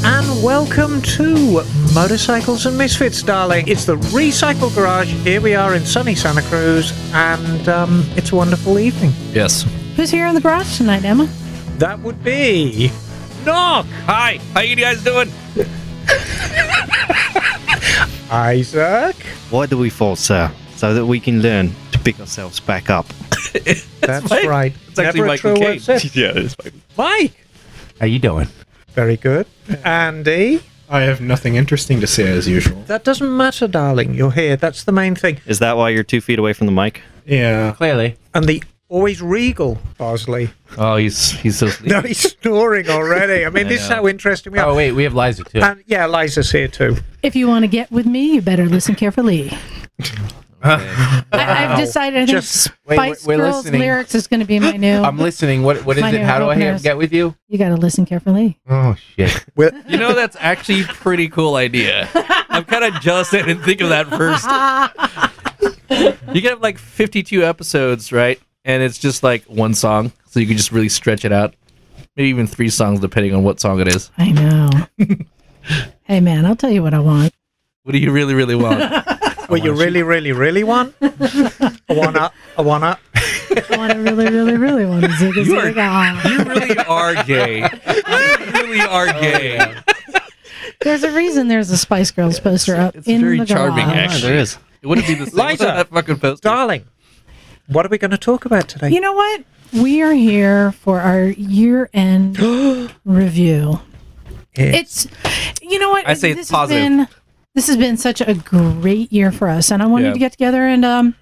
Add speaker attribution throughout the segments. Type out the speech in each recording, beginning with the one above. Speaker 1: and welcome to Motorcycles and Misfits, darling. It's the Recycle Garage. Here we are in sunny Santa Cruz, and um, it's a wonderful evening.
Speaker 2: Yes.
Speaker 3: Who's here in the garage tonight, Emma?
Speaker 1: That would be Knock.
Speaker 2: Hi. How you guys doing?
Speaker 1: Isaac.
Speaker 4: Why do we fall, sir? So that we can learn to pick ourselves back up.
Speaker 1: That's
Speaker 2: Mike.
Speaker 1: right.
Speaker 2: It's actually
Speaker 1: Never a
Speaker 2: Mike
Speaker 1: true word said.
Speaker 2: Kincaid. yeah, it's Mike.
Speaker 1: Mike.
Speaker 5: How you doing?
Speaker 1: Very good. Andy.
Speaker 6: I have nothing interesting to say as usual.
Speaker 1: That doesn't matter, darling. You're here. That's the main thing.
Speaker 4: Is that why you're two feet away from the mic?
Speaker 6: Yeah.
Speaker 5: Clearly.
Speaker 1: And the always regal Bosley.
Speaker 5: Oh, he's he's so sleepy.
Speaker 1: No, he's snoring already. I mean, this is how interesting we are.
Speaker 5: Oh wait, we have Liza too.
Speaker 1: And yeah, Liza's here too.
Speaker 3: If you want to get with me, you better listen carefully. I, I've decided I think
Speaker 1: Just-
Speaker 5: Wait,
Speaker 3: Spice
Speaker 5: we're- we're
Speaker 3: Girls
Speaker 5: listening.
Speaker 3: lyrics is going to be my new.
Speaker 5: I'm listening. What what is
Speaker 3: My
Speaker 5: it?
Speaker 3: new
Speaker 5: How do I ha-
Speaker 3: happiness.
Speaker 5: get with you?
Speaker 3: you got to listen carefully.
Speaker 5: Oh shit.
Speaker 1: Well,
Speaker 2: You know, that's actually a pretty cool idea. I'm kind of jealous I didn't think of that first. You can have like 52 episodes, right? And it's just like one song, so you can just really stretch it out. Maybe even three songs, depending on what song it is.
Speaker 3: I know. hey man, I'll tell you what I want.
Speaker 2: What do you really, really want?
Speaker 1: Well, you really, really, really want? I wanna, I wanna.
Speaker 3: I want to really, really, really want to zig a
Speaker 2: You are-
Speaker 3: zig a.
Speaker 2: you really are gay. You really are gay.
Speaker 3: There's a reason there's a Spice Girls poster up
Speaker 2: It's
Speaker 3: in
Speaker 2: very
Speaker 3: the
Speaker 2: charming,
Speaker 1: Oh,
Speaker 3: garage.
Speaker 2: actually.
Speaker 4: there is.
Speaker 2: It wouldn't be the same
Speaker 1: Liza.
Speaker 2: without that fucking poster.
Speaker 1: Darling, what are we going to talk about today?
Speaker 3: You know what? We are here for our year-end review. It's, you know what?
Speaker 2: I say it's
Speaker 3: this
Speaker 2: positive.
Speaker 3: Has been, this has been such a great year for us, and I wanted
Speaker 2: Yeah.
Speaker 3: to get together and um,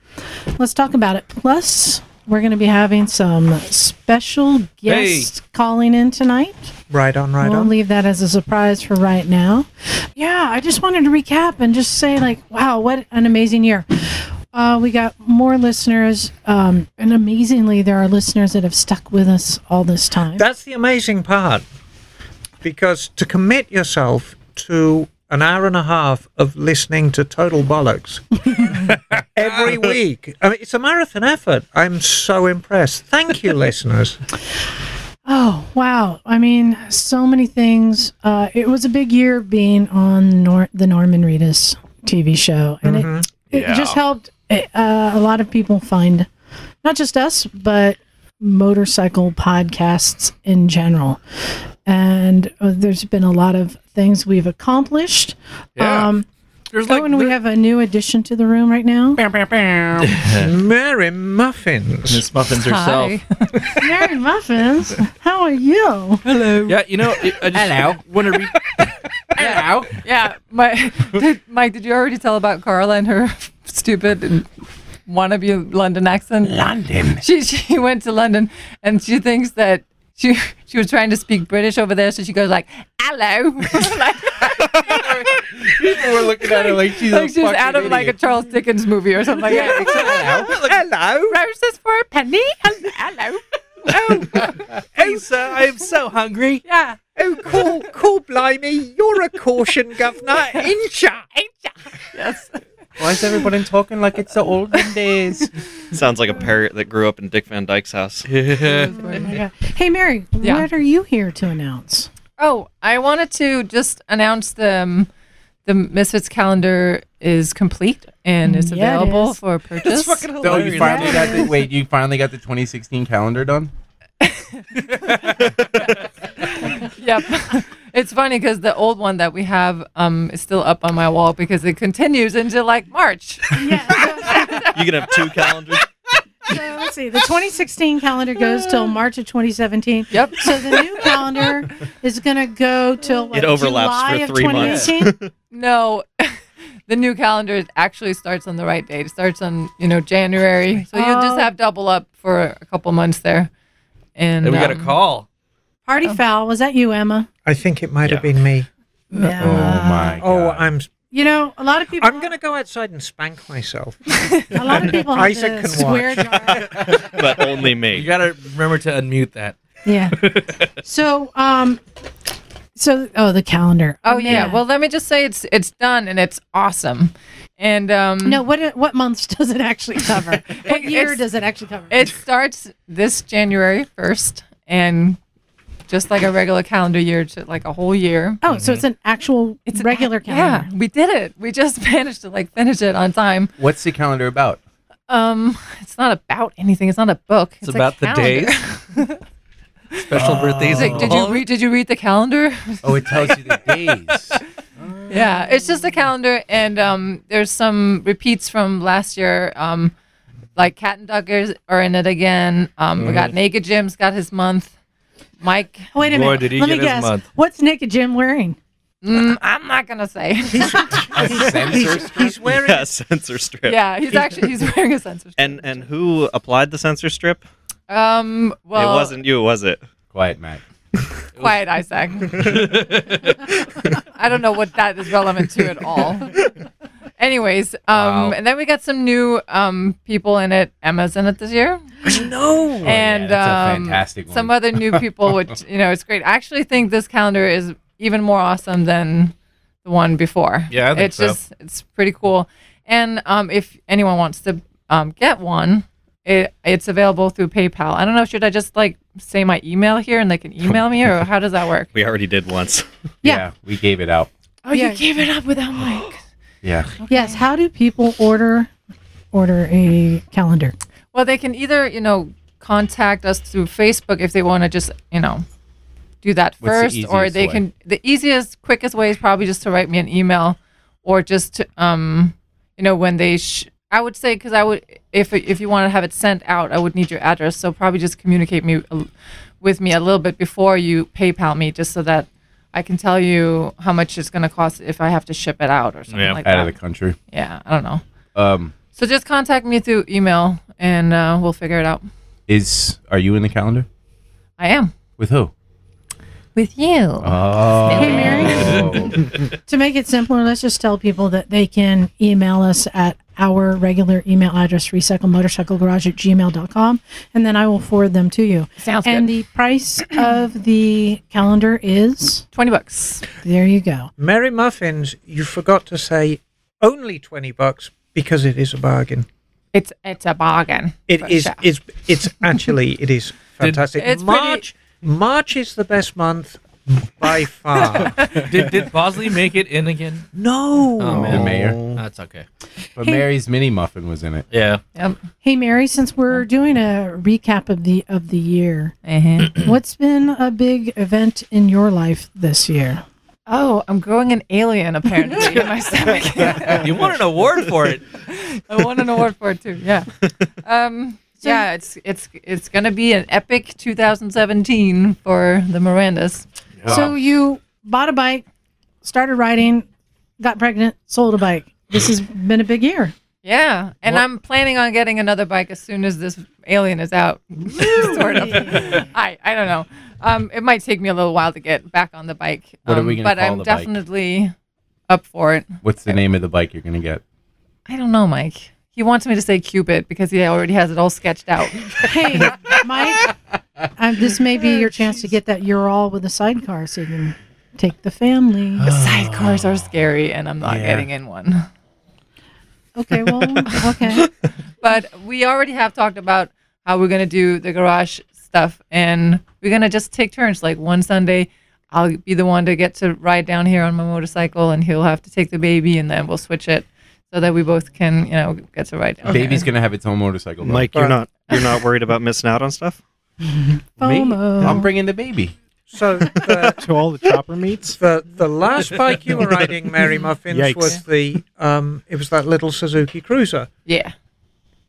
Speaker 3: let's talk about it. Plus, we're going to be having some special guests calling in tonight.
Speaker 1: right on, right
Speaker 3: we'll
Speaker 1: on.
Speaker 3: leave that as a surprise for right now. Yeah, I just wanted to recap and just say, like, wow, what an amazing year. Uh, we got more listeners, um, and amazingly, there are listeners that have stuck with us all this time.
Speaker 1: That's the amazing part. Because to commit yourself to an hour and a half of listening to total bollocks every week, I mean, it's a marathon effort. I'm so impressed. Thank you, listeners.
Speaker 3: Oh, wow. I mean, so many things. Uh, it was a big year being on Nor- the Norman Reedus TV show, and
Speaker 2: Mm-hmm.
Speaker 3: it, it just helped uh, a lot of people find not just us, but motorcycle podcasts in general. And uh, there's been a lot of things we've accomplished.
Speaker 2: Yeah.
Speaker 3: Um,
Speaker 2: There's
Speaker 3: oh, and we have a new addition to the room right now.
Speaker 1: Mary Muffins.
Speaker 2: Miss Muffins herself.
Speaker 3: Mary Muffins, how are you?
Speaker 2: Yeah, you know, it, I just
Speaker 5: Hello.
Speaker 2: want to read.
Speaker 7: Yeah. Yeah. My, Mike, did you already tell about Carla and her stupid and wannabe London accent?
Speaker 5: London.
Speaker 7: She she went to London and she thinks that she she was trying to speak British over there, so she goes like "hello," like,
Speaker 5: People were looking at her like she's
Speaker 7: like she was out of like a Charles Dickens movie or something. Like that.
Speaker 1: Hello,
Speaker 7: Roses for a penny. Hello. Oh.
Speaker 2: Hey, sir, I'm so hungry.
Speaker 7: Yeah.
Speaker 1: Oh, call, call blimey, you're a caution, governor. Incha.
Speaker 7: Yes.
Speaker 5: Why is everybody talking like it's the olden days?
Speaker 4: Sounds like a parrot that grew up in Dick Van Dyke's house.
Speaker 3: Oh my God. Hey, Mary,
Speaker 7: Yeah.
Speaker 3: what are you here to announce?
Speaker 7: Oh, I wanted to just announce the um, the Misfits calendar is complete and is
Speaker 3: Mm, Yeah, it
Speaker 7: available
Speaker 3: is.
Speaker 7: for purchase.
Speaker 5: so you finally got the wait, you finally got the 2016 calendar done?
Speaker 7: yep. It's funny because the old one that we have um, is still up on my wall because it continues into like March.
Speaker 4: You can have two calendars.
Speaker 3: So let's see. The 2016 calendar goes till March of 2017.
Speaker 7: Yep.
Speaker 3: So the new calendar is going to go till what,
Speaker 4: It overlaps for
Speaker 3: July of
Speaker 4: three months.
Speaker 3: 2018?
Speaker 7: No, the new calendar actually starts on the right date. It starts on you know January, so you just
Speaker 3: Oh.
Speaker 7: have double up for a couple months there. And
Speaker 2: And we got a
Speaker 7: um, Oh.
Speaker 2: call.
Speaker 3: Party foul. Was that you, Emma?
Speaker 1: I think it might have
Speaker 4: Yeah.
Speaker 1: been me.
Speaker 3: Yeah.
Speaker 5: Oh my god.
Speaker 1: Oh, I'm
Speaker 3: You know, a lot of people.
Speaker 1: I'm going to go outside and spank myself.
Speaker 3: A lot of people have
Speaker 1: Isaac
Speaker 3: the
Speaker 1: can
Speaker 3: swear jar.
Speaker 4: but only
Speaker 2: You
Speaker 4: me.
Speaker 2: got to remember to unmute that.
Speaker 3: Yeah. So, um, so oh, the calendar.
Speaker 7: Oh yeah.
Speaker 3: man.
Speaker 7: Well, let me just say it's it's done and it's awesome. And um,
Speaker 3: no. What uh, what months does it actually cover? What year
Speaker 7: It's-
Speaker 3: does it actually cover?
Speaker 7: It starts this January 1st and just like a regular calendar year to like a whole year.
Speaker 3: Oh, so it's an actual
Speaker 7: It's
Speaker 3: it's
Speaker 7: an-
Speaker 3: regular calendar.
Speaker 7: Yeah, we did it. We just managed to like finish it on time.
Speaker 5: What's the calendar about?
Speaker 7: Um, it's not about anything. It's not a book. It's, a
Speaker 2: about the
Speaker 7: calendar.
Speaker 2: days. Special
Speaker 7: It's
Speaker 2: birthdays.
Speaker 7: like, did you read? Did you read the calendar?
Speaker 5: Oh, it tells you the days.
Speaker 7: yeah, it's just a calendar, and um, there's some repeats from last year. Um, like Cat and Duggars are in it again. Um, we
Speaker 2: Mm-hmm.
Speaker 7: got Naked Jim's got his month. Mike,
Speaker 3: Wait a
Speaker 2: Boy,
Speaker 3: minute.
Speaker 2: did he
Speaker 3: Let
Speaker 2: get
Speaker 3: me
Speaker 2: his
Speaker 3: guess.
Speaker 2: month.
Speaker 3: What's Naked Jim wearing?
Speaker 7: mm, I'm not gonna say.
Speaker 1: he's, he's wearing
Speaker 4: Yeah, sensor strip.
Speaker 7: yeah, he's actually he's wearing a censor. strip.
Speaker 4: And and who applied the censor strip?
Speaker 7: um, well,
Speaker 4: it wasn't you, was it?
Speaker 5: Quiet, Matt.
Speaker 7: quiet, Isaac. I don't know what that is relevant to at all. Anyways, um,
Speaker 2: Wow.
Speaker 7: and then we got some new um, people in it. Emma's in it this year.
Speaker 1: no.
Speaker 7: and
Speaker 5: Oh, that's a
Speaker 7: um,
Speaker 5: fantastic
Speaker 7: some
Speaker 5: one.
Speaker 7: other new people, which you know, it's great. I actually think this calendar is even more awesome than the one before.
Speaker 2: Yeah, I think
Speaker 7: it's
Speaker 2: so.
Speaker 7: just it's pretty cool. And um, if anyone wants to um, get one, it it's available through PayPal. I don't know, should I just like say my email here and they can email me, or how does that work?
Speaker 4: We already did once.
Speaker 3: Yeah.
Speaker 5: we gave it out.
Speaker 7: Oh,
Speaker 3: you Yeah.
Speaker 7: you gave it up without Mike.
Speaker 5: Yeah.
Speaker 3: Yes. How do people order order a calendar?
Speaker 7: Well, they can either you know contact us through Facebook if they want to just you know do that
Speaker 5: What's
Speaker 7: first,
Speaker 5: the
Speaker 7: or
Speaker 5: easiest
Speaker 7: they
Speaker 5: way?
Speaker 7: can the easiest, quickest way is probably just to write me an email, or just to, um you know when they sh- I would say because I would if if you want to have it sent out, I would need your address, so probably just communicate me a l- with me a little bit before you PayPal me, just so that. I can tell you how much it's going to cost if I have to ship it out or something
Speaker 2: Yeah.
Speaker 7: like
Speaker 5: Out
Speaker 7: that.
Speaker 5: of the country.
Speaker 7: yeah, I don't know.
Speaker 5: Um,
Speaker 7: So just contact me through email and uh, we'll figure it out.
Speaker 5: is are you in the calendar
Speaker 7: I am.
Speaker 5: with who?
Speaker 7: With you.
Speaker 5: Oh,
Speaker 3: Hey, Mary.
Speaker 5: Oh.
Speaker 3: To make it simpler, let's just tell people that they can email us at our regular email address, recyclemotorcyclegarage at gmail.com, and then I will forward them to you.
Speaker 7: Sounds
Speaker 3: and
Speaker 7: good.
Speaker 3: the price of the calendar is
Speaker 7: 20 bucks.
Speaker 3: there you go.
Speaker 1: Merry Muffins, you forgot to say only 20 bucks because it is a bargain.
Speaker 7: It's it's a bargain.
Speaker 1: It
Speaker 7: for
Speaker 1: is.
Speaker 7: sure.
Speaker 1: It's. It's actually. It is fantastic.
Speaker 7: It's pretty-
Speaker 1: March. March is the best month by
Speaker 5: Ah.
Speaker 1: far.
Speaker 2: did did Bosley make it in again?
Speaker 1: no.
Speaker 2: Oh,
Speaker 5: The
Speaker 2: man.
Speaker 5: mayor.
Speaker 2: That's okay.
Speaker 5: But Mary's mini muffin was in it.
Speaker 2: Yeah.
Speaker 7: Yep.
Speaker 3: Hey Mary, since we're doing a recap of the of the year,
Speaker 7: Uh-huh.
Speaker 3: what's been a big event in your life this year?
Speaker 7: Oh, I'm growing an alien apparently in my stomach.
Speaker 2: You won an award for it.
Speaker 7: I won an award for it too. Yeah. Um, yeah, it's it's it's gonna be an epic 2017 for the Mirandas.
Speaker 3: So you bought a bike, started riding, got pregnant, sold a bike. This has been a big year.
Speaker 7: Yeah, and I'm planning on getting another bike as soon as this alien is out. sort of. I I don't know. Um, it might take me a little while to get back on the bike.
Speaker 5: What are
Speaker 7: um,
Speaker 5: we gonna
Speaker 7: But
Speaker 5: call
Speaker 7: I'm
Speaker 5: the bike?
Speaker 7: definitely up for it.
Speaker 5: What's the name of the bike you're gonna get?
Speaker 7: I don't know, Mike. He wants me to say Cupid because he already has it all sketched out.
Speaker 3: Hey, Mike, um, this may be your chance to get that you're all with a sidecar so you can take the family.
Speaker 7: Sidecars are scary, and I'm not
Speaker 5: Yeah.
Speaker 7: getting in one.
Speaker 3: Okay, well, okay.
Speaker 7: But we already have talked about how we're gonna do the garage stuff, and we're gonna just take turns. Like one Sunday, I'll be the one to get to ride down here on my motorcycle, and he'll have to take the baby, and then we'll switch it so that we both can, you know, get to ride down. there.
Speaker 5: Baby's gonna have its own motorcycle. though.
Speaker 4: Mike, you're not you're not worried about missing out on stuff?
Speaker 5: Me?
Speaker 3: FOMO.
Speaker 5: I'm bringing the baby.
Speaker 1: So the,
Speaker 6: To all the chopper meets.
Speaker 1: the the last bike you were riding, Mary Muffins,
Speaker 6: Yikes.
Speaker 1: was the um. It was that little Suzuki Cruiser.
Speaker 7: yeah.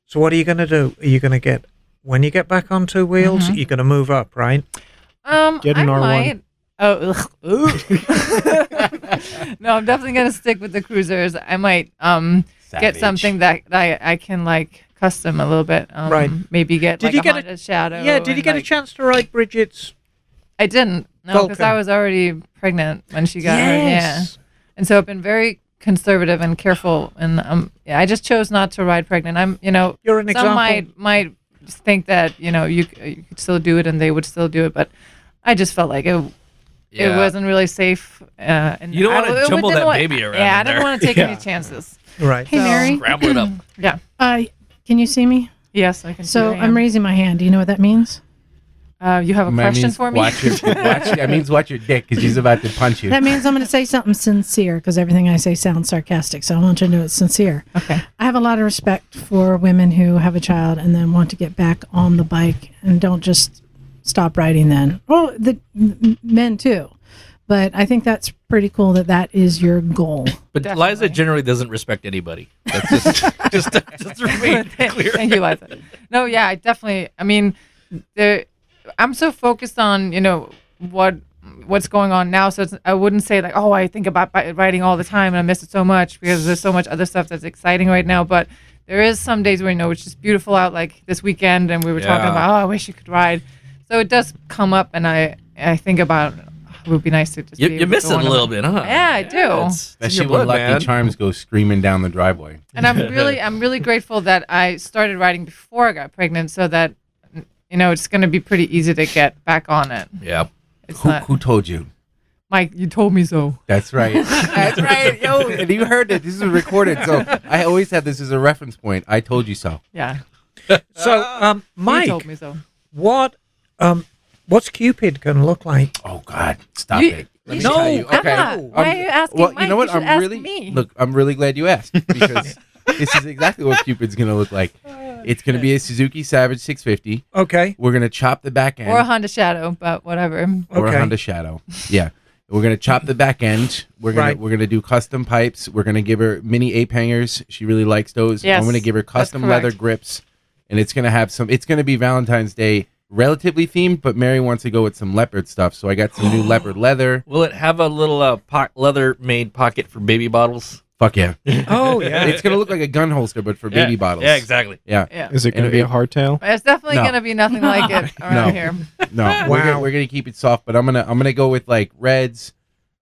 Speaker 1: So what are you going to do? Are you going to get when you get back on two wheels?
Speaker 7: Mm-hmm.
Speaker 1: You're going to move up, right?
Speaker 7: Um,
Speaker 6: Get
Speaker 7: I
Speaker 6: an R1.
Speaker 7: might. Oh, ugh. Ooh. no, I'm definitely gonna stick with the cruisers. I might um get
Speaker 5: Savage.
Speaker 7: something that I I can like custom a little bit. Um,
Speaker 1: Right.
Speaker 7: Maybe get like
Speaker 1: Did you
Speaker 7: a
Speaker 1: get a-
Speaker 7: Honda Shadow.
Speaker 1: yeah. Did you
Speaker 7: and,
Speaker 1: get
Speaker 7: like-
Speaker 1: a chance to ride Bridget's?
Speaker 7: I didn't. No, because
Speaker 1: Vulcan?
Speaker 7: I was already pregnant when she got her.
Speaker 1: yes.
Speaker 7: Yeah. And so I've been very conservative and careful, and um, yeah, I just chose not to ride pregnant. I'm, you know,
Speaker 1: You're an
Speaker 7: some
Speaker 1: example.
Speaker 7: might might just think that you know you c- you could still do it and they would still do it, but I just felt like it
Speaker 2: Yeah.
Speaker 7: it wasn't really safe. Uh, and
Speaker 2: You don't
Speaker 7: I-
Speaker 2: wanna
Speaker 7: it w-
Speaker 2: jumble
Speaker 7: didn't
Speaker 2: that
Speaker 7: wa-
Speaker 2: baby around
Speaker 7: Yeah,
Speaker 2: in
Speaker 7: I didn't
Speaker 2: there.
Speaker 7: want to take
Speaker 6: Yeah.
Speaker 7: any chances.
Speaker 1: Right.
Speaker 3: Hey,
Speaker 7: So-
Speaker 3: Mary,
Speaker 2: Scramble it up.
Speaker 7: Yeah.
Speaker 3: uh, can you see me?
Speaker 7: Yes, I can. see
Speaker 3: So
Speaker 7: who I
Speaker 3: I'm
Speaker 7: am.
Speaker 3: raising my hand. Do you know what that means?
Speaker 7: Uh, you have a
Speaker 5: That
Speaker 7: question
Speaker 5: means
Speaker 7: for me?
Speaker 5: Watch your, watch, that means watch your dick because she's about to punch you.
Speaker 3: That means I'm going to say something sincere because everything I say sounds sarcastic. So I want you to know it's sincere.
Speaker 7: Okay.
Speaker 3: I have a lot of respect for women who have a child and then want to get back on the bike and don't just stop riding then. Well, the m- men too. But I think that's pretty cool that that is your goal.
Speaker 2: But Liza generally doesn't respect anybody. That's just just, just to remain clear.
Speaker 7: Thank you, Liza. No, yeah, I definitely. I mean, there, I'm so focused on you know what what's going on now. So it's, I wouldn't say like, oh, I think about bi- writing all the time and I miss it so much because there's so much other stuff that's exciting right now. But there is some days where you know it's just beautiful out, like this weekend, and we were talking
Speaker 2: Yeah.
Speaker 7: about, oh, I wish you could ride. So it does come up, and I I think about oh, it would be nice to just
Speaker 2: You,
Speaker 7: be
Speaker 2: you
Speaker 7: able to
Speaker 2: miss
Speaker 7: go
Speaker 2: it a
Speaker 7: on
Speaker 2: little bit, huh?
Speaker 7: Yeah, I do.
Speaker 2: it's,
Speaker 5: That
Speaker 2: it's in
Speaker 5: shit
Speaker 2: your
Speaker 5: with
Speaker 2: blood,
Speaker 5: Lucky
Speaker 2: man.
Speaker 5: Charms goes screaming down the driveway.
Speaker 7: and I'm really I'm really grateful that I started writing before I got pregnant, so that you know it's going to be pretty easy to get back on it.
Speaker 2: yeah.
Speaker 7: It's
Speaker 5: Who,
Speaker 7: not
Speaker 5: who told you?
Speaker 7: Mike. You told me so.
Speaker 5: That's right. That's right. Yo, and you heard it. This is recorded. So I always have this as a reference point. I told you so.
Speaker 7: Yeah,
Speaker 1: So, um,
Speaker 7: you
Speaker 1: Mike,
Speaker 7: told me so.
Speaker 1: what, um, what's Cupid going to look like?
Speaker 5: Oh, God. Stop
Speaker 7: You-
Speaker 5: it. Let me
Speaker 1: No,
Speaker 5: tell you. Okay.
Speaker 7: Emma,
Speaker 5: I'm-
Speaker 7: why are you asking
Speaker 5: Well,
Speaker 7: Mike?
Speaker 5: you know what?
Speaker 7: should
Speaker 5: I'm
Speaker 7: ask
Speaker 5: really
Speaker 7: me.
Speaker 5: look. I'm really glad you asked because this is exactly what Cupid's gonna look like. It's gonna be a Suzuki Savage 650.
Speaker 1: Okay.
Speaker 5: We're gonna chop the back end
Speaker 7: or a Honda Shadow, but whatever.
Speaker 5: or
Speaker 1: Okay.
Speaker 5: a Honda Shadow. Yeah. We're gonna chop the back end. We're gonna
Speaker 1: Right.
Speaker 5: we're gonna do custom pipes. We're gonna give her mini ape hangers. She really likes those.
Speaker 7: Yes,
Speaker 5: I'm gonna give her
Speaker 7: that's
Speaker 5: custom
Speaker 7: correct.
Speaker 5: leather grips, and it's gonna have some. It's gonna be Valentine's Day relatively themed, but Mary wants to go with some leopard stuff. So I got some new leopard leather.
Speaker 2: Will it have a little uh, po- leather made pocket for baby bottles?
Speaker 5: Fuck yeah!
Speaker 1: Oh, yeah.
Speaker 5: it's gonna look like a gun holster, but for baby
Speaker 2: yeah.
Speaker 5: bottles.
Speaker 2: Yeah, exactly.
Speaker 5: Yeah.
Speaker 7: Yeah,
Speaker 6: Is it going to be a hardtail?
Speaker 7: it's definitely
Speaker 5: No.
Speaker 7: going to be nothing like it around
Speaker 5: No.
Speaker 7: here.
Speaker 5: No, we're,
Speaker 1: Wow.
Speaker 5: gonna, we're gonna keep it soft, but I'm gonna I'm gonna go with like reds,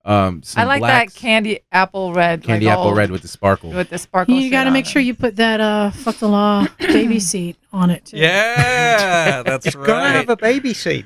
Speaker 5: um, some
Speaker 7: I like
Speaker 5: blacks,
Speaker 7: that candy apple red.
Speaker 5: candy
Speaker 7: like
Speaker 5: apple
Speaker 7: all
Speaker 5: red with the sparkle.
Speaker 7: with the sparkle.
Speaker 3: You
Speaker 7: shit
Speaker 3: got to
Speaker 7: on
Speaker 3: make
Speaker 7: it.
Speaker 3: sure you put that uh, fuck the law baby seat on it too.
Speaker 2: Yeah, that's
Speaker 1: It's
Speaker 2: right.
Speaker 1: going to have a baby seat.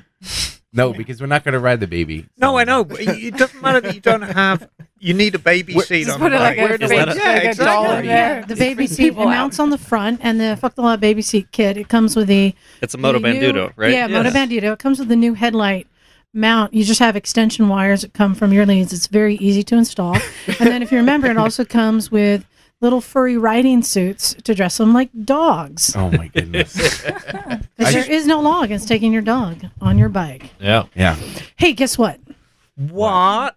Speaker 5: No, because we're not gonna ride the baby.
Speaker 1: No, I know. But it doesn't matter that you don't have. You need a baby
Speaker 5: Where-
Speaker 1: seat
Speaker 7: Just
Speaker 1: on
Speaker 7: put it
Speaker 1: the
Speaker 7: like
Speaker 1: bike.
Speaker 7: a,
Speaker 2: Just
Speaker 7: big-
Speaker 2: let
Speaker 7: like
Speaker 2: it-
Speaker 1: Yeah,
Speaker 7: a doll in
Speaker 1: exactly.
Speaker 7: there.
Speaker 3: The
Speaker 7: Just
Speaker 3: baby
Speaker 7: freak
Speaker 3: seat
Speaker 7: people out.
Speaker 3: mounts on the front, and the fuck the law baby seat kit. It comes with the
Speaker 8: It's a Moto
Speaker 3: the new-
Speaker 8: Bandudo, right?
Speaker 3: Yeah, Moto
Speaker 2: Yes.
Speaker 3: Bandito. It comes with the new headlight mount. You just have extension wires that come from your leads. It's very easy to install. and then, if you remember, it also comes with little furry riding suits to dress them like dogs.
Speaker 5: Oh my goodness.
Speaker 3: 'Cause
Speaker 5: I
Speaker 3: there
Speaker 5: just-
Speaker 3: is no law against taking your dog on your bike.
Speaker 2: yeah.
Speaker 5: yeah.
Speaker 3: Hey, guess what?
Speaker 1: What?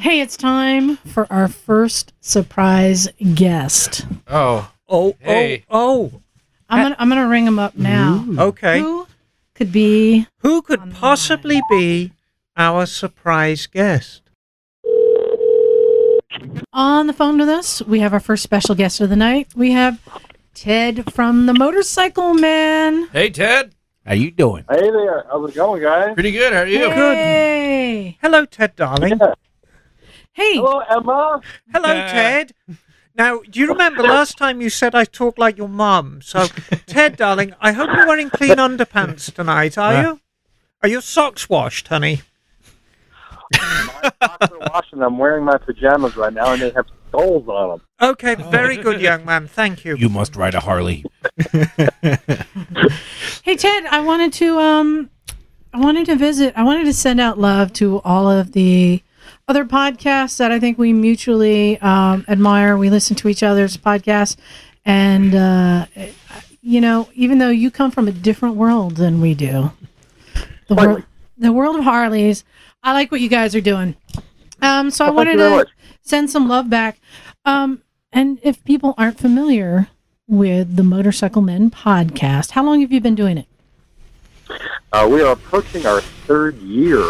Speaker 3: Hey, it's time for our first surprise guest.
Speaker 2: Oh,
Speaker 1: Oh,
Speaker 2: Hey.
Speaker 1: oh,
Speaker 3: I'm gonna I'm gonna ring him up now.
Speaker 1: oh. Okay. Who,
Speaker 3: Who could be?
Speaker 1: could possibly be our surprise guest?
Speaker 3: On the phone with us, we have our first special guest of the night. We have Ted from the Motorcycle Man.
Speaker 2: hey Ted,
Speaker 5: How you doing?
Speaker 9: Hey there, how's it going, guys?
Speaker 2: pretty good. How are you?
Speaker 3: Hey,
Speaker 1: Hello, Ted, darling.
Speaker 3: hey,
Speaker 9: Hello, Emma.
Speaker 1: Hello,
Speaker 2: Yeah.
Speaker 1: Ted. Now, do you remember last time you said I talk like your mum? So, Ted, darling, I hope you're wearing clean underpants tonight, are you? Are your socks washed, honey?
Speaker 9: After washing, I'm wearing my pajamas right now, and they have soles on them.
Speaker 1: Okay, very good, young man. Thank you.
Speaker 5: Oh. You must ride a Harley.
Speaker 3: hey, Ted. I wanted to um, I wanted to visit. I wanted to send out love to all of the other podcasts that I think we mutually um, admire. We listen to each other's podcasts, and uh, you know, even though you come from a different world than we do, the world, the world of Harleys. I like what you guys are doing. Um, so I
Speaker 9: Well,
Speaker 3: wanted
Speaker 9: thank you very
Speaker 3: to
Speaker 9: much.
Speaker 3: send some love back. Um, and if people aren't familiar with the Motorcycle Men podcast, how long have you been doing it?
Speaker 9: Uh, we are approaching our third year.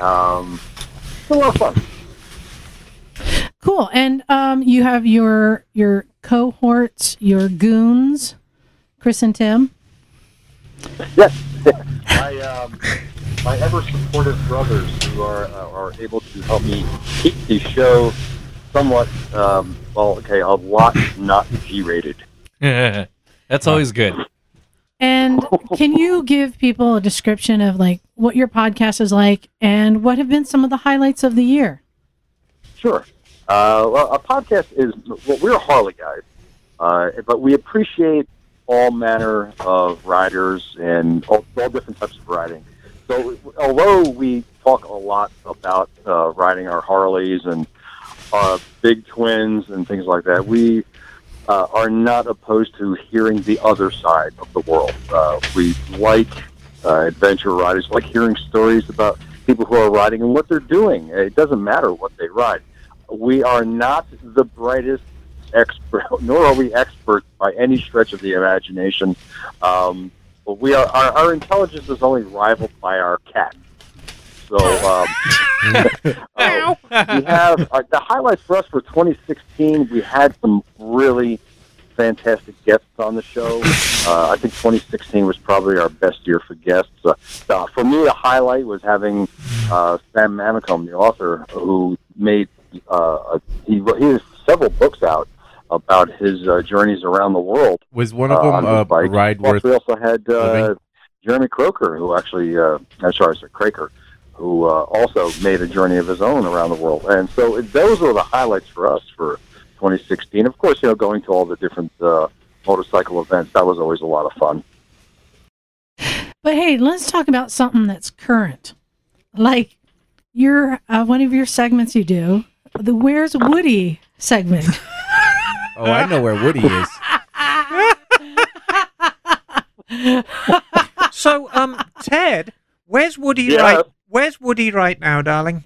Speaker 9: Um, it's a lot of fun.
Speaker 3: Cool. And um, you have your your cohorts, your goons, Chris and Tim.
Speaker 9: Yes, my um, my ever supportive brothers who are uh, are able to help me keep the show somewhat um, well, okay, a lot not G-rated.
Speaker 2: that's always good.
Speaker 3: And can you give people a description of like what your podcast is like and what have been some of the highlights of the year?
Speaker 9: Sure. Uh, well, a podcast is well, we're Harley guys, uh, but we appreciate all manner of riders and all, all different types of riding. So, although we talk a lot about uh, riding our Harleys and uh, big twins and things like that, we uh, are not opposed to hearing the other side of the world. Uh, we like uh, adventure riders, like hearing stories about people who are riding and what they're doing. It doesn't matter what they ride. We are not the brightest expert, nor are we experts by any stretch of the imagination. Um, but we are our, our intelligence is only rivaled by our cat. So um, uh, we have uh, the highlights for us for 2016. We had some really fantastic guests on the show. Uh, I think 2016 was probably our best year for guests. Uh, uh, for me, a highlight was having uh, Sam Mamicum, the author, who made uh, a, he wrote- he has several books out about his uh, journeys around the world
Speaker 5: Was one of them
Speaker 9: uh, on
Speaker 5: a
Speaker 9: his bike.
Speaker 5: ride
Speaker 9: Plus,
Speaker 5: worth?
Speaker 9: We also had uh,
Speaker 5: living?
Speaker 9: Jeremy Croker, who actually, uh, I'm sorry, sorry, Craker, who uh, also made a journey of his own around the world. And so those were the highlights for us for 2016. Of course, you know, going to all the different uh, motorcycle events, that was always a lot of fun.
Speaker 3: But hey, let's talk about something that's current. Like your uh, one of your segments you do, the Where's Woody segment.
Speaker 5: Oh, I know where Woody is.
Speaker 1: So, um, Ted, where's Woody
Speaker 9: Yeah.
Speaker 1: right? Where's Woody right now, darling?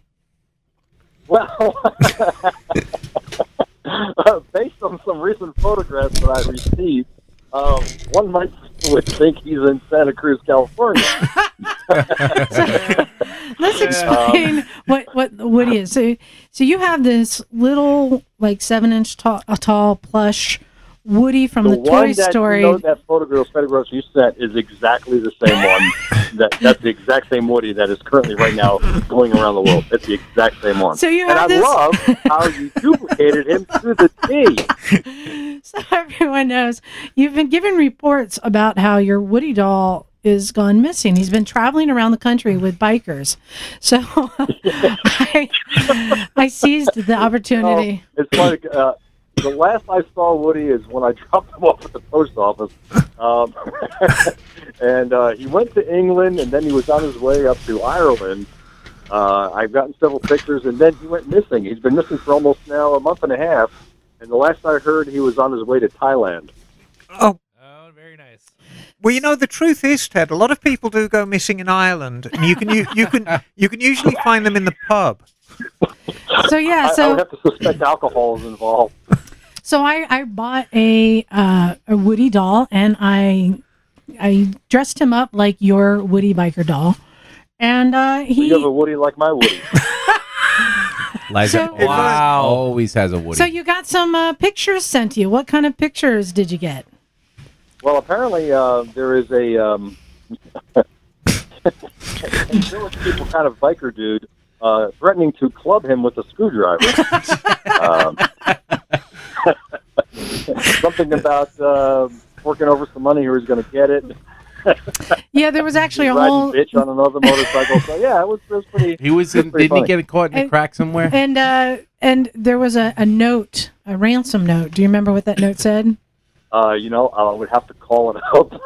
Speaker 9: Well, uh, based on some recent photographs that I received, um, one might would think he's in Santa Cruz, California.
Speaker 3: Let's explain what what Woody is. So, so you have this little like seven inch tall, a tall plush Woody from the, Toy
Speaker 9: one that,
Speaker 3: Story.
Speaker 9: You know, that photograph, photograph you sent is exactly the same one. that that's the exact same Woody that is currently right now going around the world. It's the exact same one.
Speaker 3: So you
Speaker 9: and
Speaker 3: have
Speaker 9: I
Speaker 3: this-
Speaker 9: love how you duplicated him to the T.
Speaker 3: so everyone knows you've been given reports about how your Woody doll is gone missing. He's been traveling around the country with bikers. So I, I seized the opportunity.
Speaker 9: No, it's like uh, the last I saw Woody is when I dropped him off at the post office, um, and uh, he went to England, and then he was on his way up to Ireland. Uh, I've gotten several pictures, and then he went missing. He's been missing for almost now a month and a half, and the last I heard, he was on his way to Thailand.
Speaker 1: Oh,
Speaker 2: Oh, very nice.
Speaker 1: well, you know the truth is, Ted. A lot of people do go missing in Ireland, and you can you, you can you can usually find them in the pub.
Speaker 3: So
Speaker 9: Oh,
Speaker 3: yeah,
Speaker 9: I, I
Speaker 3: so
Speaker 9: would have to suspect alcohol is involved.
Speaker 3: So I, I bought a uh, a Woody doll and I I dressed him up like your Woody biker doll, and uh, he
Speaker 9: You have a Woody like my Woody.
Speaker 5: Liza
Speaker 3: So-
Speaker 5: always,
Speaker 2: Wow.
Speaker 5: always has a Woody.
Speaker 3: so you got some uh, pictures sent to you. What kind of pictures did you get?
Speaker 9: Well, apparently uh, there is a um, village people kind of biker dude uh, threatening to club him with a screwdriver. um, something about uh, working over some money, who he's going to get it.
Speaker 3: Yeah, there was actually a
Speaker 9: riding
Speaker 3: whole
Speaker 9: bitch on another motorcycle. So yeah, it was, it was pretty.
Speaker 5: he was
Speaker 9: That's
Speaker 5: in,
Speaker 9: pretty
Speaker 5: didn't he
Speaker 9: funny.
Speaker 5: get caught in
Speaker 3: And-
Speaker 5: a crack somewhere?
Speaker 3: and uh, and there was a, a note, a ransom note. Do you remember what that note said?
Speaker 9: Uh, you know, I would have to call it out.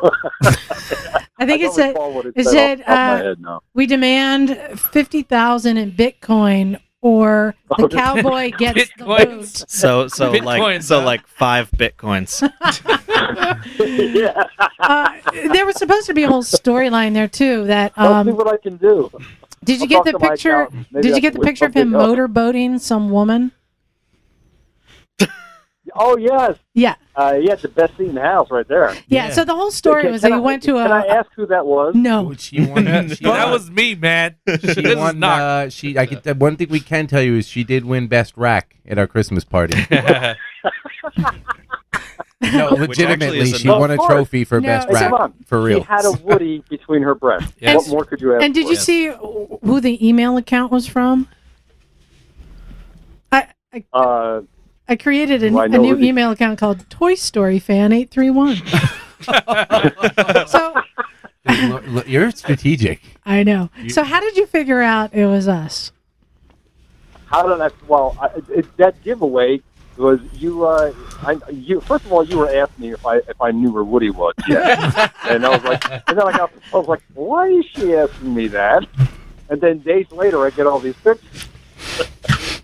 Speaker 3: I think it
Speaker 9: don't
Speaker 3: said
Speaker 9: recall what it
Speaker 3: it
Speaker 9: said
Speaker 3: said,
Speaker 9: off the top of my
Speaker 3: uh,
Speaker 9: head now.
Speaker 3: we demand fifty thousand in Bitcoin or the
Speaker 9: Oh,
Speaker 3: cowboy gets the
Speaker 2: Bitcoins.
Speaker 3: boot.
Speaker 4: So so like
Speaker 2: Bitcoins,
Speaker 4: so
Speaker 2: huh?
Speaker 4: like five bitcoins.
Speaker 9: yeah,
Speaker 3: Uh, there was supposed to be a whole storyline there too. That
Speaker 9: I'll
Speaker 3: um,
Speaker 9: see what I can do.
Speaker 3: Did you
Speaker 9: I'll
Speaker 3: get
Speaker 9: talk
Speaker 3: the
Speaker 9: to my
Speaker 3: picture?
Speaker 9: accountant. Maybe
Speaker 3: Did
Speaker 9: I
Speaker 3: you get
Speaker 9: can
Speaker 3: the
Speaker 9: whip
Speaker 3: picture of him
Speaker 9: something up.
Speaker 3: motorboating some woman?
Speaker 9: Oh yes,
Speaker 3: Yeah,
Speaker 9: uh, yeah, it's the best seat in the house right there.
Speaker 3: yeah. So the whole story
Speaker 9: Okay,
Speaker 3: was
Speaker 9: can
Speaker 3: that
Speaker 9: I-
Speaker 3: he went to
Speaker 9: Can I
Speaker 3: a
Speaker 9: ask who that was?
Speaker 3: no.
Speaker 5: She won. She
Speaker 2: that
Speaker 5: won-
Speaker 2: was me, man.
Speaker 5: She
Speaker 2: this
Speaker 5: won.
Speaker 2: is not.
Speaker 5: Uh, she. I could. One thing we can tell you is she did win best rack at our Christmas party. no, legitimately,
Speaker 4: isn't-
Speaker 5: she
Speaker 9: Of
Speaker 5: won a
Speaker 9: course.
Speaker 5: trophy for
Speaker 3: No,
Speaker 5: best
Speaker 3: it's-
Speaker 5: rack
Speaker 9: Come on.
Speaker 5: for real.
Speaker 9: She had a Woody between her breasts.
Speaker 2: Yes.
Speaker 9: What more could you ask?
Speaker 3: And did
Speaker 9: for?
Speaker 3: you see who the email account was from? I I,
Speaker 9: Uh,
Speaker 3: I created a,
Speaker 9: Well, I
Speaker 3: a
Speaker 9: know
Speaker 3: new
Speaker 9: who the-
Speaker 3: email account called Toy Story Fan Eight Three One. So
Speaker 5: Look, look, You're strategic.
Speaker 3: I know. So how did you figure out it was us?
Speaker 9: how did I? Well, I, it, that giveaway was you. Uh, I, you first of all, you were asking me if I if I knew where Woody was. Yeah, and I was like, and then I got, I was like, why is she asking me that? And then days later, I get all these pictures.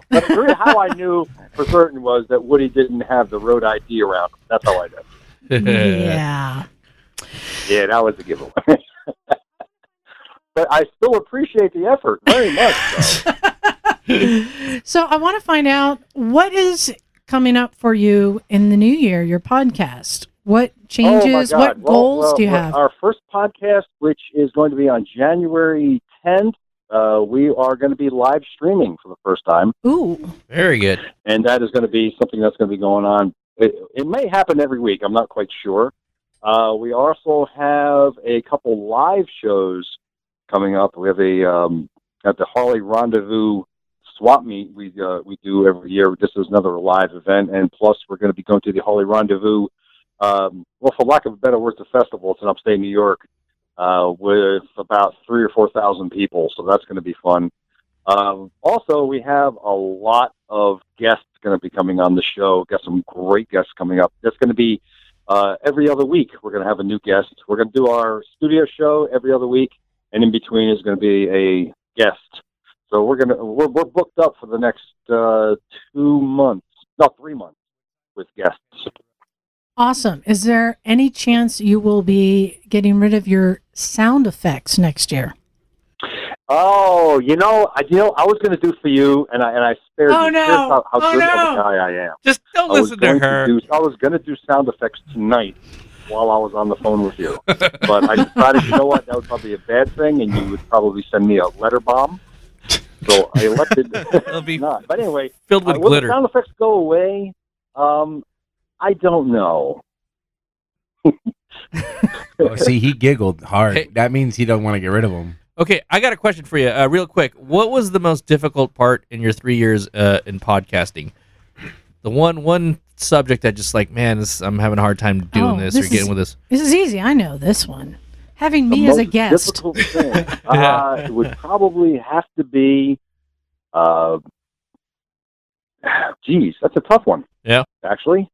Speaker 9: but really how I knew for certain was that Woody didn't have the road ID around. Him. That's how I knew.
Speaker 3: yeah.
Speaker 9: Yeah, that was a giveaway. but I still appreciate the effort very much. though.
Speaker 3: So I want to find out what is coming up for you in the new year, your podcast. What changes?
Speaker 9: Oh my God.
Speaker 3: what
Speaker 9: Well,
Speaker 3: goals
Speaker 9: well,
Speaker 3: do you
Speaker 9: well, uh,
Speaker 3: have?
Speaker 9: Our first podcast, which is going to be on January 10th, uh, we are going to be live streaming for the first time,
Speaker 3: Ooh.
Speaker 2: Very good.
Speaker 9: and that is going to be something that's going to be going on. It, it may happen every week. I'm not quite sure. Uh, we also have a couple live shows coming up. We have a um, at the Harley Rendezvous swap meet we uh, we do every year. This is another live event, and plus we're going to be going to the Harley Rendezvous. Um, well, for lack of a better word, the festival. It's in upstate New York uh, with about three or four thousand people, so that's going to be fun. Um, also, we have a lot of guests going to be coming on the show. Got some great guests coming up. That's going to be uh, every other week. We're going to have a new guest. We're going to do our studio show every other week, and in between is going to be a guest. So we're gonna we're, we're booked up for the next uh, two months, not three months, with guests.
Speaker 3: Awesome. Is there any chance you will be getting rid of your sound effects next year?
Speaker 9: Oh, you know, I you know I was gonna do for you, and I and I spared
Speaker 3: Oh,
Speaker 9: you.
Speaker 3: no.
Speaker 9: Here's how, how
Speaker 3: Oh,
Speaker 9: good of a
Speaker 3: no.
Speaker 9: guy I am.
Speaker 2: Just don't
Speaker 9: I was
Speaker 2: listen to
Speaker 9: going to
Speaker 2: her.
Speaker 9: do- I was gonna do sound effects tonight while I was on the phone with you, but I decided you know what that was probably a bad thing, and you would probably send me a letter bomb. So I elected
Speaker 2: It'll be
Speaker 9: not. But anyway,
Speaker 2: filled with
Speaker 9: Uh, will
Speaker 2: glitter.
Speaker 9: the sound effects go away? Um, I don't know.
Speaker 5: Oh, see, he giggled hard.
Speaker 2: Hey.
Speaker 5: That means he doesn't want to get rid of him.
Speaker 2: Okay, I got a question for you, uh, real quick. What was the most difficult part in your three years uh, in podcasting? The one one subject that just like, man, this, I'm having a hard time doing
Speaker 3: Oh,
Speaker 2: this,
Speaker 3: this
Speaker 2: or getting
Speaker 3: is-
Speaker 2: with this.
Speaker 3: This is easy. I know this one. Having
Speaker 9: The
Speaker 3: me as a
Speaker 9: most
Speaker 3: guest.
Speaker 9: difficult thing
Speaker 2: Yeah.
Speaker 9: uh, it would probably have to be. Uh, geez, that's a tough one.
Speaker 2: Yeah.
Speaker 9: actually.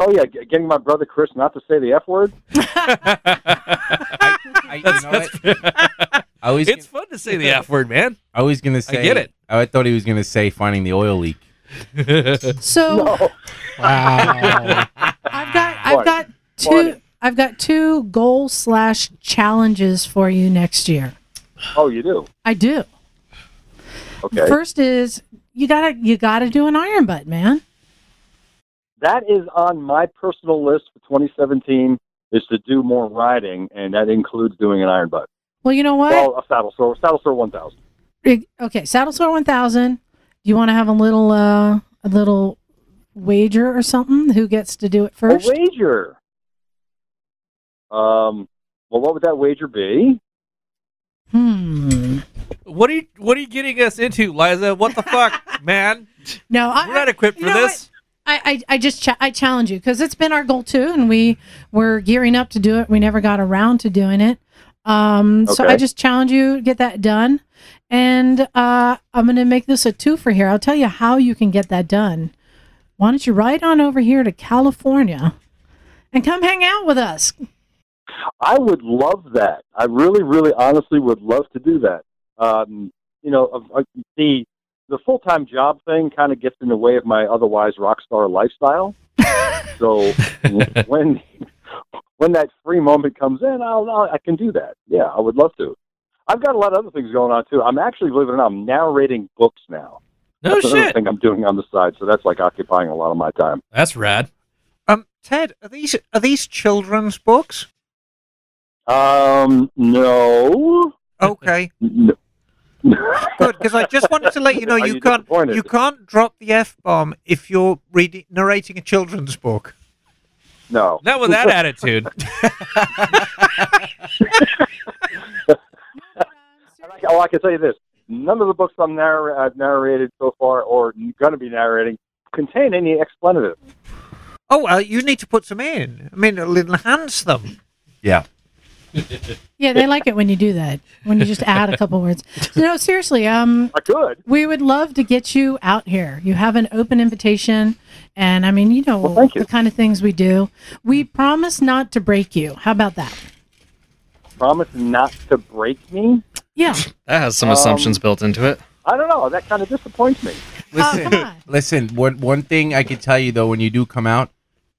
Speaker 9: Oh yeah, g- getting my brother Chris not to say the f word.
Speaker 5: I, you know what? I was
Speaker 2: it's fun to say the F word, man.
Speaker 5: I was gonna
Speaker 2: I
Speaker 5: say.
Speaker 2: get it.
Speaker 5: I thought he was gonna say finding the oil leak.
Speaker 3: So
Speaker 9: No,
Speaker 6: Wow.
Speaker 3: I've got I've
Speaker 9: What?
Speaker 3: got two
Speaker 9: What?
Speaker 3: I've got two goal slash challenges for you next year.
Speaker 9: oh you do.
Speaker 3: I do.
Speaker 9: Okay,
Speaker 3: First is you gotta you gotta do an iron butt, man.
Speaker 9: that is on my personal list for 2017. Is to do more riding, and that includes doing an iron butt.
Speaker 3: Well, you know what?
Speaker 9: Well, a saddle sore, saddle sore 1000.
Speaker 3: Ig- okay, saddle sore one thousand. Do you want to have a little uh a little wager or something? Who gets to do it first?
Speaker 9: A wager. Um, well, what would that wager be?
Speaker 3: Hmm.
Speaker 2: what are you What are you getting us into, Liza? What the fuck, man?
Speaker 3: No, I,
Speaker 2: We're not equipped
Speaker 3: you
Speaker 2: for
Speaker 3: know what?
Speaker 2: this.
Speaker 3: I, I, I just cha- I challenge you because it's been our goal too, and we were gearing up to do it. We never got around to doing it, um, so
Speaker 9: Okay.
Speaker 3: I just challenge you to get that done. And uh, I'm going to make this a two for here. I'll tell you how you can get that done. Why don't you ride on over here to California and come hang out with us?
Speaker 9: I would love that. I really, really, honestly would love to do that. Um, you know, of- of- the the full time job thing kind of gets in the way of my otherwise rock star lifestyle. so when when that free moment comes in, I'll, I'll I can do that. Yeah, I would love to. I've got a lot of other things going on too. I'm actually, believe it or not, I'm narrating books now.
Speaker 2: No
Speaker 9: that's another
Speaker 2: shit.
Speaker 9: thing I'm doing on the side, so that's like occupying a lot of my time.
Speaker 2: That's rad.
Speaker 1: Um, Ted, are these are these children's books?
Speaker 9: Um, no.
Speaker 1: Okay,
Speaker 9: No.
Speaker 1: good. Because I just wanted to let you know
Speaker 9: Are
Speaker 1: you,
Speaker 9: you
Speaker 1: can't
Speaker 9: disappointed?
Speaker 1: you can't drop the f bomb if you're reading narrating a children's book.
Speaker 9: no.
Speaker 2: Not with that attitude.
Speaker 9: And I, oh, I can tell you this: none of the books I'm narr- I've narrated so far, or going to be narrating, contain any explanative.
Speaker 1: uh, Oh well, you need to put some in. I mean, it'll enhance them.
Speaker 5: Yeah.
Speaker 3: Yeah, they like it when you do that. When you just add a couple words. No, seriously. Um,
Speaker 9: I could.
Speaker 3: we would love to get you out here. You have an open invitation, and I mean, you know
Speaker 9: thank you.
Speaker 3: the kind of things we do. We promise not to break you. How about that?
Speaker 9: Promise not to break me.
Speaker 3: Yeah.
Speaker 4: That has some
Speaker 9: Um,
Speaker 4: assumptions built into it.
Speaker 9: I don't know. That kind of disappoints me.
Speaker 3: Oh, come on.
Speaker 5: Listen, one one thing I can tell you though, when you do come out,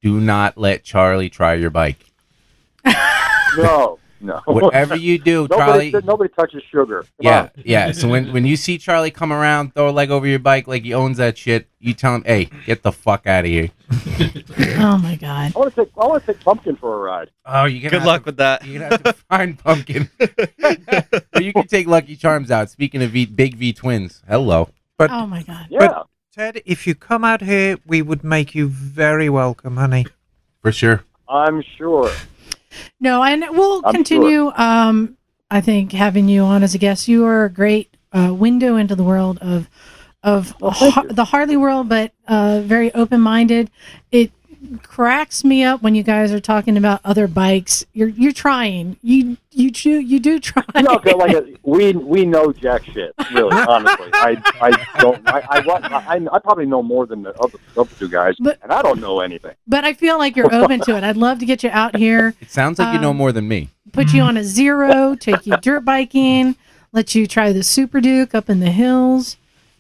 Speaker 5: do not let Charlie try your bike.
Speaker 9: No, no.
Speaker 5: Whatever you do,
Speaker 9: nobody,
Speaker 5: Charlie.
Speaker 9: nobody touches sugar. Come
Speaker 5: Yeah,
Speaker 9: on.
Speaker 5: yeah. So when when you see Charlie come around, throw a leg over your bike like he owns that shit, you tell him, "Hey, get the fuck out of here."
Speaker 3: Oh my God.
Speaker 9: I want to take I want to take pumpkin for a ride.
Speaker 5: Oh, you
Speaker 4: Good luck with that.
Speaker 5: You're gonna have to find pumpkin. or you can take Lucky Charms out. Speaking of v, big V twins, hello.
Speaker 1: But
Speaker 3: Oh my God.
Speaker 9: Yeah,
Speaker 1: But- Ted, if you come out here, we would make you very welcome, honey.
Speaker 5: For sure.
Speaker 9: I'm sure.
Speaker 3: No, and we'll
Speaker 9: I'm
Speaker 3: continue. Um, I think having you on as a guest, you are a great uh, window into the world of of
Speaker 9: thank
Speaker 3: ha-
Speaker 9: you.
Speaker 3: the Harley world, but uh, very open minded. It cracks me up when you guys are talking about other bikes. You're you're trying. You you do you do try.
Speaker 9: You know, 'cause like a, we we know jack shit, really. Honestly, I I don't. I I, wa- I, I probably know more than the other, other two guys,
Speaker 3: But-
Speaker 9: and I don't know anything.
Speaker 3: But I feel like you're open to it. I'd love to get you out here,
Speaker 5: It sounds like you know
Speaker 3: Um,
Speaker 5: more than me.
Speaker 3: put you on a zero, take you dirt biking, let you try the Super Duke up in the hills,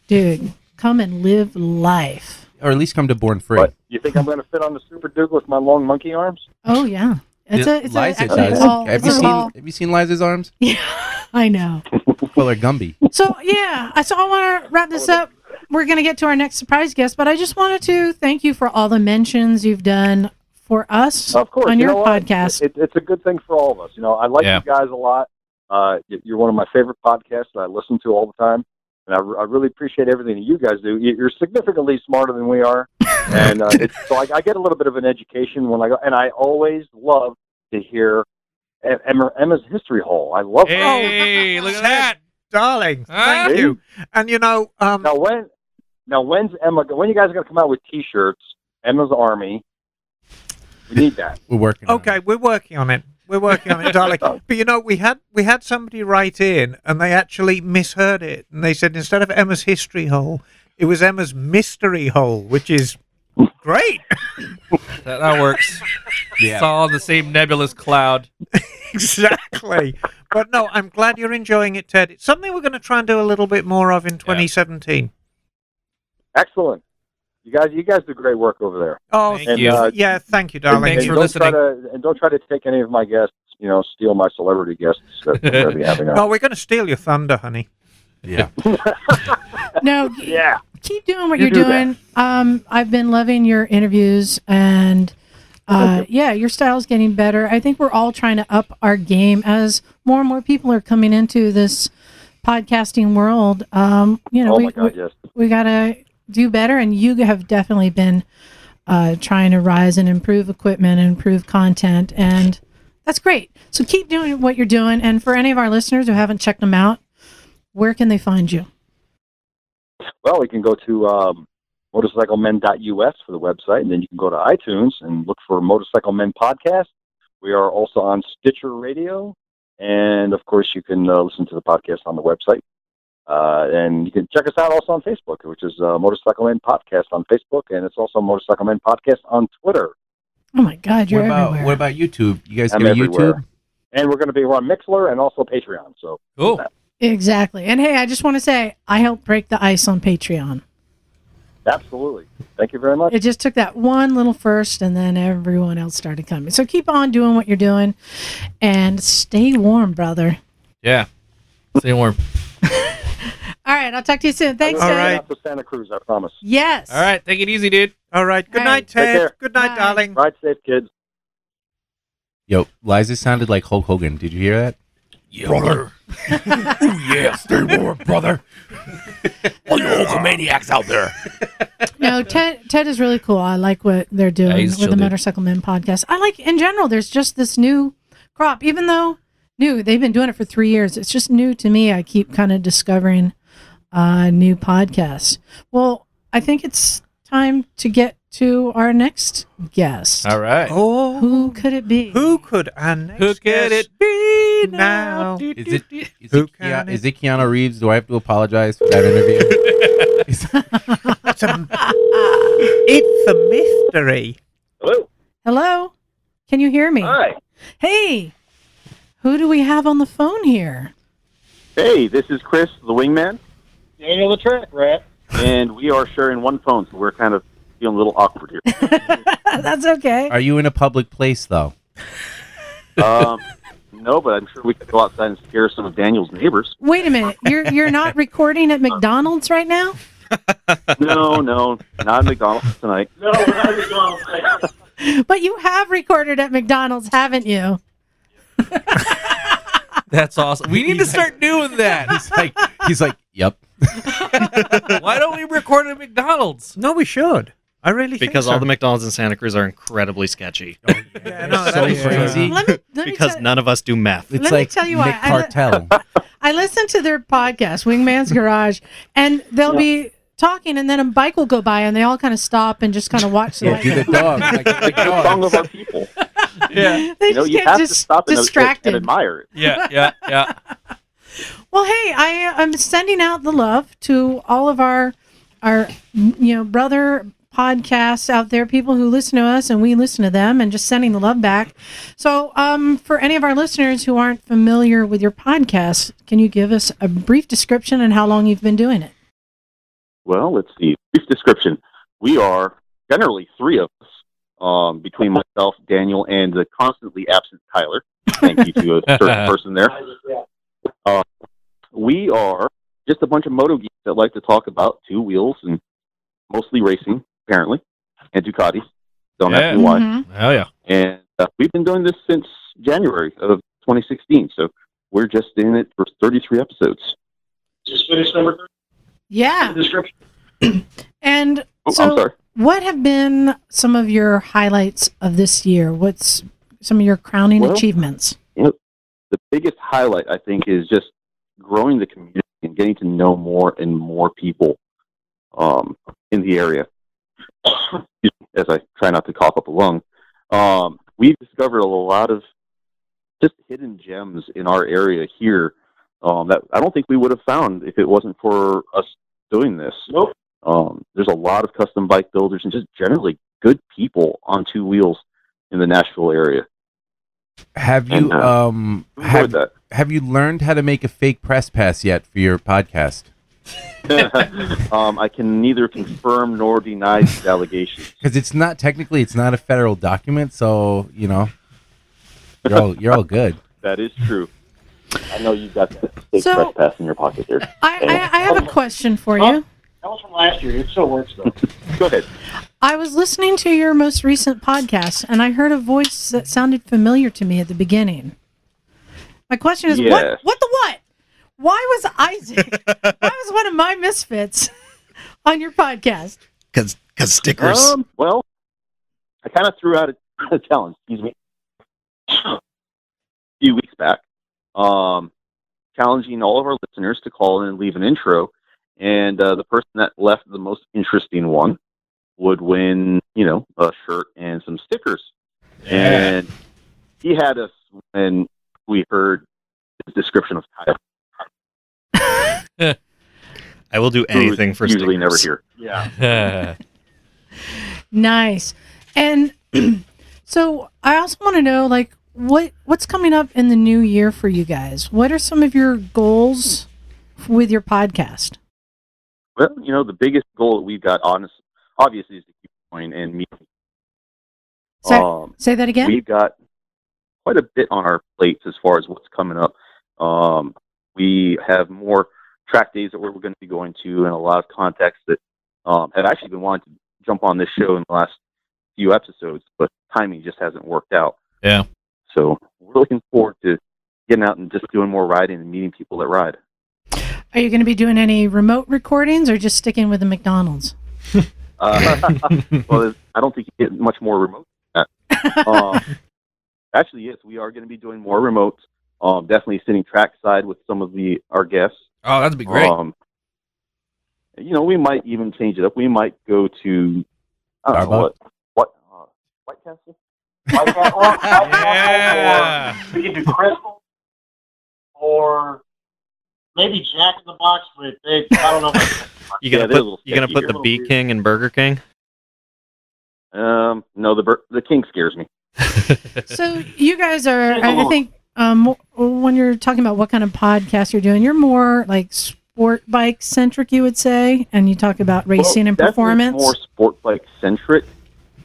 Speaker 3: dude. Come and live life.
Speaker 5: Or at least come to Born Free.
Speaker 9: But you think I'm going to fit on the super duke with my long monkey arms?
Speaker 3: Oh yeah, it's a it's a,
Speaker 5: Liza
Speaker 3: actually
Speaker 5: does.
Speaker 3: it's all,
Speaker 5: have
Speaker 3: it's
Speaker 5: you
Speaker 3: all-
Speaker 5: seen have you seen Liza's arms?
Speaker 3: I know.
Speaker 5: Well, they're Gumby.
Speaker 3: So yeah, I- so I want to wrap this up. We're gonna get to our next surprise guest, but I just wanted to thank you for all the mentions you've done for us
Speaker 9: Of course.
Speaker 3: on
Speaker 9: you
Speaker 3: your
Speaker 9: know what?
Speaker 3: podcast.
Speaker 9: It, it's a good thing for all of us. You know, I like you guys a lot. Uh, y- you're one of my favorite podcasts that I listen to all the time. And I, re- I really appreciate everything that you guys do. You- You're significantly smarter than we are. And uh, it's, so I, I get a little bit of an education when I go. And I always love to hear E- Emma, Emma's History Hall. I love it.
Speaker 2: Hey, look at that.
Speaker 1: Darling,
Speaker 2: Huh?
Speaker 1: thank you. And you know, um,
Speaker 9: Now, when, now when's Emma, when you guys going to come out with t shirts, Emma's Army? We need that.
Speaker 5: We're working. on
Speaker 1: Okay,
Speaker 5: it.
Speaker 1: we're working on it. We're working on it, darling. But you know, we had we had somebody write in, and they actually misheard it, and they said instead of Emma's history hole, it was Emma's mystery hole, which is great.
Speaker 2: That, that works. It's all in the same nebulous cloud.
Speaker 1: exactly. But no, I'm glad you're enjoying it, Ted. It's something we're going to try and do a little bit more of in 2017.
Speaker 9: Excellent. You guys, you guys do great work over there.
Speaker 1: Oh,
Speaker 2: Thank
Speaker 1: th-
Speaker 2: you.
Speaker 9: uh,
Speaker 1: yeah, thank you,
Speaker 9: And-
Speaker 1: darling.
Speaker 2: Thanks
Speaker 9: and
Speaker 2: for
Speaker 9: don't Try
Speaker 2: listening.
Speaker 9: to, and don't try to take any of my guests, you know, steal my celebrity guests that we're going to be having
Speaker 1: Oh,
Speaker 9: on.
Speaker 1: we're going to steal your thunder, honey.
Speaker 5: Yeah.
Speaker 3: No,
Speaker 9: Yeah.
Speaker 3: keep doing what
Speaker 9: You
Speaker 3: you are
Speaker 9: do that.
Speaker 3: doing. Um, I've been loving your interviews, and uh, yeah, your style's getting better. I think we're all trying to up our game as more and more people are coming into this podcasting world. Um, you know,
Speaker 9: Oh
Speaker 3: we,
Speaker 9: my God, yes.
Speaker 3: we, we gotta do better, and you have definitely been uh, trying to rise and improve equipment and improve content, and that's great. So keep doing what you're doing. And for any of our listeners who haven't checked them out, where can they find you?
Speaker 9: Well, you can go to um, motorcyclemen.us for the website, and then you can go to iTunes and look for Motorcycle Men Podcast. We are also on Stitcher Radio, and of course, you can uh, listen to the podcast on the website. Uh, and you can check us out also on Facebook, which is uh, Motorcycle Men Podcast on Facebook, and it's also Motorcycle Men Podcast on Twitter.
Speaker 3: Oh my God, you're
Speaker 5: What about
Speaker 3: everywhere.
Speaker 5: what about YouTube? You guys
Speaker 9: I'm
Speaker 5: get a
Speaker 9: everywhere.
Speaker 5: YouTube?
Speaker 9: And we're going to be we're on Mixler and also Patreon. So
Speaker 2: Cool.
Speaker 3: Exactly. And hey, I just want to say I helped break the ice on Patreon.
Speaker 9: Absolutely. Thank you very much.
Speaker 3: It just took that one little first and then everyone else started coming. So keep on doing what you're doing and stay warm, brother.
Speaker 2: Yeah. Stay warm.
Speaker 3: All right, I'll talk to you soon. Thanks,
Speaker 1: All
Speaker 3: Ted.
Speaker 1: right.
Speaker 9: Not to Santa Cruz, I promise.
Speaker 3: Yes.
Speaker 2: All right. Take it easy, dude.
Speaker 1: All right. Good
Speaker 3: All
Speaker 1: night,
Speaker 3: right.
Speaker 9: Take
Speaker 1: Ted.
Speaker 9: care.
Speaker 1: Good night,
Speaker 3: Bye.
Speaker 1: darling.
Speaker 9: Ride safe, kids.
Speaker 5: Yo, Liza sounded like Hulk Hogan. Did you hear that?
Speaker 8: brother. Ooh, yeah, stay warm, brother. All you Hulkamaniacs out there.
Speaker 3: No, Ted Ted is really cool. I like what they're doing
Speaker 2: Yeah, he's
Speaker 3: with
Speaker 2: chill
Speaker 3: the
Speaker 2: dude.
Speaker 3: Motorcycle Men podcast. I like in general, there's just this new crop, even though new, they've been doing it for three years. It's just new to me. I keep kind of discovering uh, new podcasts. Well, I think it's time to get to our next guest.
Speaker 2: All right.
Speaker 1: Oh,
Speaker 3: Who could it be?
Speaker 1: who could our next
Speaker 2: Who could
Speaker 1: guest
Speaker 2: it be
Speaker 1: now?
Speaker 2: now?
Speaker 5: Is it, is,
Speaker 1: Who
Speaker 5: it Keanu,
Speaker 1: can
Speaker 5: is it Keanu Reeves? Do I have to apologize for that interview?
Speaker 1: It's a, it's a mystery.
Speaker 10: Hello.
Speaker 3: Hello? Can you hear me?
Speaker 10: Hi.
Speaker 3: Hey, who do we have on the phone here?
Speaker 10: Hey, this is Chris, the wingman,
Speaker 6: Daniel the Track Rat.
Speaker 10: and we are sharing one phone, so we're kind of feeling a little awkward here.
Speaker 3: That's okay.
Speaker 5: Are you in a public place though?
Speaker 10: Um, no, but I'm sure we could go outside and scare some of Daniel's neighbors.
Speaker 3: Wait a minute. You're you're not recording at McDonald's right now?
Speaker 10: No, no, not McDonald's tonight.
Speaker 6: No, we're not even going to say.
Speaker 3: But you have recorded at McDonald's, haven't you?
Speaker 2: That's awesome. We need to start doing that.
Speaker 5: He's like, he's like, yep.
Speaker 2: Why don't we record at McDonald's?
Speaker 1: No, we should. I really
Speaker 4: Because all
Speaker 1: think
Speaker 4: the
Speaker 1: so.
Speaker 4: McDonald's in Santa Cruz are incredibly sketchy.
Speaker 1: yeah, no, that
Speaker 5: Oh, so
Speaker 1: is true.
Speaker 5: crazy.
Speaker 3: Let me, let me
Speaker 4: because
Speaker 3: tell-
Speaker 4: none of us do meth.
Speaker 5: It's
Speaker 3: Let me
Speaker 5: like
Speaker 3: tell you
Speaker 5: Nick
Speaker 3: why. I li-
Speaker 5: Cartel.
Speaker 3: I listen to their podcast, Wingman's Garage, and they'll be talking, and then a bike will go by, and they all kind of stop and just kind of watch the
Speaker 5: yeah,
Speaker 3: bike.
Speaker 5: do the dog. Like, like
Speaker 10: Song
Speaker 5: dogs.
Speaker 10: of our people.
Speaker 2: Yeah.
Speaker 3: They
Speaker 10: You know,
Speaker 3: just
Speaker 10: you
Speaker 3: get
Speaker 10: have to
Speaker 3: dis-
Speaker 10: stop and, and
Speaker 3: distracted.
Speaker 10: admire it.
Speaker 2: Yeah, yeah, yeah.
Speaker 3: Well, hey, I I'm sending out the love to all of our our you know brother podcasts out there, people who listen to us and we listen to them, and just sending the love back. So, um, for any of our listeners who aren't familiar with your podcast, can you give us a brief description and how long you've been doing it?
Speaker 10: Well, let's see. Brief description. We are generally three of us, um, between myself, Daniel, and the constantly absent Tyler. Thank you to a certain person there. Uh, we are just a bunch of moto geeks that like to talk about two wheels and mostly racing, apparently, and Ducatis. Don't ask me
Speaker 2: Yeah.
Speaker 10: why.
Speaker 11: Mm-hmm.
Speaker 3: Mhm.
Speaker 2: Oh yeah.
Speaker 10: And uh, we've been doing this since January of 2016. So we're just in it for 33 episodes.
Speaker 6: Just finished number three
Speaker 3: Yeah.
Speaker 6: description.
Speaker 3: And
Speaker 10: Oh,
Speaker 3: so,
Speaker 10: I'm sorry.
Speaker 3: what have been some of your highlights of this year? What's some of your crowning
Speaker 10: Well,
Speaker 3: achievements?
Speaker 10: the biggest highlight I think is just growing the community and getting to know more and more people um, in the area. Excuse me, As I try not to cough up a lung, um, we've discovered a lot of just hidden gems in our area here um, that I don't think we would have found if it wasn't for us doing this.
Speaker 6: Nope.
Speaker 10: Um, there's a lot of custom bike builders and just generally good people on two wheels in the Nashville area.
Speaker 5: Have you
Speaker 10: And, uh,
Speaker 5: um
Speaker 10: We enjoyed
Speaker 5: have,
Speaker 10: that.
Speaker 5: have you learned how to make a fake press pass yet for your podcast?
Speaker 10: um, I can neither confirm nor deny these allegations.
Speaker 5: Because it's not technically it's not a federal document, so you know you're all you're all good.
Speaker 10: That is true. I know you've got the fake
Speaker 3: So-
Speaker 10: press pass in your pocket there.
Speaker 3: I, I, I have a question for you.
Speaker 6: That was from last year. It still works though.
Speaker 10: Go ahead.
Speaker 3: I was listening to your most recent podcast and I heard a voice that sounded familiar to me at the beginning. My question is
Speaker 10: Yeah.
Speaker 3: what what the what? Why was Isaac why was one of my misfits on your podcast?
Speaker 4: Because stickers.
Speaker 10: Um, well, I kind of threw out a, a challenge. Excuse me. a few weeks back, um, challenging all of our listeners to call in and leave an intro, and uh, the person that left the most interesting one would win, you know, a shirt and some stickers. And he had us when we heard his description of Tyler.
Speaker 4: I will do
Speaker 10: who is
Speaker 4: anything for
Speaker 10: usually
Speaker 4: stickers.
Speaker 10: never here.
Speaker 6: Yeah.
Speaker 8: Uh,
Speaker 3: Nice. And so I also want to know like what what's coming up in the new year for you guys? What are some of your goals with your podcast?
Speaker 10: Well, you know, the biggest goal that we've got, honest, obviously, is to keep going and meet.
Speaker 3: Say,
Speaker 10: um,
Speaker 3: say that again.
Speaker 10: We've got quite a bit on our plates as far as what's coming up. Um, we have more track days that we're going to be going to, and a lot of contacts that um, have actually been wanting to jump on this show in the last few episodes, but timing just hasn't worked out.
Speaker 2: Yeah.
Speaker 10: So we're looking forward to getting out and just doing more riding and meeting people that ride.
Speaker 3: Are you going to be doing any remote recordings or just sticking with the McDonald's?
Speaker 10: Uh, well, there's- I don't think you get much more remote. Than that. Um, actually, yes, we are going to be doing more remotes. Um, definitely sitting trackside with some of the our guests.
Speaker 2: Oh, that'd be
Speaker 10: Um, you know, we might even change it up. We might go to I don't know,
Speaker 5: Starbucks?
Speaker 10: what what uh, White Castle. White Castle. White Castle,
Speaker 2: Yeah.
Speaker 10: or-
Speaker 6: We could do Crystal or maybe Jack in the Box, but they, I don't know. If
Speaker 10: Yeah,
Speaker 4: You gonna
Speaker 10: they're a
Speaker 4: put
Speaker 10: little
Speaker 4: you gonna
Speaker 10: sketchy.
Speaker 4: put the
Speaker 10: They're a little
Speaker 4: Bee
Speaker 10: weird.
Speaker 4: King and Burger King?
Speaker 10: Um, no, the Bur- the King scares me.
Speaker 3: so you guys are I, I think um, when you're talking about what kind of podcast you're doing you're more like sport bike centric you would say and you talk about racing and
Speaker 10: Well, definitely
Speaker 3: performance
Speaker 10: More sport bike centric,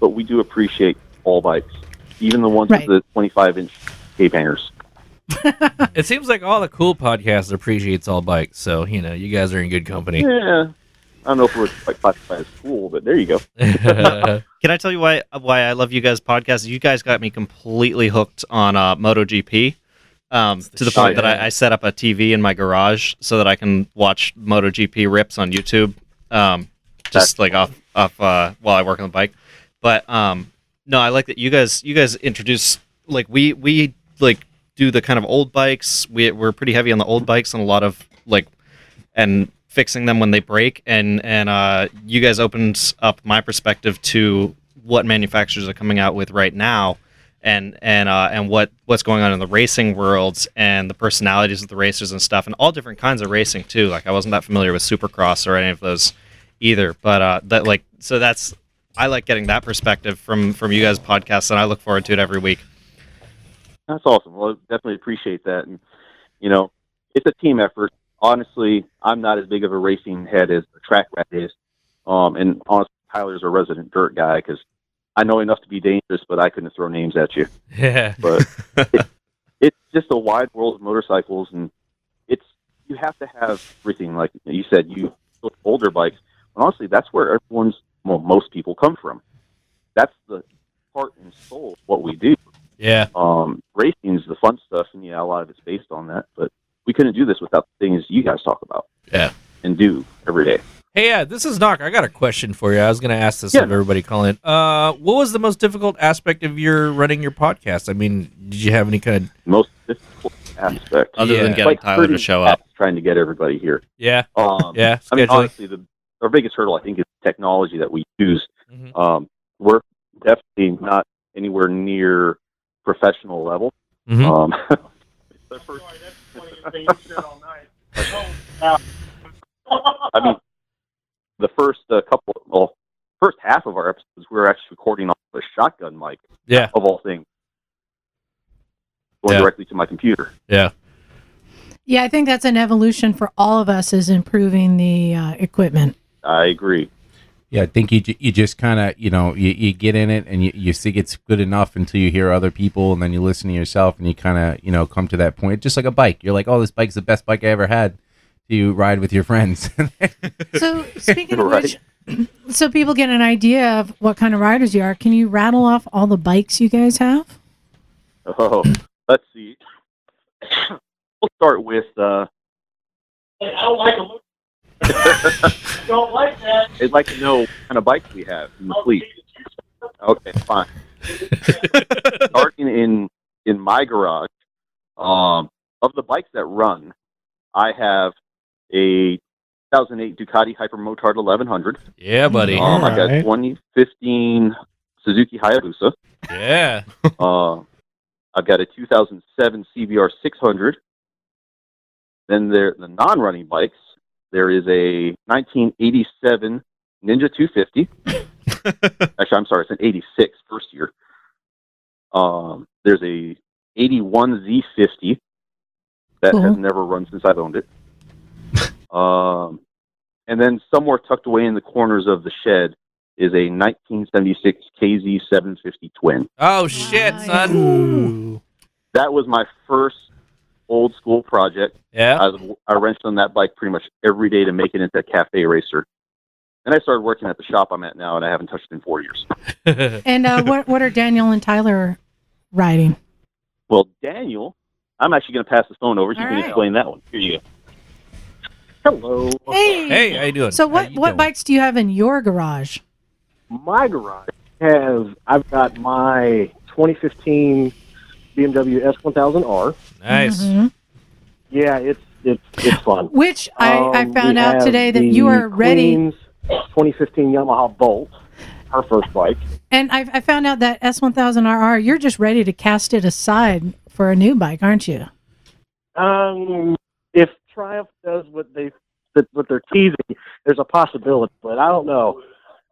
Speaker 10: but we do appreciate all bikes, even the ones
Speaker 3: Right.
Speaker 10: with the 25 inch cape hangers.
Speaker 2: It seems like all the cool podcasts appreciates all bikes, so you know you guys are in good company.
Speaker 10: Yeah, I don't know if we're like classified as cool, but there you go.
Speaker 4: Can I tell you why why I love you guys' podcast? You guys got me completely hooked on uh, MotoGP. Um,
Speaker 2: the
Speaker 4: to the
Speaker 2: shit.
Speaker 4: point that I, I set up a TV in my garage so that I can watch MotoGP rips on YouTube, um, just like off off uh, while I work on the bike. But um, no, I like that you guys you guys introduce like we we like do the kind of old bikes. We we're pretty heavy on the old bikes and a lot of like and fixing them when they break and and uh, you guys opened up my perspective to what manufacturers are coming out with right now and and uh, and what what's going on in the racing worlds and the personalities of the racers and stuff and all different kinds of racing too like I wasn't that familiar with supercross or any of those either but uh, that like so that's I like getting that perspective from from you guys podcasts and I look forward to it every week
Speaker 10: That's awesome. Well, I definitely appreciate that. And, you know, it's a team effort. Honestly, I'm not as big of a racing head as a track rat is. Um, and honestly, Tyler's a resident dirt guy because I know enough to be dangerous, but I couldn't throw names at you.
Speaker 2: yeah.
Speaker 10: But it, it's just a wide world of motorcycles, and it's you have to have everything. Like you said, you look older bikes. And honestly, that's where everyone's well, most people come from. That's the heart and soul of what we do
Speaker 2: Yeah.
Speaker 10: um, racing is the fun stuff, and yeah, a lot of it's based on that. But we couldn't do this without the things you guys talk about,
Speaker 2: Yeah.
Speaker 10: and do every day.
Speaker 2: Hey, yeah, this is Knock. I got a question for you. I was going to ask this
Speaker 10: Yeah.
Speaker 2: of everybody calling. in. Uh, what was the most difficult aspect of your running your podcast? I mean, did you have any kind of
Speaker 10: Most difficult aspect,
Speaker 4: other than
Speaker 2: Yeah.
Speaker 4: getting
Speaker 10: Like
Speaker 4: Tyler to
Speaker 10: 30
Speaker 4: show up
Speaker 10: apps trying to get everybody here.
Speaker 2: yeah,
Speaker 10: Um,
Speaker 2: yeah,
Speaker 10: I mean,
Speaker 2: scheduling?
Speaker 10: honestly, the our biggest hurdle I think is technology that we use.
Speaker 4: Mm-hmm.
Speaker 2: Mhm.
Speaker 10: Um, we're definitely not anywhere near professional level.
Speaker 4: Mm-hmm.
Speaker 2: Mhm.
Speaker 10: Um,
Speaker 6: The first that's the funniest thing you said all night.
Speaker 10: I mean, the first uh, couple, well, first half of our episodes, we were actually recording off a shotgun mic.
Speaker 2: Yeah.
Speaker 10: Of all things. Going
Speaker 2: Yeah.
Speaker 10: directly to my computer.
Speaker 3: yeah i think that's an evolution for all of us is improving the uh, equipment
Speaker 10: I agree.
Speaker 5: Yeah, I think you ju- you just kind of you know you, you get in it and you, you think it's good enough until you hear other people and then you listen to yourself and you kind of you know come to that point just like a bike. You're like, oh, this bike's the best bike I ever had. You ride with your friends.
Speaker 3: so speaking of
Speaker 10: Right.
Speaker 3: which so people get an idea of what kind of riders you are can you rattle off all the bikes you guys have
Speaker 10: Oh, let's see. we'll start with uh,
Speaker 6: I don't like the look. don't like that.
Speaker 10: I'd like to know what kind of bikes we have in the fleet. Okay, fine. Starting in in my garage, um, of the bikes that run, I have a 2008 Ducati Hypermotard 1100.
Speaker 2: yeah, buddy,
Speaker 12: Oh
Speaker 10: Um, I got
Speaker 7: Alright.
Speaker 10: 2015 Suzuki Hayabusa.
Speaker 2: yeah,
Speaker 10: Uh, I've got a 2007 CBR 600. Then there, the non-running bikes. There is a 1987 Ninja 250. Actually, I'm sorry, it's an 86 first year. Um, there's a 81 Z50 that
Speaker 3: Cool.
Speaker 10: has never run since I've owned it. um, and then somewhere tucked away in the corners of the shed is a 1976 KZ 750 Twin
Speaker 2: oh shit,
Speaker 3: Nice.
Speaker 2: son,
Speaker 10: that was my first old school project.
Speaker 2: yeah,
Speaker 10: I, was, I wrenched on that bike pretty much every day to make it into a cafe racer. And I started working at the shop I'm at now, and I haven't touched it in four years.
Speaker 3: and uh, what, what are daniel and tyler riding
Speaker 10: Well, Daniel, I'm actually going to pass the phone over so you
Speaker 3: All
Speaker 10: can
Speaker 3: right.
Speaker 10: explain that one. Here you go. Hello.
Speaker 3: hey,
Speaker 2: hey, how you doing?
Speaker 3: so what,
Speaker 5: you
Speaker 3: what
Speaker 5: doing?
Speaker 3: bikes do you have in your garage
Speaker 6: My garage has, I've got my 2015 BMW S1000R.
Speaker 2: nice,
Speaker 3: Mhm.
Speaker 6: Yeah, it's it's it's fun.
Speaker 3: Which I, I
Speaker 6: Um,
Speaker 3: found
Speaker 6: we
Speaker 3: out
Speaker 6: have
Speaker 3: today that
Speaker 6: the
Speaker 3: you are ready.
Speaker 6: Queen's 2015 Yamaha Bolt, our first bike.
Speaker 3: And I, I found out that S1000RR, you're just ready to cast it aside for a new bike, aren't you?
Speaker 6: Um, if Triumph does what they that- what they're teasing, there's a possibility, but I don't know.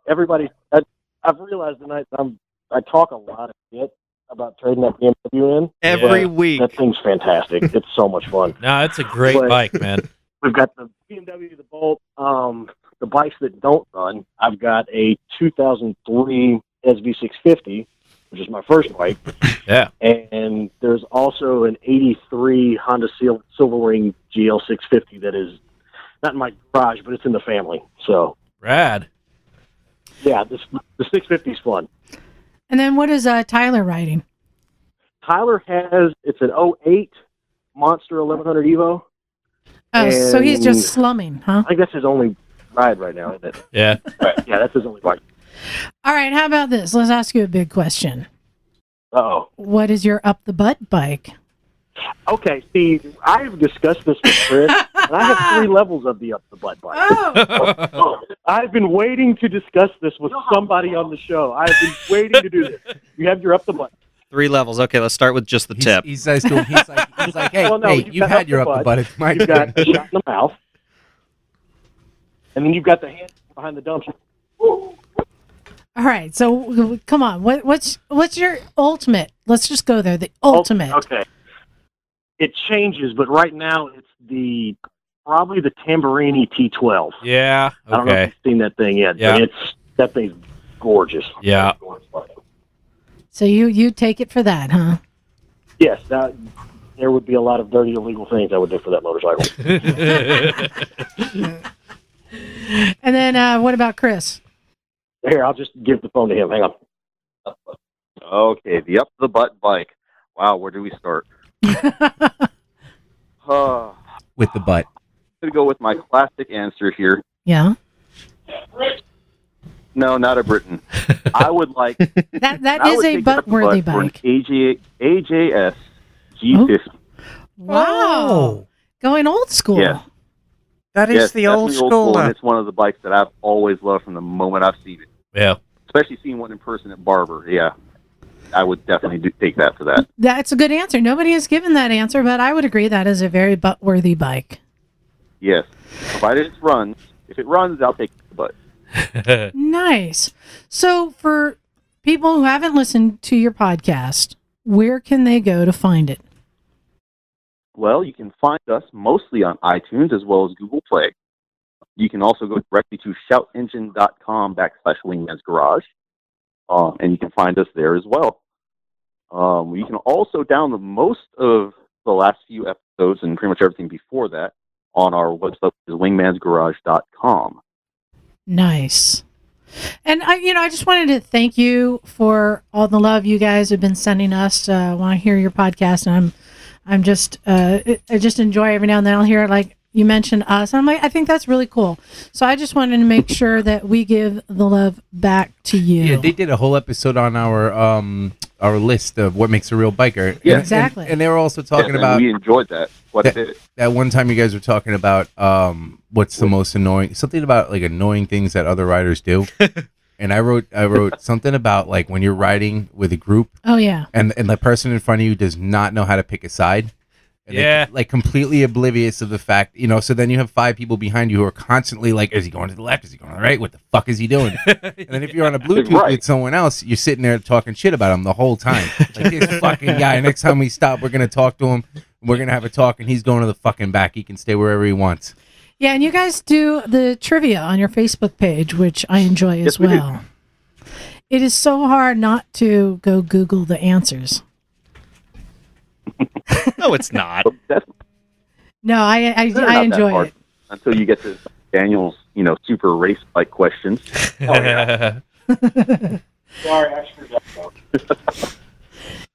Speaker 6: Everybody, I, I've realized tonight that I'm I talk a lot of shit about trading that BMW in.
Speaker 4: Every
Speaker 6: Yeah.
Speaker 4: week.
Speaker 6: That thing's fantastic. it's so much fun.
Speaker 2: No, it's a great
Speaker 6: But-
Speaker 2: bike, man.
Speaker 6: We've got the BMW, the Bolt, um, the bikes that don't run. I've got a 2003 SV650, which is my first bike.
Speaker 2: Yeah.
Speaker 6: And there's also an 83 Honda Seal Silver Ring GL650 that is not in my garage, but it's in the family. So,
Speaker 2: Rad.
Speaker 6: yeah, this, the 650 is fun.
Speaker 3: And then what is uh, Tyler riding?
Speaker 6: Tyler has, it's an 08 Monster 1100 Evo.
Speaker 3: Oh, so he's
Speaker 10: Um,
Speaker 6: And-
Speaker 3: just slumming, huh?
Speaker 6: I think that's his only ride right now, isn't it?
Speaker 2: Yeah.
Speaker 6: Right. Yeah, that's his only bike.
Speaker 3: All right, how about this? Let's ask you a big question.
Speaker 6: Uh-oh.
Speaker 3: What is your up the butt bike?
Speaker 6: Okay, see, I have discussed this with Chris, and I have three levels of the up the butt bike. Oh, I've been waiting to discuss this with somebody on the show. I've been waiting to do this. You have your up the butt.
Speaker 4: Three levels. Okay, let's start with just the
Speaker 5: He's-
Speaker 4: tip.
Speaker 5: He's, uh, still, he's like, he's like, hey,
Speaker 6: Well, no,
Speaker 5: hey,
Speaker 6: you've
Speaker 5: you've
Speaker 6: got
Speaker 5: had
Speaker 6: up
Speaker 5: your
Speaker 6: the
Speaker 5: up the
Speaker 6: butt.
Speaker 5: butt. It's my
Speaker 6: You've
Speaker 5: turn.
Speaker 6: got a shot in the mouth, and then you've got the hand behind the dumpster.
Speaker 3: All right, so w- w- come on. What, what's what's your ultimate? Let's just go there. The
Speaker 10: Oh.
Speaker 3: ultimate.
Speaker 6: Okay. It changes, but right now it's the probably the Tamburini T12.
Speaker 2: Yeah.
Speaker 6: I don't know
Speaker 2: Okay.
Speaker 6: if you've seen that thing yet.
Speaker 2: Yeah.
Speaker 6: But it's that thing's gorgeous.
Speaker 2: Yeah.
Speaker 6: Gorgeous bike.
Speaker 3: So you you take it for that, huh?
Speaker 6: Yes, that, there would be a lot of dirty illegal things I would do for that motorcycle.
Speaker 3: And then uh, what about Chris?
Speaker 6: Here, I'll just give the phone to him. Hang on.
Speaker 10: Okay, the up the butt bike. Wow, where do we start? uh, I'm
Speaker 5: With the butt.
Speaker 10: gonna go with my classic answer here.
Speaker 3: Yeah,
Speaker 10: No, not a Britain. I would like.
Speaker 3: that
Speaker 10: I
Speaker 3: that
Speaker 10: would
Speaker 3: is a
Speaker 10: take the
Speaker 3: butt worthy
Speaker 10: butt for an
Speaker 3: bike. Oh,
Speaker 10: AJ, AJS G50.
Speaker 3: Wow, going old school.
Speaker 10: Yeah.
Speaker 13: That is
Speaker 10: Yes,
Speaker 13: the
Speaker 10: that's
Speaker 13: old
Speaker 10: the old school, and
Speaker 13: schooler.
Speaker 10: it's one of the bikes that I've always loved from the moment I've seen it.
Speaker 2: yeah.
Speaker 10: Especially seeing one in person at Barber. Yeah, I would definitely do take that for that.
Speaker 3: That's a good answer. Nobody has given that answer, but I would agree that is a very butt worthy bike.
Speaker 10: Yes, provided it runs. If it runs, I'll take the butt.
Speaker 3: Nice. So, for people who haven't listened to your podcast, where can they go to find it?
Speaker 10: Well, you can find us mostly on iTunes as well as Google Play. You can also go directly to shoutengine.com backslash wingman's garage, um, and you can find us there as well. Um, you can also download most of the last few episodes and pretty much everything before that on our website, which is wingmansgarage.com.
Speaker 3: Nice. And I, you know, I just wanted to thank you for all the love you guys have been sending us. Uh, I want to hear your podcast, and I'm, I'm just, uh, I just enjoy every now and then. I'll hear like you mentioned us, and I'm like, I think that's really cool. So I just wanted to make sure that we give the love back to you.
Speaker 5: Yeah, they did a whole episode on our um our list of what makes a real biker.
Speaker 10: Yeah.
Speaker 5: And-
Speaker 3: Exactly.
Speaker 5: And, and they were also talking
Speaker 10: Yes, and
Speaker 5: about
Speaker 10: we enjoyed that quite
Speaker 5: Yeah.
Speaker 10: a bit.
Speaker 5: that one time you guys were talking about um what's the most annoying something about like annoying things that other riders do. and I wrote I wrote something about like when you're riding with a group
Speaker 3: oh yeah,
Speaker 5: and and the person in front of you does not know how to pick a side. And they're,
Speaker 2: Yeah.
Speaker 5: like completely oblivious of the fact, you know. So then you have five people behind you who are constantly like, "Is he going to the left? Is he going to the right? What the fuck is he doing?" and then if you're on a Bluetooth
Speaker 10: Right.
Speaker 5: with someone else, you're sitting there talking shit about him the whole time. Like this fucking guy. Next time we stop, we're gonna talk to him. We're gonna have a talk, and he's going to the fucking back. He can stay wherever he wants.
Speaker 3: yeah. And you guys do the trivia on your Facebook page, which I enjoy as
Speaker 10: Yes, we do.
Speaker 3: well. It is so hard not to go Google the answers.
Speaker 4: No, it's not.
Speaker 10: But that's
Speaker 3: No, I I,
Speaker 10: They're not
Speaker 3: I
Speaker 10: that
Speaker 3: enjoy
Speaker 10: hard.
Speaker 3: it.
Speaker 10: until you get to Daniel's, you know, super race bike questions.
Speaker 14: Sorry, I screwed up. Though.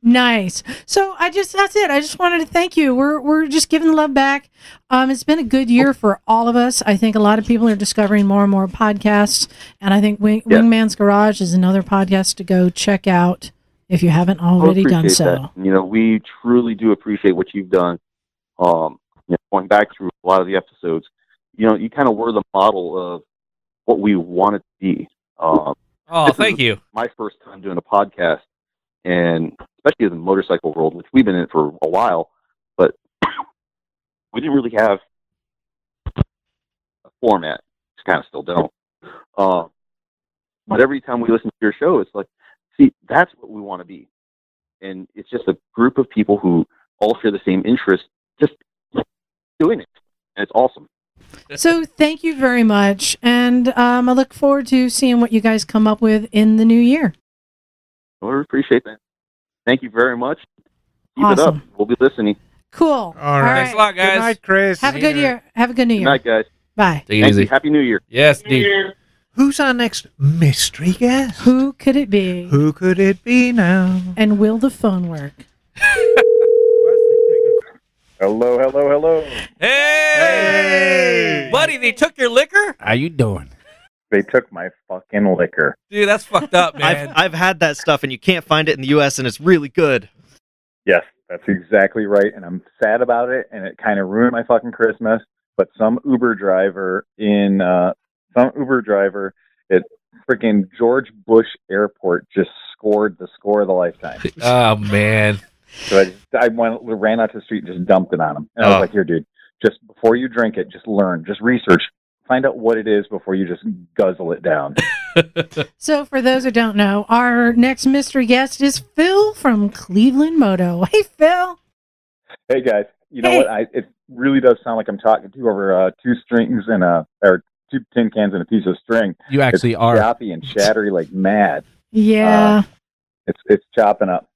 Speaker 3: Nice. So I just that's it. I just wanted to thank you. We're we're just giving love back. Um, it's been a good year for all of us. I think a lot of people are discovering more and more podcasts, and I think Wing,
Speaker 10: Yeah.
Speaker 3: Wingman's Garage is another podcast to go check out if you haven't
Speaker 10: I
Speaker 3: already done
Speaker 10: appreciate
Speaker 3: so.
Speaker 10: That. You know, we truly do appreciate what you've done. Um, you know, going back through a lot of the episodes, you know, you kind of were the model of what we wanted to be. Um,
Speaker 2: Oh, thank you.
Speaker 10: my first time doing a podcast, and especially in the motorcycle world, which we've been in for a while, but we didn't really have a format. Just kind of still don't. Uh, but every time we listen to your show, it's like, see, that's what we want to be, and it's just a group of people who all share the same interest, just doing it, and it's awesome.
Speaker 3: So thank you very much, and um, I look forward to seeing what you guys come up with in the new year.
Speaker 10: So we appreciate that. Thank you very much. Keep it
Speaker 3: Awesome.
Speaker 10: up. We'll be listening.
Speaker 3: Cool. All
Speaker 1: right. Thanks a lot, guys. Good night, Chris.
Speaker 3: Have a good year. Have a good new
Speaker 10: Good
Speaker 3: year.
Speaker 10: night, guys.
Speaker 3: Bye.
Speaker 2: Take it
Speaker 10: Thank
Speaker 2: easy.
Speaker 10: you. Happy New Year.
Speaker 2: Yes, dude.
Speaker 1: Who's our next mystery guest?
Speaker 3: Who could it be?
Speaker 1: Who could it be now?
Speaker 3: And will the phone work?
Speaker 15: Hello, hello, hello.
Speaker 2: Hey! buddy, they took your liquor,
Speaker 5: How you doing?
Speaker 15: They took my fucking liquor.
Speaker 2: dude. That's fucked up,
Speaker 4: I've
Speaker 2: man.
Speaker 4: I've had that stuff, and you can't find it in the U.S. and it's really good.
Speaker 15: Yes, that's exactly right. And I'm sad about it. And it kind of ruined my fucking Christmas. But some Uber driver in, uh, some Uber driver at freaking George Bush Airport just scored the score of the lifetime.
Speaker 2: oh man,
Speaker 15: So I, just, I went, ran out to the street and just dumped it on him. And I was
Speaker 2: Oh.
Speaker 15: like, here, dude, just before you drink it, just learn, just research, find out what it is before you just guzzle it down.
Speaker 3: So, for those who don't know, our next mystery guest is Phil from Cleveland Moto. Hey, Phil.
Speaker 15: hey, guys, you know
Speaker 3: Hey.
Speaker 15: what? I, it really does sound like I'm talking to over uh, two strings and a, or two tin cans and a piece of string.
Speaker 5: You actually
Speaker 15: it's
Speaker 5: are.
Speaker 15: choppy and chattery like mad.
Speaker 3: Yeah.
Speaker 10: Uh,
Speaker 15: It's it's chopping up.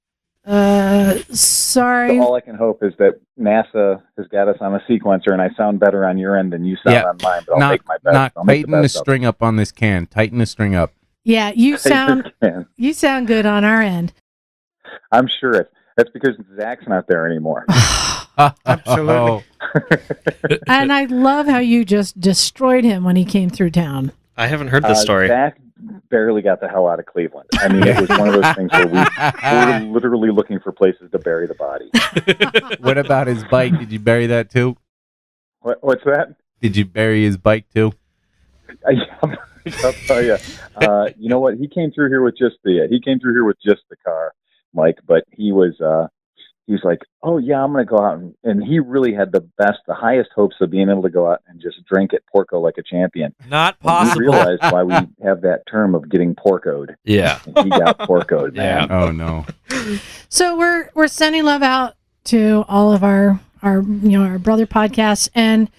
Speaker 3: Uh, sorry.
Speaker 15: So all I can hope is that NASA has got us on a sequencer, and I sound better on your end than you sound
Speaker 5: Yeah.
Speaker 15: on mine. But I'll
Speaker 5: Knock,
Speaker 15: make my best.
Speaker 5: knock.
Speaker 15: I'll make
Speaker 5: Tighten
Speaker 15: the
Speaker 5: the
Speaker 15: best of it.
Speaker 5: string up on this can. Tighten the string up.
Speaker 3: Yeah, you sound
Speaker 15: Man,
Speaker 3: you sound good on our end.
Speaker 15: I'm sure it's that's because Zach's not there anymore.
Speaker 1: Absolutely.
Speaker 3: And I love how you just destroyed him when he came through town.
Speaker 4: I haven't heard
Speaker 15: Uh,
Speaker 4: this story.
Speaker 15: Zach barely got the hell out of Cleveland. I mean, it was one of those things where we were literally looking for places to bury the body.
Speaker 5: what about his bike? Did you bury that too?
Speaker 15: What, what's that?
Speaker 5: Did you bury his bike too?
Speaker 15: I- I'll tell you. Uh, you know what? He came through here with just the he came through here with just the car, Mike. But he was uh, he was like, oh yeah, I'm gonna go out and, and he really had the best, the highest hopes of being able to go out and just drink at Porco like a champion.
Speaker 2: not
Speaker 15: And
Speaker 5: Mm-hmm.
Speaker 15: we
Speaker 2: possible.
Speaker 15: realized why we have that term of getting porcoed.
Speaker 2: Yeah.
Speaker 15: And he got porcoed, man.
Speaker 5: Oh no.
Speaker 3: So we're we're sending love out to all of our our you know our brother podcasts and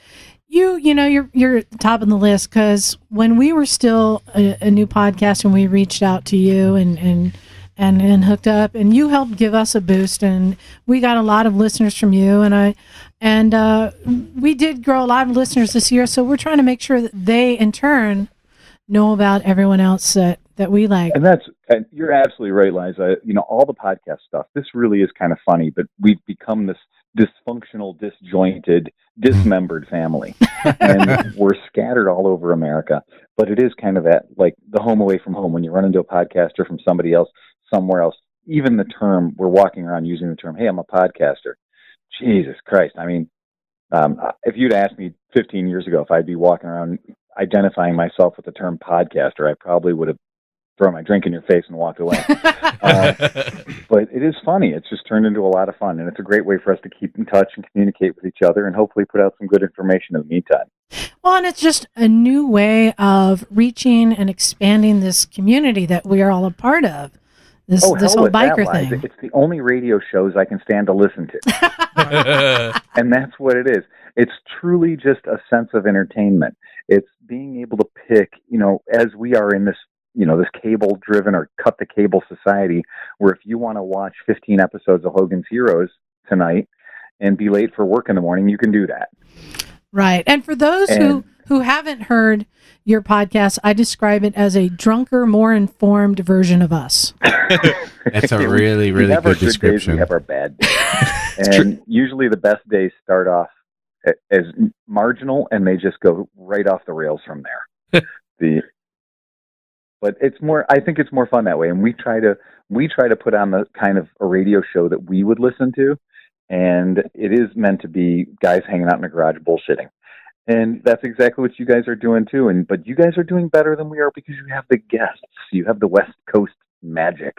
Speaker 3: you you know you're you're at the top of the list because when we were still a, a new podcast and we reached out to you and and and and hooked up and you helped give us a boost and we got a lot of listeners from you and I and uh, we did grow a lot of listeners this year so we're trying to make sure that they in turn know about everyone else that that we like
Speaker 15: And that's and you're absolutely right, Liza. You know, all the podcast stuff. This really is kind of funny, but we've become this dysfunctional, disjointed, dismembered family, and we're scattered all over America. But it is kind of that, like the home away from home. When you run into a podcaster from somebody else somewhere else, even the term we're walking around using the term, "Hey, I'm a podcaster." Jesus Christ! I mean, um, if you'd asked me 15 years ago if I'd be walking around identifying myself with the term podcaster, I probably would have throw my drink in your face and walk away. uh, but it is funny. It's just turned into a lot of fun, and it's a great way for us to keep in touch and communicate with each other, and hopefully put out some good information in the meantime.
Speaker 3: Well, and it's just a new way of reaching and expanding this community that we are all a part of. This
Speaker 15: oh,
Speaker 3: this
Speaker 15: hell
Speaker 3: whole
Speaker 15: with that,
Speaker 3: biker
Speaker 15: Liza.
Speaker 3: thing.
Speaker 15: It's the only radio shows I can stand to listen to, and that's what it is. It's truly just a sense of entertainment. It's being able to pick, you know, as we are in this. You know, this cable driven or cut the cable society where if you want to watch 15 episodes of Hogan's Heroes tonight and be late for work in the morning, you can do that.
Speaker 3: Right. And for those who
Speaker 15: And-
Speaker 3: who haven't heard your podcast, I describe it as a drunker, more informed version of us.
Speaker 5: That's a
Speaker 15: We-
Speaker 5: really,
Speaker 15: we
Speaker 5: really
Speaker 15: have our
Speaker 5: good
Speaker 15: days,
Speaker 5: description.
Speaker 15: we have our bad days. and usually the best days start off a- as marginal and they just go right off the rails from there. the but it's more I think it's more fun that way and we try to we try to put on the kind of a radio show that we would listen to and it is meant to be guys hanging out in a garage bullshitting. And that's exactly what you guys are doing too. And but you guys are doing better than we are because you have the guests. You have the West Coast magic.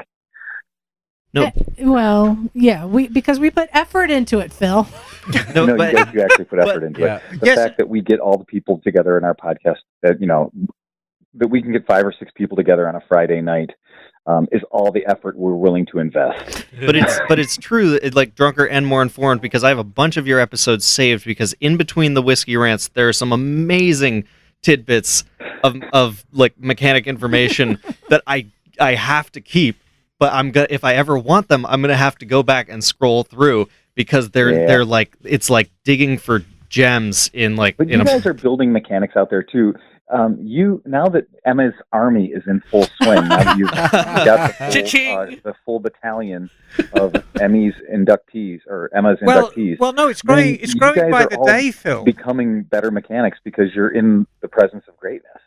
Speaker 4: No,
Speaker 3: Well, yeah, we because we put effort into it, Phil.
Speaker 15: no, you guys do actually put effort into it. The fact that we get all the people together in our podcast, that you know, that we can get five or six people together on a Friday night, um, is all the effort we're willing to invest.
Speaker 4: but it's but it's true that it, like drunker and more informed because I have a bunch of your episodes saved because in between the whiskey rants there are some amazing tidbits of of like mechanic information that I I have to keep but I'm gonna if I ever want them I'm gonna have to go back and scroll through because they're
Speaker 15: Yeah.
Speaker 4: they're like it's like digging for gems in like
Speaker 15: But
Speaker 4: in
Speaker 15: you
Speaker 4: a
Speaker 15: guys are building mechanics out there too. Um, you now that Emma's army is in full swing, now that you've got the full, uh, the full battalion of Emmy's inductees or Emma's
Speaker 1: Well,
Speaker 15: inductees.
Speaker 1: well, no, it's
Speaker 15: then
Speaker 1: growing- it's
Speaker 15: you
Speaker 1: growing
Speaker 15: guys
Speaker 1: by
Speaker 15: are
Speaker 1: the
Speaker 15: all
Speaker 1: day, Phil.
Speaker 15: Becoming better mechanics because you're in the presence of greatness.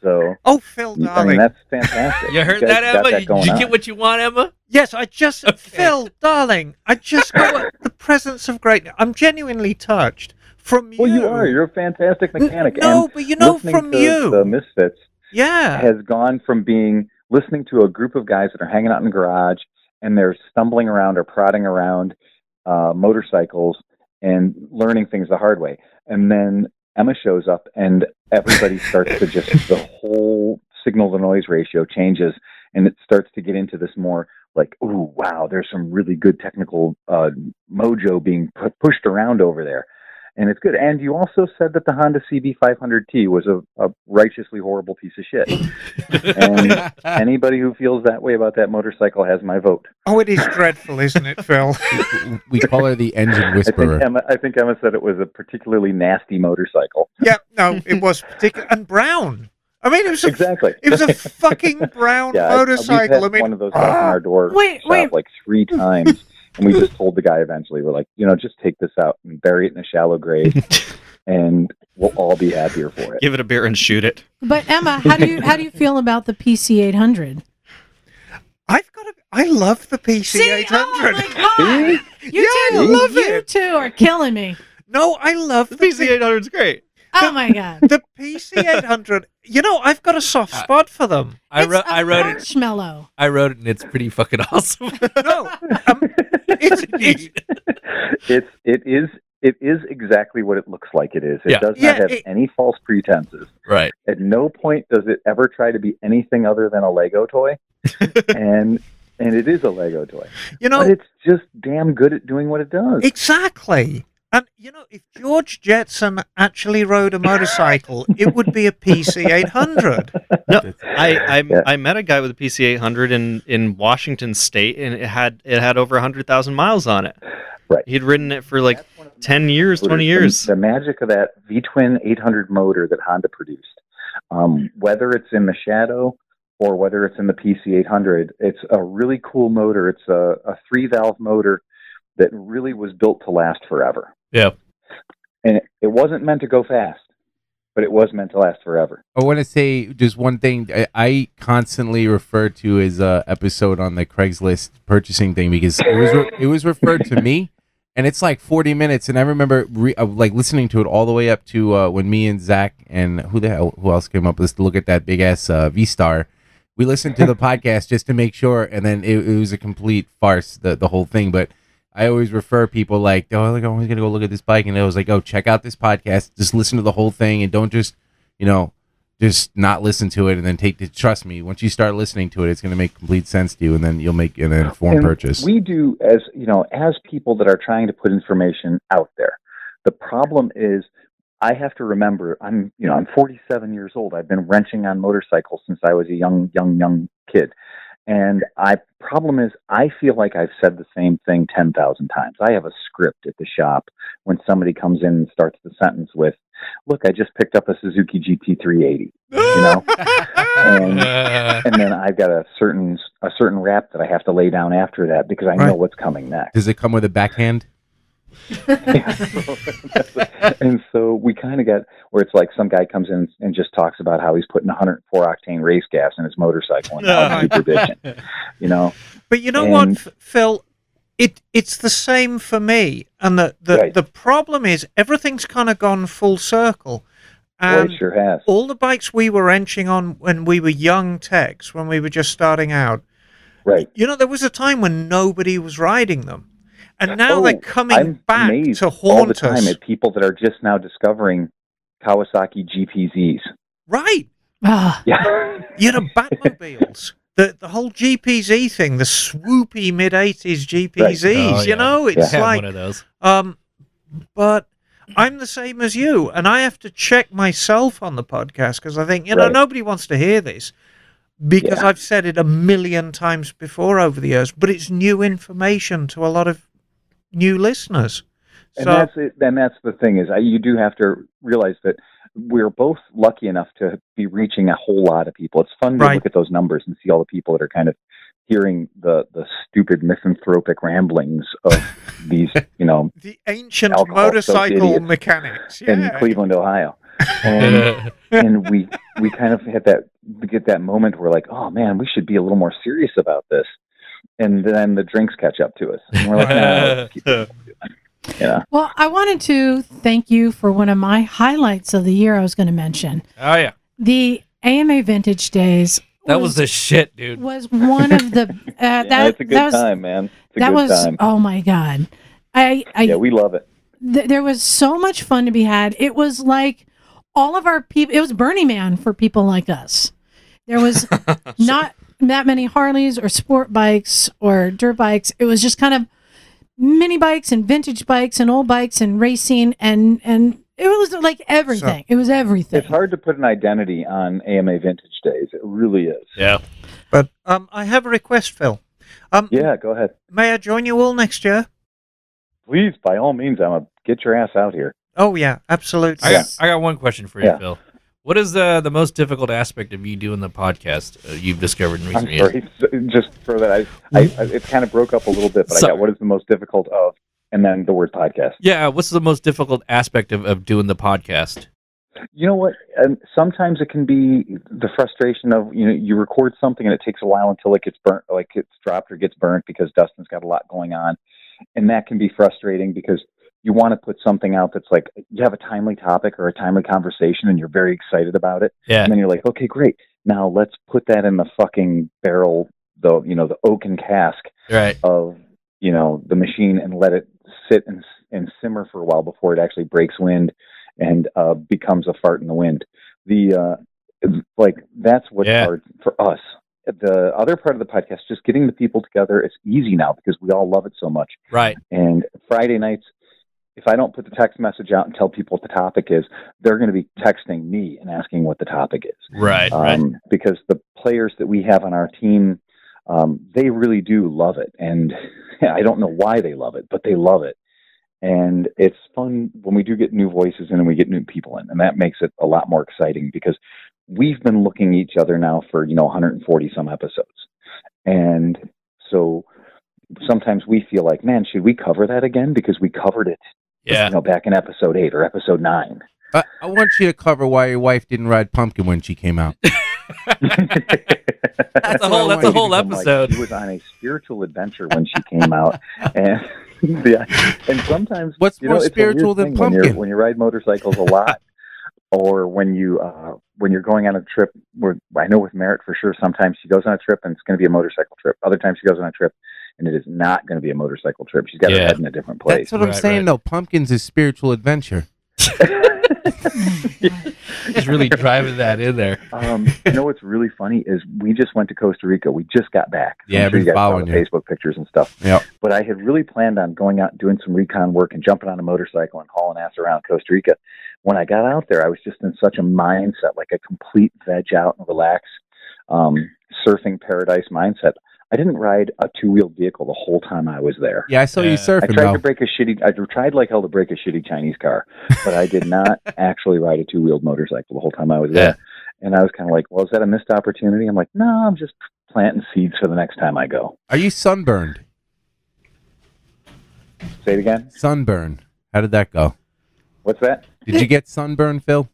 Speaker 15: So,
Speaker 1: oh, Phil,
Speaker 15: I mean,
Speaker 1: darling.
Speaker 15: that's fantastic.
Speaker 2: You heard
Speaker 15: guys
Speaker 2: that,
Speaker 15: got
Speaker 2: Emma?
Speaker 15: That
Speaker 2: Did
Speaker 15: going
Speaker 2: you
Speaker 15: on.
Speaker 2: get what you want, Emma?
Speaker 1: Yes, I just Phil, darling. I just got the presence of greatness. I'm genuinely touched from you.
Speaker 15: Well, you are. You're a fantastic mechanic.
Speaker 1: no,
Speaker 15: and
Speaker 1: but you know,
Speaker 15: listening
Speaker 1: from
Speaker 15: to
Speaker 1: you.
Speaker 15: the Misfits
Speaker 1: Yeah.
Speaker 15: has gone from being listening to a group of guys that are hanging out in the garage and they're stumbling around or prodding around uh, motorcycles and learning things the hard way. And then Emma shows up and everybody starts to just, the whole signal to noise ratio changes and it starts to get into this more like, oh, wow, there's some really good technical uh, mojo being pu- pushed around over there. And it's good. And you also said that the Honda CB500T was a, a righteously horrible piece of shit. and anybody who feels that way about that motorcycle has my vote.
Speaker 1: Oh, it is dreadful, isn't it, Phil?
Speaker 5: We call her the engine
Speaker 15: I
Speaker 5: whisperer.
Speaker 15: think Emma, I think Emma said it was a particularly nasty motorcycle.
Speaker 1: yeah. No, it was particular and brown. I mean, it was a,
Speaker 15: Exactly.
Speaker 1: it was a fucking brown
Speaker 15: Yeah, I- We've had
Speaker 1: motorcycle. I mean, Ah,
Speaker 15: one of those out in our door
Speaker 3: Wait,
Speaker 15: shop
Speaker 3: wait.
Speaker 15: like three times, and we just told the guy eventually, we're like, you know, just take this out and bury it in a shallow grave, and we'll all be happier for it.
Speaker 4: give it a beer and shoot it
Speaker 3: But Emma, how do you how do you feel about the PC eight hundred?
Speaker 1: I've got. A, I love the PC eight hundred.
Speaker 3: oh God, you
Speaker 1: Yeah, I
Speaker 3: two,
Speaker 1: love
Speaker 3: you
Speaker 1: it.
Speaker 3: two are killing me.
Speaker 1: No, I love the,
Speaker 4: PC 800 is great
Speaker 3: Oh my god,
Speaker 1: the PC eight hundred. You know, I've got a soft spot for them.
Speaker 2: Uh, I
Speaker 3: It's
Speaker 2: wrote
Speaker 3: a
Speaker 2: I wrote it.
Speaker 3: marshmallow.
Speaker 2: I wrote it, and it's pretty fucking awesome.
Speaker 1: No, um, it's, it's
Speaker 15: It's it is it is exactly what it looks like. It is. It
Speaker 2: Yeah.
Speaker 15: does not
Speaker 1: Yeah,
Speaker 15: have
Speaker 1: it-
Speaker 15: any false pretenses.
Speaker 2: right.
Speaker 15: At no point does it ever try to be anything other than a Lego toy, and and it is a Lego toy.
Speaker 1: you know.
Speaker 15: but it's just damn good at doing what it does.
Speaker 1: Exactly. And you know, if George Jetson actually rode a motorcycle, it would be a PC 800.
Speaker 4: I I,
Speaker 15: Yeah.
Speaker 4: I met a guy with a PC 800 in in Washington State, and it had it had over hundred thousand miles on it.
Speaker 15: Right.
Speaker 4: He'd ridden it for like ten years,
Speaker 15: Motors,
Speaker 4: twenty
Speaker 15: the-
Speaker 4: years.
Speaker 15: The, magic of that V twin 800 motor that Honda produced, um, whether it's in the Shadow or whether it's in the PC 800, it's a really cool motor. It's a, a three valve motor that really was built to last forever.
Speaker 2: Yeah.
Speaker 15: And it, it wasn't meant to go fast, but it was meant to last forever.
Speaker 5: I want to say just one thing. I, I constantly refer to as a episode on the Craigslist purchasing thing because it was re- it was referred to me, and it's like forty minutes. And I remember re- uh, like listening to it all the way up to uh, when me and Zach and who the hell who else came up with this to look at that big ass uh, V Star. We listened to the podcast just to make sure, and then it, it was a complete farce the the whole thing. But I always refer people like, oh, like, oh, I'm gonna go look at this bike, and I was like, oh, check out this podcast, just listen to the whole thing, and don't just, you know, just not listen to it and then take. Trust me, once you start listening to it, it's gonna make complete sense to you, and then you'll make an informed
Speaker 15: And
Speaker 5: purchase.
Speaker 15: We do as you know, as people that are trying to put information out there. The problem is, I have to remember. I'm you know I'm 47 years old. I've been wrenching on motorcycles since I was a young young young kid, and I problem is I feel like I've said the same thing 10,000 times. I have a script at the shop when somebody comes in and starts the sentence with, "Look, I just picked up a Suzuki GT380." You know, and
Speaker 2: Uh,
Speaker 15: and then I've got a certain a certain rap that I have to lay down after that because I know
Speaker 1: Right.
Speaker 15: what's coming next.
Speaker 5: Does it come with a backhand?
Speaker 15: and so we kind of get where it's like some guy comes in and just talks about how he's putting 104 octane race gas in his motorcycle and how it's super bitchin', you know.
Speaker 1: But you know what,
Speaker 15: And-
Speaker 1: F- Phil? it it's the same for me. And the the, the problem is everything's kind of gone full circle.
Speaker 15: Well, it
Speaker 1: And
Speaker 15: sure has.
Speaker 1: all the bikes we were wrenching on when we were young techs, when we were just starting out,
Speaker 15: right?
Speaker 1: You know, there was a time when nobody was riding them, and now
Speaker 15: Oh,
Speaker 1: they're coming
Speaker 15: I'm
Speaker 1: back
Speaker 15: amazed
Speaker 1: to
Speaker 15: all the
Speaker 1: haunt
Speaker 15: time
Speaker 1: us.
Speaker 15: at people that are just now discovering Kawasaki GPZs.
Speaker 1: Right.
Speaker 15: Yeah.
Speaker 1: You know, Batmobiles. The, the whole GPZ thing, the swoopy mid 80s GPZs,
Speaker 2: Oh,
Speaker 1: you
Speaker 2: yeah.
Speaker 1: know, it's
Speaker 2: Yeah. Had
Speaker 1: like
Speaker 2: one of those.
Speaker 1: Um, but I'm the same as you, and I have to check myself on the podcast because I think you know
Speaker 2: Right.
Speaker 1: nobody wants to hear this because I've said it a million times before over the years. But it's new information to a lot of new listeners.
Speaker 15: And
Speaker 1: So
Speaker 15: that's it. And that's the thing is, I, you do have to realize that we're both lucky enough to be reaching a whole lot of people. It's fun to
Speaker 1: Right.
Speaker 15: look at those numbers and see all the people that are kind of hearing the the stupid misanthropic ramblings of these, you know,
Speaker 1: the ancient
Speaker 15: alcohol-soaked
Speaker 1: motorcycle
Speaker 15: idiots.
Speaker 1: mechanics.
Speaker 15: in
Speaker 1: Yeah.
Speaker 15: Cleveland, Ohio. And, and we we kind of had that we get that moment where like, oh man, we should be a little more serious about this. And then the drinks catch up to us. And we're like, "Ah, no, you know.
Speaker 3: Well, I wanted to thank you for one of my highlights of the year I was going to mention.
Speaker 2: Oh yeah,
Speaker 3: The AMA Vintage Days
Speaker 2: that was the shit, dude.
Speaker 3: was one of the uh, that
Speaker 15: it's a good
Speaker 3: that was
Speaker 15: time, man. It's a
Speaker 3: that
Speaker 15: good
Speaker 3: was
Speaker 15: time.
Speaker 3: oh my god. I I
Speaker 15: yeah, we love it.
Speaker 3: th- there was so much fun to be had. It was like all of our people. It was Burning Man for people like us. There was not that many Harleys or sport bikes or dirt bikes. It was just kind of mini bikes and vintage bikes and old bikes and racing and and it was like everything. it was everything.
Speaker 15: It's hard to put an identity on AMA Vintage Days. It really is.
Speaker 2: Yeah.
Speaker 1: But um, I have a request, Phil. Um,
Speaker 15: yeah, go ahead.
Speaker 1: May I join you all next year?
Speaker 15: Please, by all means, I'm a get your ass out here.
Speaker 1: Oh yeah, absolutely.
Speaker 2: I, got, I got one question for you,
Speaker 15: Yeah.
Speaker 2: Phil. What is uh, the the most difficult aspect of you doing the podcast uh, you've discovered in
Speaker 15: I'm
Speaker 2: recent years?
Speaker 15: sorry. Just for that, I, I, I it kind of broke up a little bit, but I
Speaker 2: Sorry.
Speaker 15: got what is the most difficult of, and then the word podcast.
Speaker 2: Yeah, what's the most difficult aspect of, of doing the podcast?
Speaker 15: You know what? And sometimes it can be the frustration of you know you record something and it takes a while until it gets burnt, like it's dropped or gets burnt because Dustin's got a lot going on, and that can be frustrating because you want to put something out that's like you have a timely topic or a timely conversation and you're very excited about it.
Speaker 2: Yeah.
Speaker 15: And then you're like, okay, great. Now let's put that in the fucking barrel, the you know the oaken cask
Speaker 2: Right.
Speaker 15: of you know the machine and let it sit and and simmer for a while before it actually breaks wind and uh, becomes a fart in the wind. The uh, like that's what's hard for us. The other part of the podcast, just getting the people together, it's easy now because we all love it so much.
Speaker 2: Right.
Speaker 15: And Friday nights, if I don't put the text message out and tell people what the topic is, they're going to be texting me and asking what the topic is.
Speaker 2: Right.
Speaker 15: Um,
Speaker 2: right.
Speaker 15: Because the players that we have on our team, um, they really do love it. And I don't know why they love it, but they love it. And it's fun when we do get new voices in and we get new people in. And that makes it a lot more exciting because we've been looking at each other now for, you know, 140 some episodes. And so sometimes we feel like, man, should we cover that again? Because we covered it,
Speaker 2: yeah.
Speaker 15: you know, back in episode eight or episode nine.
Speaker 5: I, I want you to cover why your wife didn't ride pumpkin when she came out.
Speaker 2: That's a
Speaker 15: what I
Speaker 2: whole that's
Speaker 15: wanted
Speaker 2: a
Speaker 15: to
Speaker 2: whole
Speaker 15: become like.
Speaker 2: episode.
Speaker 15: she was on a spiritual adventure when she came out, and yeah, and sometimes
Speaker 5: What's
Speaker 15: you
Speaker 5: more
Speaker 15: know, it's a weird
Speaker 5: spiritual than
Speaker 15: thing when you're,
Speaker 5: pumpkin?
Speaker 15: when you ride motorcycles a lot, or when you uh, when you're going on a trip. Where I know with Merritt for sure, sometimes she goes on a trip and it's going to be a motorcycle trip. Other times she goes on a trip and it is not going to be a motorcycle trip. She's got her
Speaker 5: Yeah.
Speaker 15: head in a different place.
Speaker 5: That's what I'm saying, though. Pumpkins is spiritual adventure.
Speaker 2: He's really driving that in there.
Speaker 15: Um, you know what's really funny is we just went to Costa Rica. We just got back.
Speaker 5: Yeah,
Speaker 15: I'm sure you
Speaker 5: I've been
Speaker 15: guys saw
Speaker 5: following
Speaker 15: the
Speaker 5: you.
Speaker 15: Facebook pictures and stuff.
Speaker 5: Yep.
Speaker 15: But I had really planned on going out and doing some recon work and jumping on a motorcycle and hauling ass around Costa Rica. When I got out there, I was just in such a mindset, like a complete veg out and relax, um, surfing paradise mindset. I didn't ride a two wheeled vehicle the whole time I was there.
Speaker 5: Yeah, I saw you surfing,
Speaker 15: I tried
Speaker 5: though.
Speaker 15: to break a shitty. I tried like hell to break a shitty Chinese car, but I did not actually ride a two wheeled motorcycle the whole time I was there. And I was kind of like, "Well, is that a missed opportunity?" I'm like, "No, I'm just planting seeds for the next time I go."
Speaker 5: Are you sunburned?
Speaker 15: Say it again.
Speaker 5: Sunburn. How did that go?
Speaker 15: What's that?
Speaker 5: Did you get sunburn, Phil?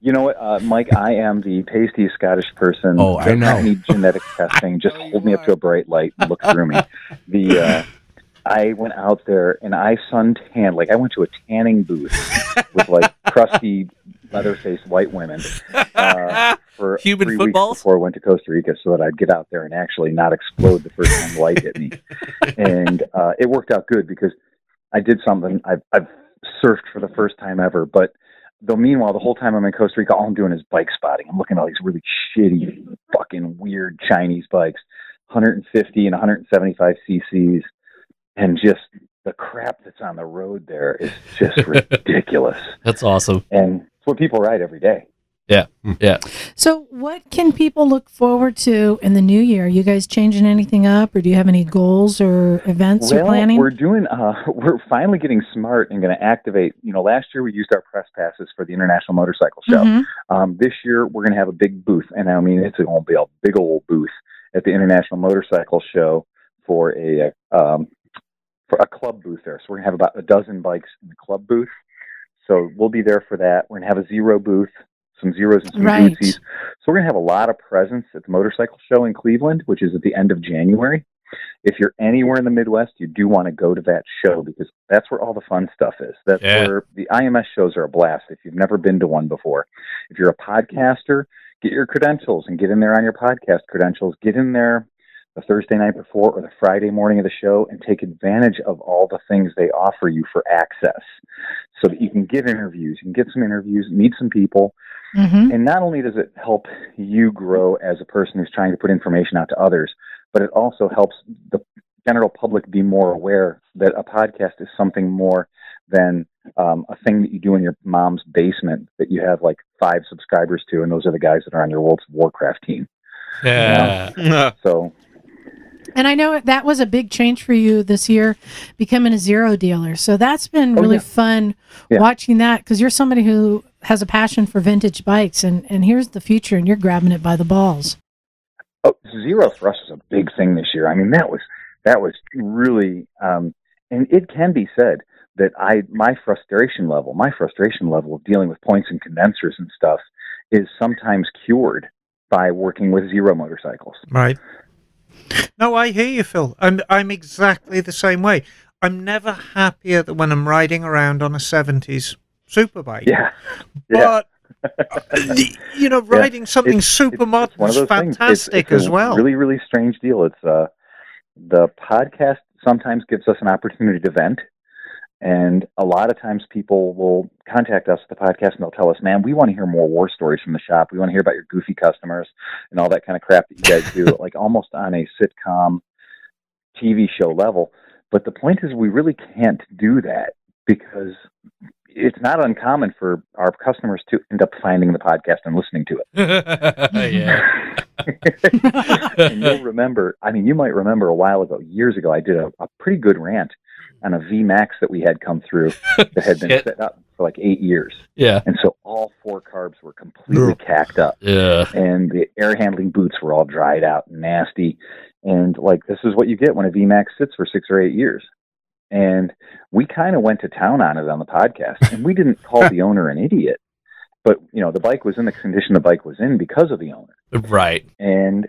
Speaker 15: You know what, uh, Mike? I am the pasty Scottish person.
Speaker 5: Oh, I
Speaker 15: Does not
Speaker 5: know.
Speaker 15: need genetic testing. Just hold me up to a bright light and look through me. The uh, I went out there and I sun tanned. Like I went to a tanning booth with like crusty, leather-faced white women uh, for
Speaker 2: Human
Speaker 15: three
Speaker 2: footballs?
Speaker 15: weeks before I went to Costa Rica, so that I'd get out there and actually not explode the first time light hit me. And uh, it worked out good because I did something I've, I've surfed for the first time ever. But though, meanwhile, the whole time I'm in Costa Rica, all I'm doing is bike spotting. I'm looking at all these really shitty, fucking weird Chinese bikes, 150 and 175 cc's, and just the crap that's on the road there is just ridiculous.
Speaker 2: That's awesome.
Speaker 15: And it's what people ride every day.
Speaker 2: Yeah. Yeah.
Speaker 3: So, what can people look forward to in the new year? you guys changing anything up, or do you have any goals or events
Speaker 15: well,
Speaker 3: you're planning?
Speaker 15: We're doing. Uh, we're finally getting smart and going to activate. You know, last year we used our press passes for the International Motorcycle Show.
Speaker 3: Mhm.
Speaker 15: Um, this year we're going to have a big booth, and I mean it's going to be a big old booth at the International Motorcycle Show for a uh, um, for a club booth there. So we're going to have about a dozen bikes in the club booth. So we'll be there for that. We're going to have a zero booth, some zeros and some
Speaker 3: Right.
Speaker 15: zootsies. So we're going to have a lot of presence at the motorcycle show in Cleveland, which is at the end of January. If you're anywhere in the Midwest, you do want to go to that show because that's where all the fun stuff is. That's
Speaker 8: Yeah.
Speaker 15: where the IMS shows are a blast if you've never been to one before. If you're a podcaster, get your credentials and get in there on your podcast credentials. Get in there the Thursday night before or the Friday morning of the show and take advantage of all the things they offer you for access so that you can get interviews, you can get some interviews, meet some people.
Speaker 3: Mm-hmm.
Speaker 15: And not only does it help you grow as a person who's trying to put information out to others, but it also helps the general public be more aware that a podcast is something more than um, a thing that you do in your mom's basement that you have like five subscribers to, and those are the guys that are on your World of Warcraft team.
Speaker 2: Yeah.
Speaker 15: So
Speaker 3: And I know that was a big change for you this year, becoming a zero dealer. So that's been really fun
Speaker 15: Yeah.
Speaker 3: watching that because you're somebody who has a passion for vintage bikes, and and here's the future, and you're grabbing it by the balls.
Speaker 15: Oh, zero thrust is a big thing this year. I mean, that was that was really, um, and it can be said that I my frustration level, my frustration level of dealing with points and condensers and stuff, is sometimes cured by working with zero motorcycles.
Speaker 1: Right. No, I hear you, Phil. And I'm exactly the same way. I'm never happier than when I'm riding around on a 70s superbike.
Speaker 15: Yeah.
Speaker 1: But, you know,
Speaker 15: Yeah.
Speaker 1: riding something
Speaker 15: It's- it's-
Speaker 1: super
Speaker 15: it's one
Speaker 1: modern
Speaker 15: of
Speaker 1: is
Speaker 15: those things. It's-
Speaker 1: fantastic
Speaker 15: it's a
Speaker 1: as well.
Speaker 15: Really, really strange deal. It's uh, the podcast sometimes gives us an opportunity to vent, and a lot of times people will contact us at the podcast and they'll tell us, "Man, we want to hear more war stories from the shop. We want to hear about your goofy customers and all that kind of crap that you guys do." like almost on a sitcom TV show level. But the point is, we really can't do that because it's not uncommon for our customers to end up finding the podcast and listening to it.
Speaker 2: yeah.
Speaker 15: and you'll remember, I mean, you might remember a while ago, years ago, I did a, a pretty good rant on a VMAX that we had come through that had been
Speaker 2: Shit.
Speaker 15: set up for like eight years.
Speaker 2: Yeah.
Speaker 15: And so all four carbs were completely cacked up.
Speaker 2: Yeah.
Speaker 15: And the air handling boots were all dried out and nasty. And like, this is what you get when a VMAX sits for six or eight years. And we kind of went to town on it on the podcast. And we didn't call the owner an idiot. But, you know, the bike was in the condition the bike was in because of the owner.
Speaker 2: Right.
Speaker 15: And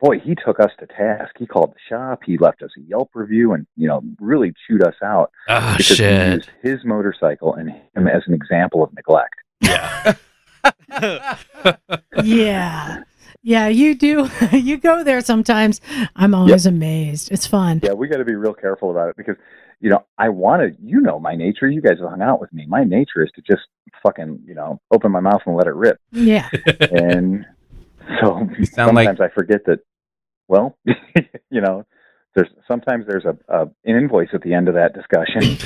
Speaker 15: boy, he took us to task. He called the shop. He left us a Yelp review, and you know, really chewed us out
Speaker 2: Ah,
Speaker 15: because he
Speaker 2: shit.
Speaker 15: used his motorcycle and him as an example of neglect.
Speaker 3: yeah. Yeah, you do. you go there sometimes. I'm always Oh, amazed. It's fun.
Speaker 15: Yeah, we got to be real careful about it because you know, I want to. You know, my nature. You guys have hung out with me. My nature is to just fucking you know, open my mouth and let it rip.
Speaker 3: Yeah.
Speaker 15: and so
Speaker 5: sound like-
Speaker 15: sometimes I forget that. Well, you know, there's sometimes there's a, a an invoice at the end of that discussion.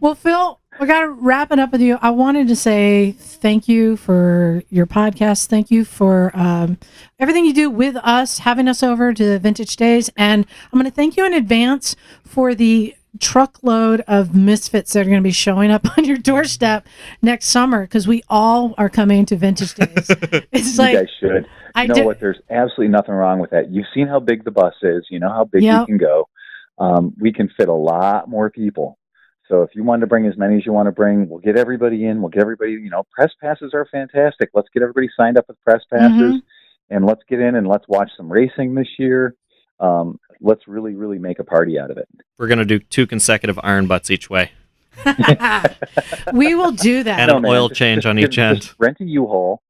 Speaker 3: well, Phil, we got to wrap it up with you. I wanted to say thank you for your podcast. Thank you for um, everything you do with us, having us over to Vintage Days. And I'm going to thank you in advance for the truckload of misfits that are going to be showing up on your doorstep next summer because we all are coming to Vintage Days. it's
Speaker 15: you
Speaker 3: like,
Speaker 15: guys should.
Speaker 3: I
Speaker 15: you know
Speaker 3: did-
Speaker 15: what? There's absolutely nothing wrong with that. You've seen how big the bus is. You know how big
Speaker 3: Yep.
Speaker 15: we can go. Um, we can fit a lot more people. So if you want to bring as many as you want to bring, we'll get everybody in. We'll get everybody. You know, press passes are fantastic. Let's get everybody
Speaker 3: Mm-hmm.
Speaker 15: signed up with press passes, and let's get in and let's watch some racing this year. Um, let's really, really make a party out of it.
Speaker 4: We're gonna do two consecutive iron butts each way,
Speaker 3: we will do that.
Speaker 4: and an oil change on each end.
Speaker 15: Rent a U-Haul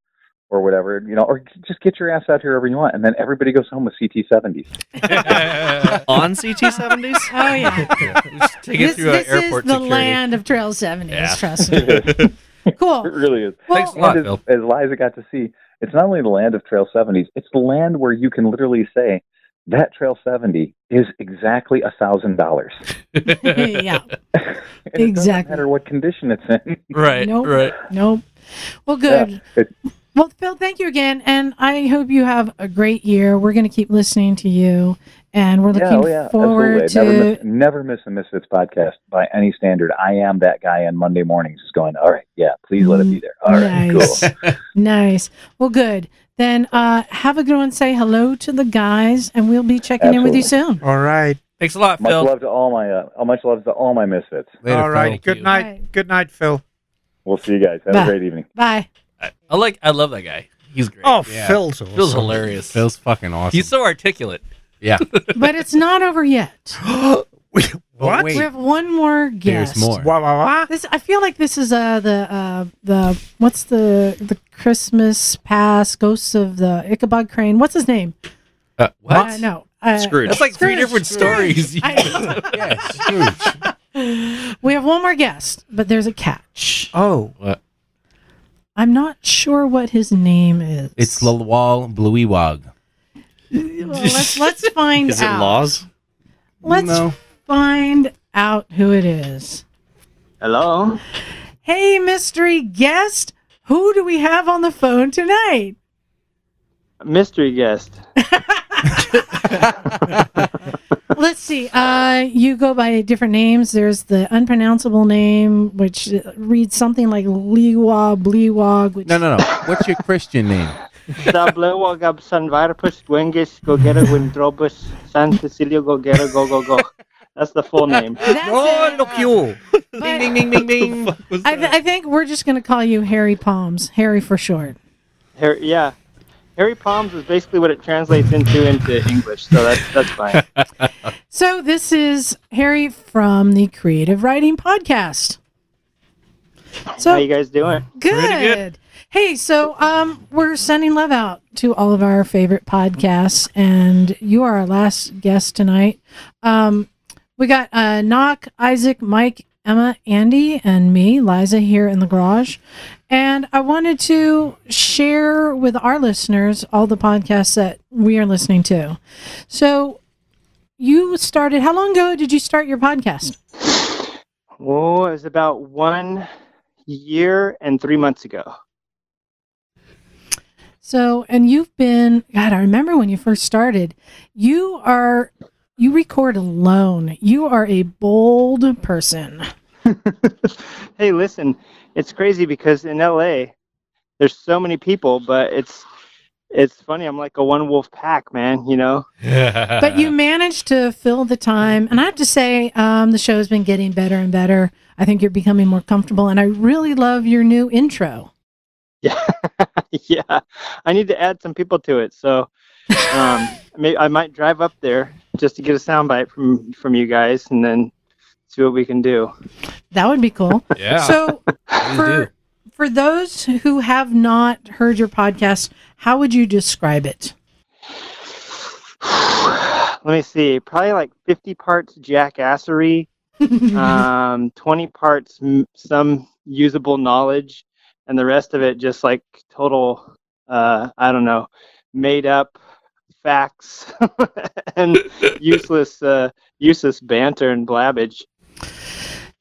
Speaker 15: or whatever, you know, or just get your ass out here wherever you want, and then everybody goes home with CT70s.
Speaker 4: on CT70s?
Speaker 3: Oh yeah.
Speaker 2: Take it
Speaker 3: this
Speaker 2: through uh,
Speaker 3: this is the
Speaker 2: airport security.
Speaker 3: land of Trail 70s,
Speaker 2: Yeah.
Speaker 3: trust me. Cool.
Speaker 15: It really is.
Speaker 3: Well- Thanks a
Speaker 15: And
Speaker 2: lot,
Speaker 15: as,
Speaker 2: Bill.
Speaker 15: As Liza got to see, it's not only the land of Trail 70s, it's the land where you can literally say, that Trail 70 is exactly a thousand dollars.
Speaker 3: yeah.
Speaker 15: Exactly. No matter what condition it's in.
Speaker 2: Right.
Speaker 3: Nope.
Speaker 2: Right.
Speaker 3: Nope. Well,
Speaker 15: Yeah.
Speaker 3: good. Well, Phil, thank you again, and I hope you have a great year. We're going to keep listening to you, and we're
Speaker 15: Yeah,
Speaker 3: looking
Speaker 15: oh yeah,
Speaker 3: forward
Speaker 15: absolutely. Never miss,
Speaker 3: to.
Speaker 15: never miss a Misfits podcast by any standard. I am that guy on Monday mornings, just going, all right, yeah, please let it be there. All right,
Speaker 3: Nice.
Speaker 15: cool.
Speaker 3: Nice. Well, good. Then uh, have a good one. Say hello to the guys, and we'll be checking in with you soon.
Speaker 1: All right.
Speaker 2: Thanks a lot,
Speaker 15: Much
Speaker 2: Phil.
Speaker 15: love to all my, uh, much love to all my Misfits.
Speaker 1: All right. Good night. Good night, Phil.
Speaker 15: We'll see you guys. Have
Speaker 3: Bye.
Speaker 15: a great evening.
Speaker 3: Bye.
Speaker 2: I like. I love that guy. He's great.
Speaker 1: Oh,
Speaker 5: Yeah.
Speaker 1: Phil's awesome.
Speaker 2: Phil's hilarious.
Speaker 5: Phil's fucking awesome.
Speaker 2: He's so articulate.
Speaker 5: yeah.
Speaker 3: But it's not over yet.
Speaker 5: But
Speaker 1: What?
Speaker 5: wait,
Speaker 3: We have one more
Speaker 5: there's
Speaker 3: guest.
Speaker 5: more.
Speaker 1: Wah, wah, wah.
Speaker 3: This I feel like this is uh the uh the what's the the Christmas past ghosts of the Ichabod Crane. What's his name?
Speaker 2: Uh, what?
Speaker 3: Uh, no. Uh,
Speaker 4: Scrooge.
Speaker 2: That's like three
Speaker 3: Scrooge.
Speaker 2: different
Speaker 3: Scrooge.
Speaker 2: stories.
Speaker 3: I-
Speaker 5: Yeah, Scrooge.
Speaker 3: we have one more guest, but there's a catch.
Speaker 1: Oh,
Speaker 3: I'm not sure what his name is.
Speaker 5: It's Lalwal Bluiwag.
Speaker 3: Well, let's let's find
Speaker 4: Is it
Speaker 3: out.
Speaker 4: laws?
Speaker 3: Let's
Speaker 5: No.
Speaker 3: find out who it is.
Speaker 12: Hello.
Speaker 3: Hey, mystery guest, who do we have on the phone tonight?
Speaker 12: Mystery guest.
Speaker 3: Let's see. Uh, you go by different names. There's the unpronounceable name, which uh, reads something like Liwa Bliwag. Which
Speaker 5: No, no, no. What's your Christian name?
Speaker 12: Dablewag ab Sanvarpus Gwengis Gogera Windrobus San Cecilio Gogera Go Go Go. That's the full name.
Speaker 3: That's
Speaker 1: oh
Speaker 3: it.
Speaker 1: look you.
Speaker 3: But
Speaker 2: ding, ding, ding, ding.
Speaker 3: I, th- I think we're just going to call you Harry Palms, Harry for short.
Speaker 12: Harry, yeah. Harry Palms is basically what it translates into into English, so that's that's fine.
Speaker 3: So this is Harry from the Creative Writing Podcast.
Speaker 12: How
Speaker 3: So
Speaker 12: you guys doing?
Speaker 3: good. Hey, so um, we're sending love out to all of our favorite podcasts, and you are our last guest tonight. Um, we got uh, Knock, Isaac, Mike, Emma, Andy, and me, Liza, here in the garage. And I wanted to share with our listeners all the podcasts that we are listening to. So you started, how long ago did you start your podcast?
Speaker 12: Oh, it was about one year and three months ago.
Speaker 3: So, and you've been, God, I remember when you first started, you are, you record alone. You are a bold person.
Speaker 12: hey, listen, it's crazy because in LA, there's so many people, but it's it's funny. I'm like a one wolf pack, man. You know.
Speaker 3: But you managed to fill the time. And I have to say, um, the show's been getting better and better. I think you're becoming more comfortable. And I really love your new intro.
Speaker 12: Yeah, yeah. I need to add some people to it, so um, may I might drive up there just to get a soundbite from from you guys, and then see what we can do.
Speaker 3: That would be cool.
Speaker 2: Yeah.
Speaker 3: So,
Speaker 2: Please
Speaker 3: for, for those who have not heard your podcast, how would you describe it?
Speaker 12: Let me see. Probably like 50 parts jackassery, um, 20 parts m- some usable knowledge, and the rest of it just like total, uh, I don't know, made up facts and useless, uh, useless banter and blabbage.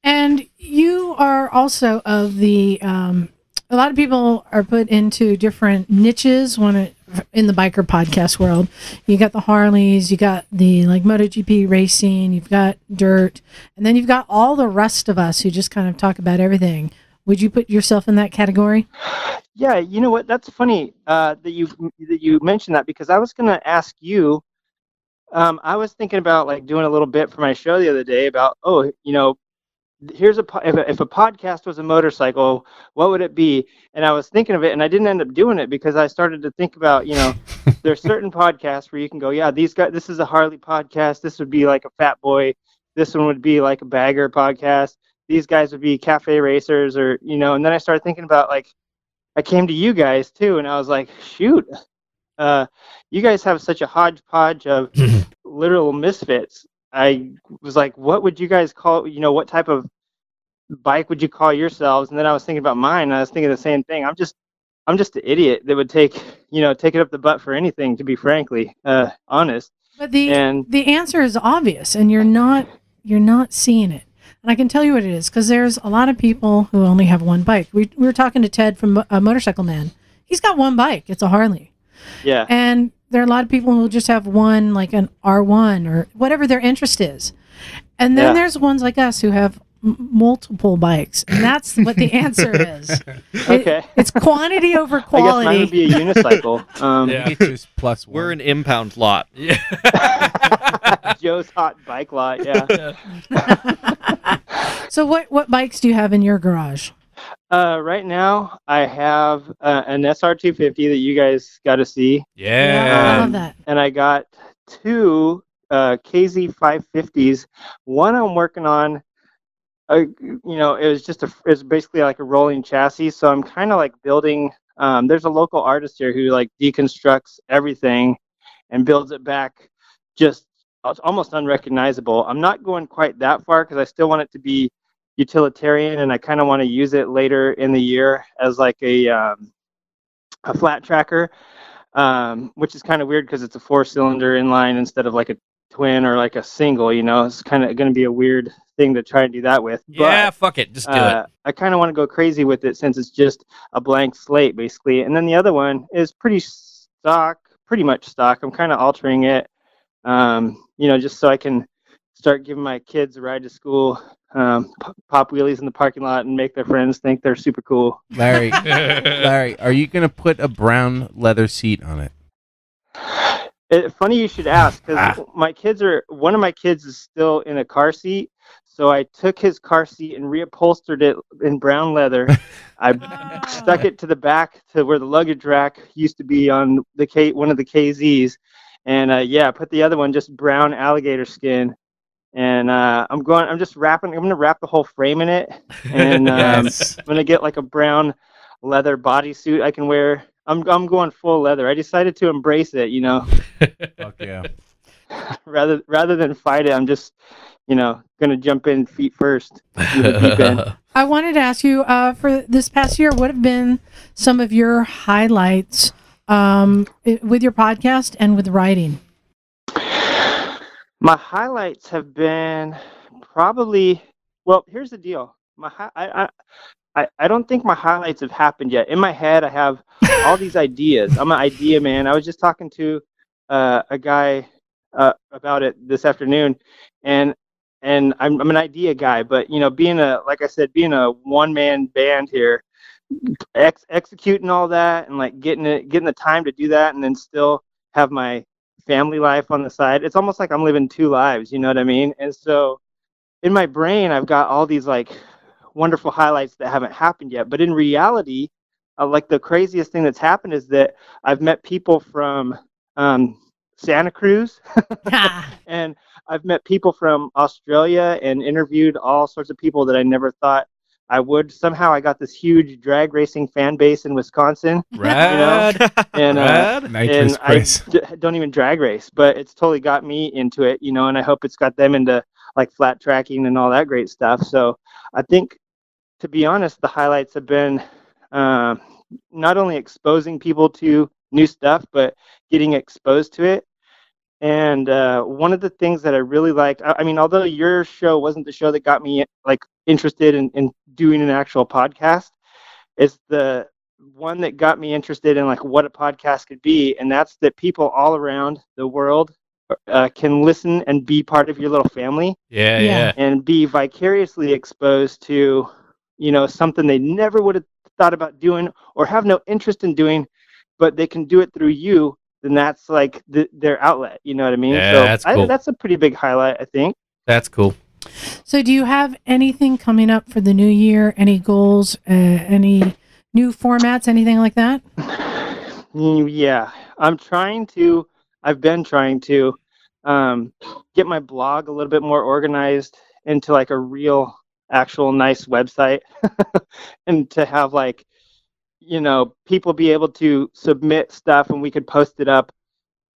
Speaker 3: And you are also of the. Um, a lot of people are put into different niches when it, in the biker podcast world. You got the Harleys, you got the like MotoGP racing, you've got dirt, and then you've got all the rest of us who just kind of talk about everything. Would you put yourself in that category?
Speaker 12: Yeah, you know what? That's funny uh, that you that you mentioned that because I was gonna ask you. Um, I was thinking about like doing a little bit for my show the other day about oh, you know, here's a po- if, a if a podcast was a motorcycle, what would it be? And I was thinking of it, and I didn't end up doing it because I started to think about you know there's certain podcasts where you can go, yeah, these guys, this is a Harley podcast. This would be like a Fat Boy. This one would be like a Bagger podcast. These guys would be Cafe Racers, or you know. And then I started thinking about like I came to you guys too, and I was like, shoot, uh, you guys have such a hodgepodge of literal misfits. I was like, what would you guys call, you know, what type of bike would you call yourselves? And then I was thinking about mine. And I was thinking the same thing. I'm just, I'm just an idiot that would take, you know, take it up the butt for anything, to be frankly uh, honest.
Speaker 3: But the
Speaker 12: And-
Speaker 3: the answer is obvious, and you're not you're not seeing it. And I can tell you what it is because there's a lot of people who only have one bike. We, we were talking to Ted from Mo- uh, Motorcycle Man. He's got one bike. It's a Harley.
Speaker 12: Yeah.
Speaker 3: And there are a lot of people who just have one, like an R1 or whatever their interest is. And then
Speaker 12: Yeah.
Speaker 3: there's ones like us who have m- multiple bikes. And that's what the answer is. It-
Speaker 12: Okay.
Speaker 3: it's quantity over
Speaker 12: I guess mine would
Speaker 3: quality.
Speaker 12: be a unicycle. Um,
Speaker 5: plus
Speaker 4: We're an impound lot. Yeah.
Speaker 12: Joe's hot bike lot. Yeah.
Speaker 3: So what, what bikes do you have in your garage?
Speaker 12: Uh, right now, I have uh, an SR250 that you guys got to see.
Speaker 2: Yeah.
Speaker 3: I love
Speaker 12: Um,
Speaker 3: that.
Speaker 12: And I got two uh, KZ550s. One I'm working on. Uh, you know, it was just a. It's basically like a rolling chassis. So I'm kind of like building. Um, there's a local artist here who like deconstructs everything, and builds it back, just it's almost unrecognizable. I'm not going quite that far because I still want it to be utilitarian, and I kind of want to use it later in the year as like a um, a flat tracker um, which is kind of weird because it's a four cylinder inline instead of like a twin or like a single, you know, it's kind of going to be a weird thing to try and do that with.
Speaker 2: Yeah, fuck it. Just do
Speaker 12: uh, I kind of want to go crazy with it since it's just a blank slate basically. And then the other one is pretty stock, pretty much stock. I'm kind of altering it, um, you know, just so I can start giving my kids a ride to school, um, p- pop wheelies in the parking lot and make their friends think they're super cool.
Speaker 5: Larry, Larry, are you gonna put a brown leather seat on it?
Speaker 12: It, funny you should ask because my kids are one of my kids is still in a car seat, so I took his car seat and reupholstered it in brown leather. I stuck it to the back to where the luggage rack used to be on the K, one of the KZs, and uh, yeah, I put the other one just brown alligator skin. And uh, I'm going. I'm just wrapping. I'm gonna wrap the whole frame in it, and um,
Speaker 2: Yes.
Speaker 12: I'm gonna get like a brown leather bodysuit I can wear. I'm I'm going full leather. I decided to embrace it, you know,
Speaker 5: Fuck yeah.
Speaker 12: rather rather than fight it. I'm just, you know, gonna jump in feet first. into the deep end.
Speaker 2: it.
Speaker 3: I wanted to ask you uh, for this past year, what have been some of your highlights um, i- with your podcast and with writing?
Speaker 12: My highlights have been probably well. Here's the deal. My hi- I, I I I don't think my highlights have happened yet. In my head, I have all these ideas. I'm an idea man. I was just talking to uh, a guy uh, about it this afternoon, and and I'm I'm an idea guy. But you know, being a like I said, being a one man band here, ex- executing all that and like getting it getting the time to do that, and then still have my family life on the side. It's almost like I'm living two lives, you know what I mean? And so in my brain, I've got all these like wonderful highlights that haven't happened yet. But in reality, uh, like the craziest thing that's happened is that I've met people from um, Santa Cruz and I've met people from Australia and interviewed all sorts of people that I never thought I would. Somehow I got this huge drag racing fan base in Wisconsin.
Speaker 2: Rad.
Speaker 12: And, uh,
Speaker 2: Rad.
Speaker 5: Nitrous
Speaker 12: and I
Speaker 5: race.
Speaker 12: d- don't even drag race, but it's totally got me into it, you know, and I hope it's got them into like flat tracking and all that great stuff. So I think, to be honest, the highlights have been um, not only exposing people to new stuff, but getting exposed to it. And uh, one of the things that I really liked, I, I mean, although your show wasn't the show that got me like interested in, in doing an actual podcast, it's the one that got me interested in like what a podcast could be, and that's that people all around the world uh, can listen and be part of your little family
Speaker 2: Yeah,
Speaker 3: Yeah.
Speaker 2: yeah.
Speaker 12: and be vicariously exposed to you know something they never would have thought about doing or have no interest in doing but they can do it through you then that's like the, their outlet you know what i mean
Speaker 2: Yeah, that's
Speaker 12: I-
Speaker 2: cool.
Speaker 12: that's a pretty big highlight i think
Speaker 2: That's cool.
Speaker 3: So, do you have anything coming up for the new year? Any goals? Uh, any new formats? Anything like that?
Speaker 12: Mm, Yeah, I'm trying to. I've been trying to um, get my blog a little bit more organized into like a real, actual, nice website, and to have like, you know, people be able to submit stuff and we could post it up,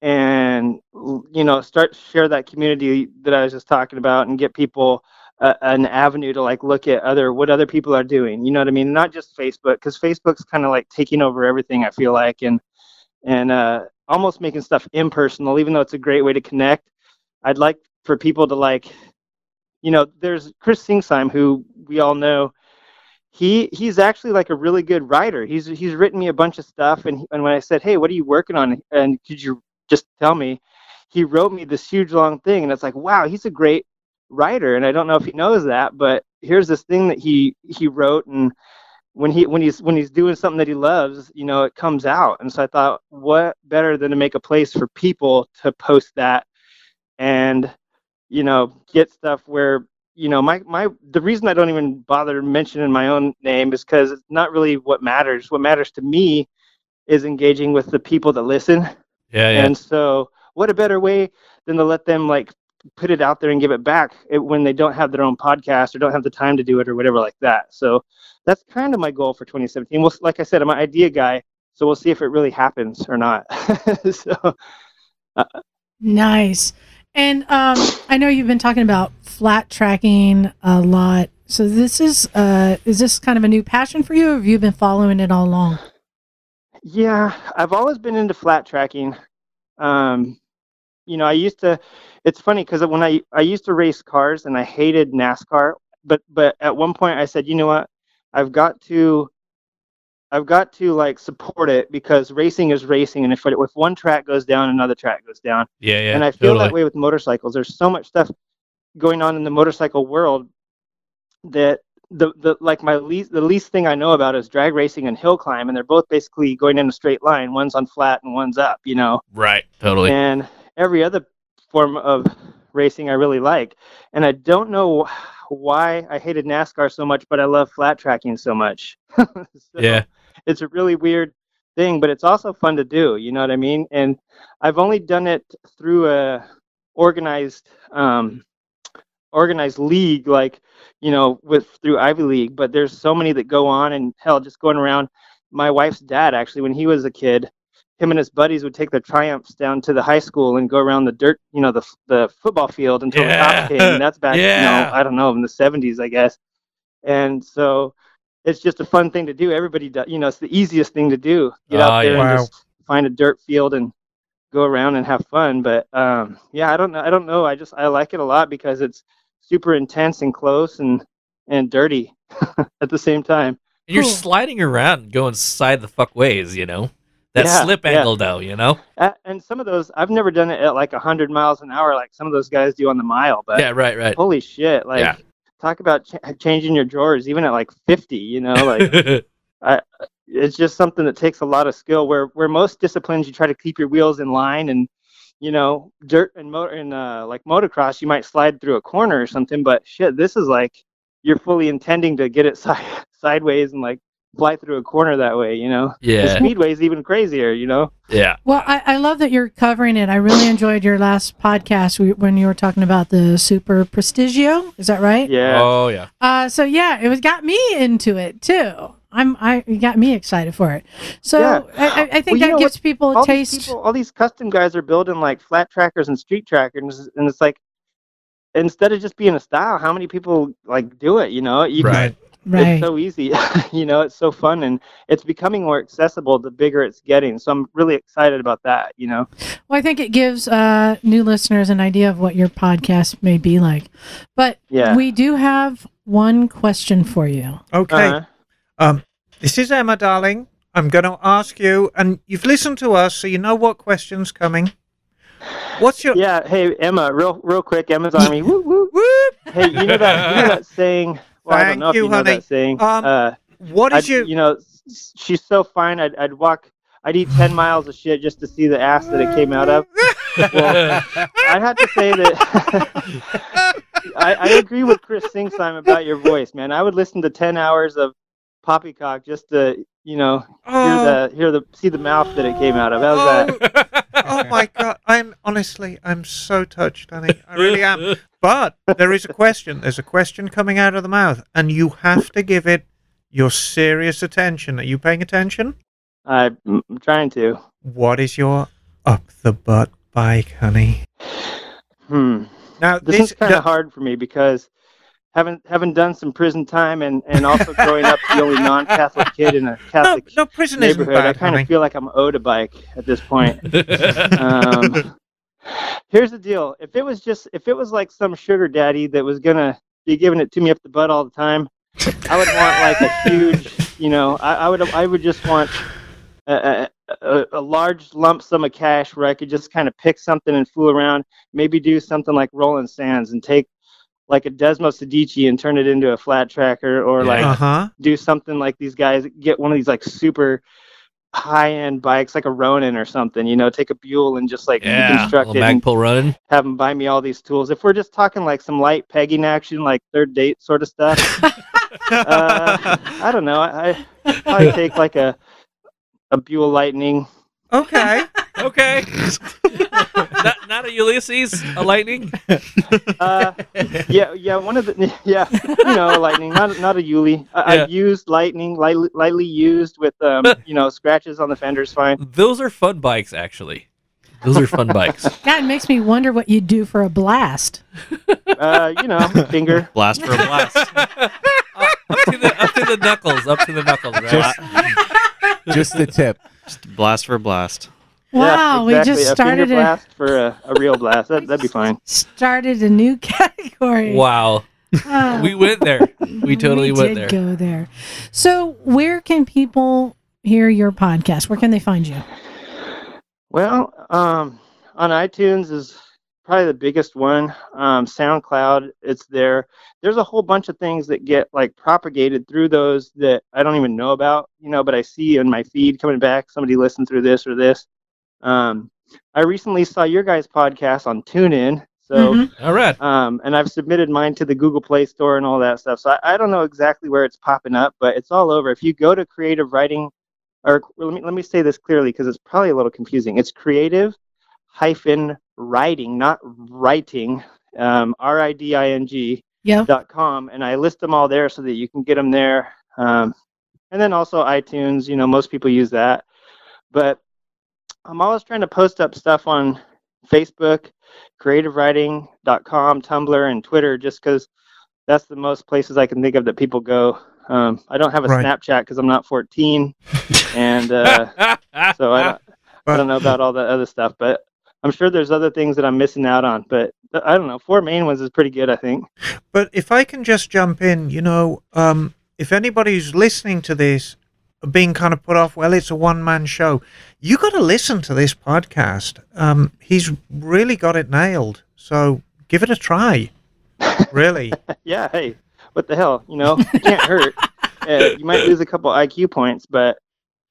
Speaker 12: and you know, start share that community that I was just talking about, and get people a, an avenue to like look at other what other people are doing. You know what I mean? Not just Facebook, because Facebook's kind of like taking over everything. I feel like and and uh, almost making stuff impersonal, even though it's a great way to connect. I'd like for people to like, you know, there's Chris Singsheim who we all know. He he's actually like a really good writer. He's he's written me a bunch of stuff, and and when I said, hey, what are you working on? And could you just tell me? He wrote me this huge long thing, and it's like, wow, he's a great writer and i don't know if he knows that but here's this thing that he he wrote and when he when he's when he's doing something that he loves you know it comes out and so i thought what better than to make a place for people to post that and you know get stuff where you know my my the reason i don't even bother mentioning my own name is because it's not really what matters what matters to me is engaging with the people that listen
Speaker 2: Yeah, yeah.
Speaker 12: and so, what a better way than to let them like put it out there and give it back it, when they don't have their own podcast or don't have the time to do it or whatever like that. So, that's kind of my goal for 2017. Well, s- like I said, I'm an idea guy, so we'll see if it really happens or not. so,
Speaker 3: Nice. And um, I know you've been talking about flat tracking a lot. So this is uh, is this kind of a new passion for you, or have you been following it all along?
Speaker 12: Yeah, I've always been into flat tracking. Um, you know, I used to. It's funny because when I I used to race cars and I hated NASCAR, but but at one point I said, you know what, I've got to, I've got to like support it because racing is racing, and if if one track goes down, another track goes down.
Speaker 2: Yeah, yeah.
Speaker 12: and I feel
Speaker 2: totally.
Speaker 12: that way with motorcycles. There's so much stuff going on in the motorcycle world that the, the like my least the least thing I know about is drag racing and hill climb, and they're both basically going in a straight line. One's on flat and one's up, you know.
Speaker 2: Right, totally.
Speaker 12: And every other form of racing I really like, and I don't know wh- why I hated NASCAR so much, but I love flat tracking so much.
Speaker 2: yeah.
Speaker 12: it's a really weird thing, but it's also fun to do. You know what I mean? And I've only done it through a organized um, organized league, like you know, with through Ivy League. But there's so many that go on, and hell, just going around. My wife's dad actually, when he was a kid, him and his buddies would take their triumphs down to the high school and go around the dirt, you know, the f- the football field until the
Speaker 2: Yeah.
Speaker 12: cops came. And that's back, you
Speaker 2: Yeah.
Speaker 12: know, I don't know, in the 70s, I guess. And so it's just a fun thing to do. Everybody does, you know, it's the easiest thing to do. Get
Speaker 2: Ah,
Speaker 12: out there
Speaker 2: yeah.
Speaker 12: and
Speaker 2: Wow.
Speaker 12: just find a dirt field and go around and have fun. But um, yeah, I don't know. I don't know. I just I like it a lot because it's super intense and close and and dirty at the same time.
Speaker 2: And you're sliding around, going side the fuck ways, you know. That
Speaker 12: Yeah,
Speaker 2: slip
Speaker 12: yeah.
Speaker 2: angle, though, you know.
Speaker 12: A- And some of those, I've never done it at like 100 miles an hour, like some of those guys do on the mile. But
Speaker 2: Yeah, right, right.
Speaker 12: Holy shit! Like,
Speaker 2: Yeah.
Speaker 12: talk about ch- changing your drawers, even at like 50. You know, like I, it's just something that takes a lot of skill. Where where most disciplines, you try to keep your wheels in line, and you know, dirt and motor and uh, like motocross, you might slide through a corner or something. But shit, this is like you're fully intending to get it side- sideways and like fly through a corner that way. You know,
Speaker 2: Yeah.
Speaker 12: The speedway is even crazier. You know.
Speaker 2: Yeah.
Speaker 3: Well, I, I love that you're covering it. I really enjoyed your last podcast we- when you were talking about the Super Prestigio. Is that right?
Speaker 12: Yeah.
Speaker 2: Oh yeah.
Speaker 3: Uh, so yeah, it was got me into it too. I'm I it got me excited for it. So
Speaker 12: Yeah.
Speaker 3: I, I, I
Speaker 12: Well,
Speaker 3: think
Speaker 12: you know
Speaker 3: that gives
Speaker 12: what?
Speaker 3: people
Speaker 12: all
Speaker 3: a taste.
Speaker 12: These people, all these custom guys are building like flat trackers and street trackers, and it's like instead of just being a style, how many people like do it? You know, you can-
Speaker 2: Right.
Speaker 3: Right.
Speaker 12: It's so easy, you know. It's so fun, and it's becoming more accessible the bigger it's getting. So I'm really excited about that. You know.
Speaker 3: Well, I think it gives uh, new listeners an idea of what your podcast may be like. But
Speaker 1: Yeah.
Speaker 3: we do have one question for you.
Speaker 1: Okay.
Speaker 3: Uh-huh.
Speaker 1: Um, this is Emma, darling. I'm going to ask you, and you've listened to us, so you know what question's coming. What's your
Speaker 12: yeah? Hey, Emma, real real quick, Emma's on me. Woo, woo. Hey, you know that you know that saying. Well, I
Speaker 1: Thank
Speaker 12: don't know if
Speaker 1: you,
Speaker 12: you, know
Speaker 1: honey.
Speaker 12: that saying.
Speaker 1: Um,
Speaker 12: uh,
Speaker 1: what
Speaker 12: is your? You know, s- s- she's so fine. I'd, I'd walk. I'd eat ten miles of shit just to see the ass that it came out of. well, I'd have to say that I, I agree with Chris Singsime about your voice, man. I would listen to ten hours of poppycock just to you know
Speaker 1: Oh.
Speaker 12: hear the hear the see the mouth that it came out of. How's that?
Speaker 1: oh my god! I'm honestly, I'm so touched, honey. I really am. But there is a question. There's a question coming out of the mouth, and you have to give it your serious attention. Are you paying attention?
Speaker 12: I, I'm trying to.
Speaker 1: What is your up the butt bike, honey?
Speaker 12: Hmm.
Speaker 1: Now
Speaker 12: this, is kind of hard for me because haven't haven't done some prison time and and also growing up the only non-Catholic kid in a Catholic
Speaker 1: no, prison isn't
Speaker 12: neighborhood. I
Speaker 1: bad,
Speaker 12: kind
Speaker 1: honey.
Speaker 12: of feel like I'm owed a bike at this point. um, here's the deal: if it was just if it was like some sugar daddy that was gonna be giving it to me up the butt all the time, I would want like a huge, you know, I, I would I would just want a, a- a, a large lump sum of cash where I could just kind of pick something and fool around, maybe do something like Rolling Sands and take like a Desmos Sedici and turn it into a flat tracker or like
Speaker 1: Uh-huh.
Speaker 12: do something like these guys get one of these like super high end bikes like a Ronin or something, you know, take a Buell and just like
Speaker 2: Yeah,
Speaker 12: reconstruct it
Speaker 2: little
Speaker 12: and
Speaker 2: Magpul run.
Speaker 12: have them buy me all these tools. If we're just talking like some light pegging action, like third date sort of stuff, uh, I don't know. I, I probably take like a a Buell Lightning.
Speaker 1: Okay.
Speaker 2: okay. not, not a Ulysses, a lightning.
Speaker 12: Uh, yeah, yeah. One of the yeah, you know, a Lightning, not not a Yuli. I,
Speaker 2: Yeah.
Speaker 12: I've used Lightning, lightly, lightly used with um, you know, scratches on the fenders, fine.
Speaker 2: Those are fun bikes, actually. Those are fun bikes.
Speaker 3: God, it makes me wonder what you'd do for a blast.
Speaker 12: Uh, you know, finger
Speaker 4: blast for a blast.
Speaker 2: up to the knuckles, up to the knuckles, right?
Speaker 4: Just-
Speaker 5: Just the tip.
Speaker 4: blast for a blast.
Speaker 3: Wow, we
Speaker 12: exactly.
Speaker 3: just
Speaker 12: a finger
Speaker 3: started a-
Speaker 12: blast for a, a real blast. That, that'd be fine.
Speaker 3: Started a new category.
Speaker 2: Wow.
Speaker 3: Oh.
Speaker 2: We went there. We totally
Speaker 3: We
Speaker 2: went
Speaker 3: did
Speaker 2: there.
Speaker 3: go there. So, where can people hear your podcast? Where can they find you?
Speaker 12: Well, um, on iTunes is probably the biggest one. Um, SoundCloud, it's there. There's a whole bunch of things that get like propagated through those that I don't even know about, you know, but I see in my feed coming back. Somebody listened through this or this. Um, I recently saw your guys' podcast on TuneIn. So,
Speaker 2: Mhm. All right.
Speaker 12: Um, and I've submitted mine to the Google Play Store and all that stuff. So I, I don't know exactly where it's popping up, but it's all over. If you go to creative writing or let me let me say this clearly because it's probably a little confusing. It's creative hyphen writing, not writing, um, R I D I N G dot com, and I list them all there so that you can get them there. Um, and then also iTunes, you know, most people use that. But I'm always trying to post up stuff on Facebook, creativewriting.com, Tumblr, and Twitter, just because that's the most places I can think of that people go. Um, I don't have a
Speaker 1: Right.
Speaker 12: Snapchat because I'm not 14, and uh, so I don't, I don't know about all that other stuff. But I'm sure there's other things that I'm missing out on. But I don't know. Four main ones is pretty good, I think.
Speaker 1: But if I can just jump in, you know, um, if anybody's listening to this being kind of put off, well, it's a one man show, you got to listen to this podcast. Um, he's really got it nailed. So give it a try. Really.
Speaker 12: yeah, hey, what the hell? You know, it can't hurt. Uh, you might lose a couple IQ points, but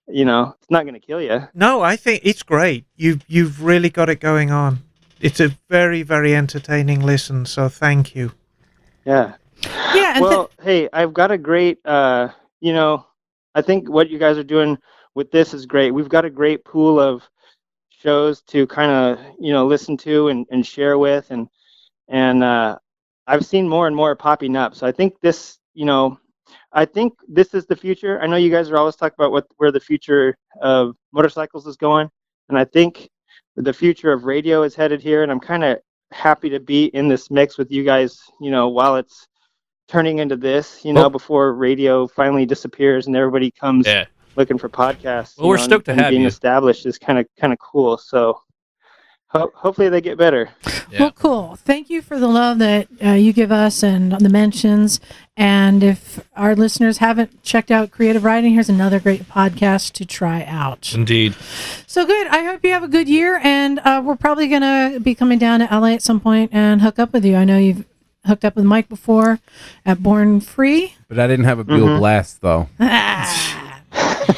Speaker 12: you know, it's not going to kill you.
Speaker 1: No, I think it's great. You've, you've really got it going on. It's a very, very entertaining listen. So thank you.
Speaker 12: Yeah.
Speaker 3: Yeah.
Speaker 12: Well, hey, I've got a great, uh, you know, I think what you guys are doing with this is great. We've got a great pool of shows to kind of, you know, listen to and, and share with. And, and, uh, I've seen more and more popping up. So I think this, you know, I think this is the future. I know you guys are always talking about what, where the future of motorcycles is going. And I think the future of radio is headed here. And I'm kind of happy to be in this mix with you guys, you know, while it's, turning into this, you know, before radio finally disappears and everybody comes looking for podcasts.
Speaker 2: Well,
Speaker 12: you
Speaker 2: we're
Speaker 12: know, and-
Speaker 2: stoked to
Speaker 12: and
Speaker 2: have
Speaker 12: being
Speaker 2: you.
Speaker 12: established is kind of kind of cool. So ho- hopefully they get better.
Speaker 3: Well, cool. Thank you for the love that uh, you give us and the mentions. And if our listeners haven't checked out Creative Writing, here's another great podcast to try out.
Speaker 2: Indeed.
Speaker 3: So good. I hope you have a good year. And uh, we're probably going to be coming down to LA at some point and hook up with you. I know you've hooked up with Mike before at Born Free.
Speaker 5: But I didn't have a Buell
Speaker 3: Mhm.
Speaker 5: blast though.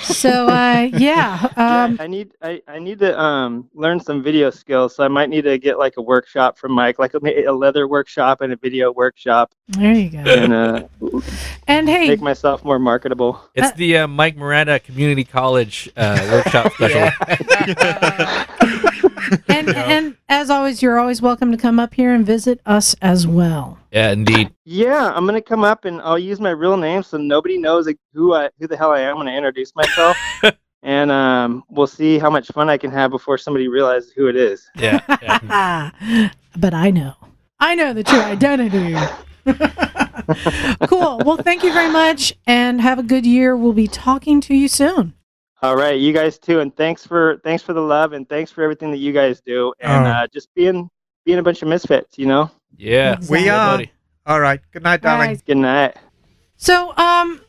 Speaker 3: So uh, yeah, um,
Speaker 12: I need I, I need to um learn some video skills, so I might need to get like a workshop from Mike, like a, a leather workshop and a video workshop,
Speaker 3: there you go.
Speaker 12: and uh,
Speaker 3: And hey,
Speaker 12: make myself more marketable.
Speaker 2: It's the uh, Mike Miranda Community College uh, workshop special.
Speaker 3: and and as always, you're always welcome to come up here and visit us as well.
Speaker 2: Yeah, indeed.
Speaker 12: Yeah, I'm gonna come up and I'll use my real name so nobody knows like, who I who the hell I am when I introduce myself, and um, we'll see how much fun I can have before somebody realizes who it is.
Speaker 2: Yeah.
Speaker 3: but I know, I know the true identity. cool. Well, thank you very much, and have a good year. We'll be talking to you soon.
Speaker 12: All right, you guys too, and thanks for thanks for the love and thanks for everything that you guys do, and
Speaker 1: Oh.
Speaker 12: uh, just being being a bunch of misfits, you know.
Speaker 2: Yeah,
Speaker 1: we are. All right. Good night, darling.
Speaker 12: Good night.
Speaker 3: So, um,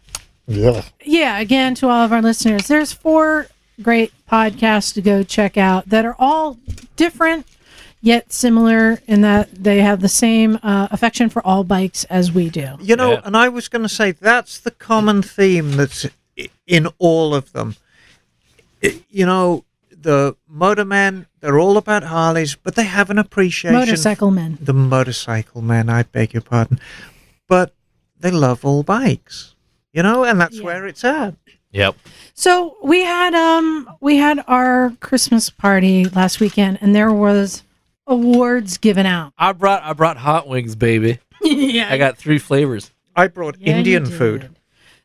Speaker 1: Yeah.
Speaker 3: yeah, again, to all of our listeners, there's four great podcasts to go check out that are all different yet similar in that they have the same uh, affection for all bikes as we do.
Speaker 1: You know, and I was going to say that's the common theme that's i- in all of them. I- You know, the motormen, they're all about Harleys, but they have an appreciation.
Speaker 3: Motorcycle men.
Speaker 1: The motorcycle men, I beg your pardon. But they love all bikes, you know, and that's where it's at.
Speaker 2: Yep.
Speaker 3: So we had um we had our Christmas party last weekend, and there was awards given out.
Speaker 2: I brought I brought hot wings, baby.
Speaker 3: yeah.
Speaker 2: I got three flavors.
Speaker 1: I brought
Speaker 3: Yeah, you
Speaker 1: Indian
Speaker 3: did.
Speaker 1: food.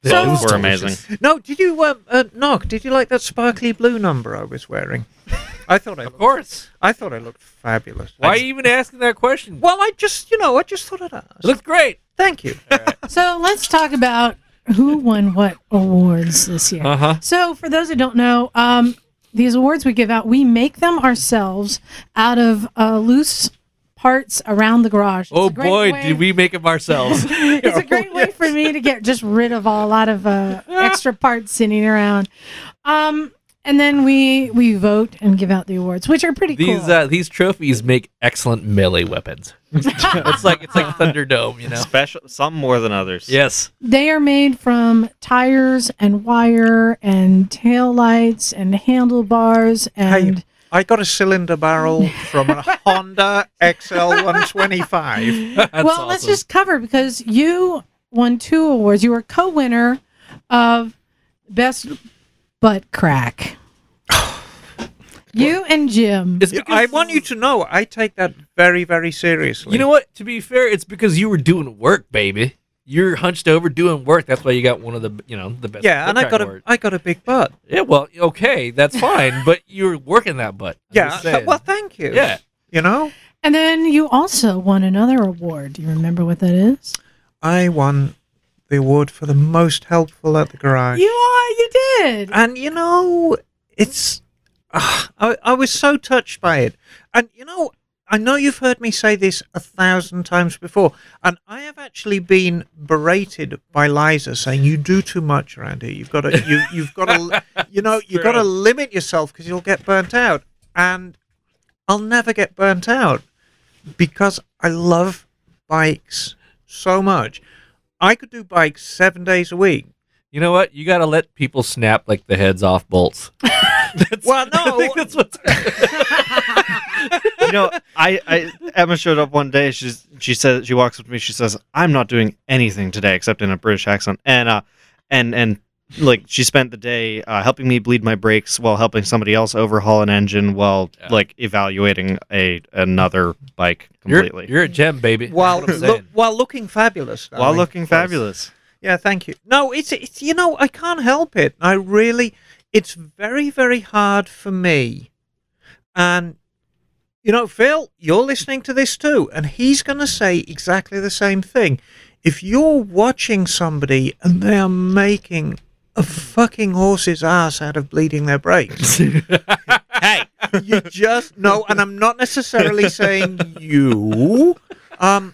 Speaker 2: So-
Speaker 4: Both were amazing.
Speaker 1: No, did you, um, uh, Nog, did you like that sparkly blue number I was wearing? I thought I
Speaker 2: Of course.
Speaker 1: I thought I looked fabulous.
Speaker 2: Why are you even asking that question?
Speaker 1: Well, I just, you know, I just thought I'd ask.
Speaker 2: It looks great.
Speaker 1: Thank you.
Speaker 3: So let's talk about who won what awards this year.
Speaker 2: Uh-huh.
Speaker 3: So for those who don't know, um, these awards we give out, we make them ourselves out of uh, loose parts around the garage.
Speaker 2: Oh
Speaker 3: it's a great
Speaker 2: boy,
Speaker 3: way-
Speaker 2: did we make them ourselves?
Speaker 3: it's a great way for me to get just rid of a lot of uh, extra parts sitting around. Um, and then we we vote and give out the awards, which are pretty
Speaker 2: these
Speaker 3: cool.
Speaker 2: uh, these trophies make excellent melee weapons. it's like it's like Thunderdome, you know.
Speaker 4: Special, some more than others.
Speaker 2: Yes.
Speaker 3: They are made from tires and wire and taillights and handlebars and
Speaker 1: I got a cylinder barrel from a Honda XL125.
Speaker 3: well, let's just cover because you won two awards. You were co-winner of best butt crack. you and Jim.
Speaker 2: It's
Speaker 1: Yeah,
Speaker 2: because
Speaker 1: I want you to know I take that very, very seriously.
Speaker 2: you know what? To be fair, it's because you were doing work, baby. You're hunched over doing work. That's why you got one of the you know the best.
Speaker 1: yeah, and I
Speaker 2: contract
Speaker 1: got a
Speaker 2: award.
Speaker 1: I got a big butt.
Speaker 2: Yeah, well, okay, that's fine, but you were working that butt. I'm
Speaker 1: Yeah.
Speaker 2: just
Speaker 1: so-
Speaker 2: saying.
Speaker 1: well, thank you.
Speaker 2: yeah.
Speaker 1: You know,
Speaker 3: And then you also won another award. Do you remember what that is?
Speaker 1: I won the award for the most helpful at the garage.
Speaker 3: You are. You did.
Speaker 1: And you know, it's ah, I, I was so touched by it. And you know, I know you've heard me say this a thousand times before, and I have actually been berated by Liza saying you do too much around here. You've got to you you've got to you know you've got to limit yourself because you'll get burnt out. And I'll never get burnt out because I love bikes so much. I could do bikes seven days a week.
Speaker 2: You know what? You got to let people snap like the heads off bolts. That's-
Speaker 1: Well, no,
Speaker 2: I think that's what's
Speaker 4: you know, I, I Emma showed up one day. She's she says she walks up to me. She says, "I'm not doing anything today except in a British accent." And uh, and and like she spent the day uh, helping me bleed my brakes while helping somebody else overhaul an engine while like evaluating a another bike
Speaker 2: you're,
Speaker 4: completely
Speaker 2: you're a gem, baby.
Speaker 1: while
Speaker 2: That's what I'm
Speaker 1: loo-
Speaker 2: saying.
Speaker 1: while looking fabulous.
Speaker 4: while
Speaker 1: darling.
Speaker 4: looking fabulous.
Speaker 1: Yeah, thank you. No, it's it's you know I can't help it. I really, it's very very hard for me, and you know Phil, you're listening to this too, and he's going to say exactly the same thing. If you're watching somebody and they are making a fucking horse's ass out of bleeding their brakes. hey, you just no, and I'm not necessarily saying you. Um,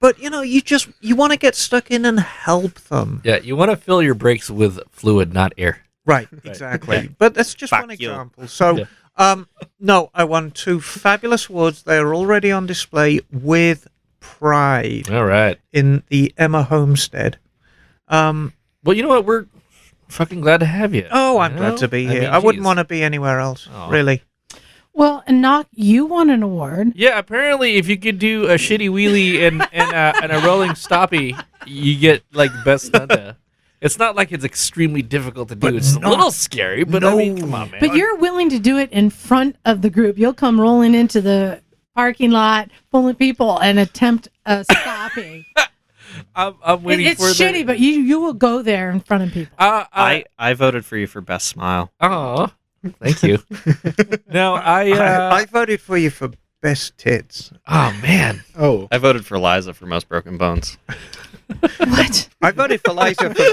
Speaker 1: but you know, you just you want to get stuck in and help them.
Speaker 2: Yeah, you want to fill your brakes with fluid, not air.
Speaker 1: Right, exactly. But that's just one
Speaker 4: you.
Speaker 1: example. So,
Speaker 2: Yeah.
Speaker 1: um, no, I won two fabulous awards. They are already on display with pride
Speaker 2: All right.
Speaker 1: in the Emma Homestead. Um,
Speaker 2: Well, you know what? We're fucking glad to have you.
Speaker 1: Oh, I'm
Speaker 2: you know?
Speaker 1: glad to be
Speaker 2: I
Speaker 1: here. I,
Speaker 2: mean,
Speaker 1: wouldn't
Speaker 2: geez. Oh.
Speaker 1: want to be anywhere else, really.
Speaker 3: Well, and knock, you won an award.
Speaker 2: Yeah, apparently, if you could do a shitty wheelie and and, uh, and a rolling stoppy, you get like best stunt. there. It's not like it's extremely difficult to do. it's a little scary, but I mean, come on, man.
Speaker 3: But you're willing to do it in front of the group. You'll come rolling into the parking lot full of people and attempt a stopping.
Speaker 2: I'm, I'm
Speaker 3: It-
Speaker 2: waiting
Speaker 3: it's
Speaker 2: for the-
Speaker 3: shitty, but you you will go there in front of people.
Speaker 2: Uh,
Speaker 4: I, I voted for you for best smile.
Speaker 2: Oh, thank you. no, I, uh,
Speaker 1: I voted for you for best tits.
Speaker 2: Oh man.
Speaker 1: Oh.
Speaker 4: I voted for Liza for most broken bones.
Speaker 1: I voted for Liza for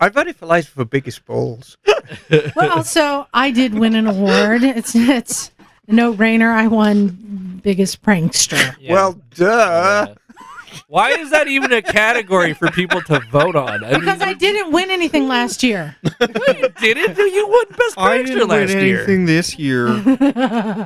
Speaker 1: I voted for Liza for biggest balls.
Speaker 3: well, also I did win an award. It's it's a no brainer. I won biggest prankster.
Speaker 1: Well, duh.
Speaker 2: Why is that even a category for people to vote on? I mean,
Speaker 3: Because I didn't win anything last year.
Speaker 2: did it? You won best
Speaker 16: I
Speaker 2: picture
Speaker 16: didn't win
Speaker 2: last year.
Speaker 16: anything this year.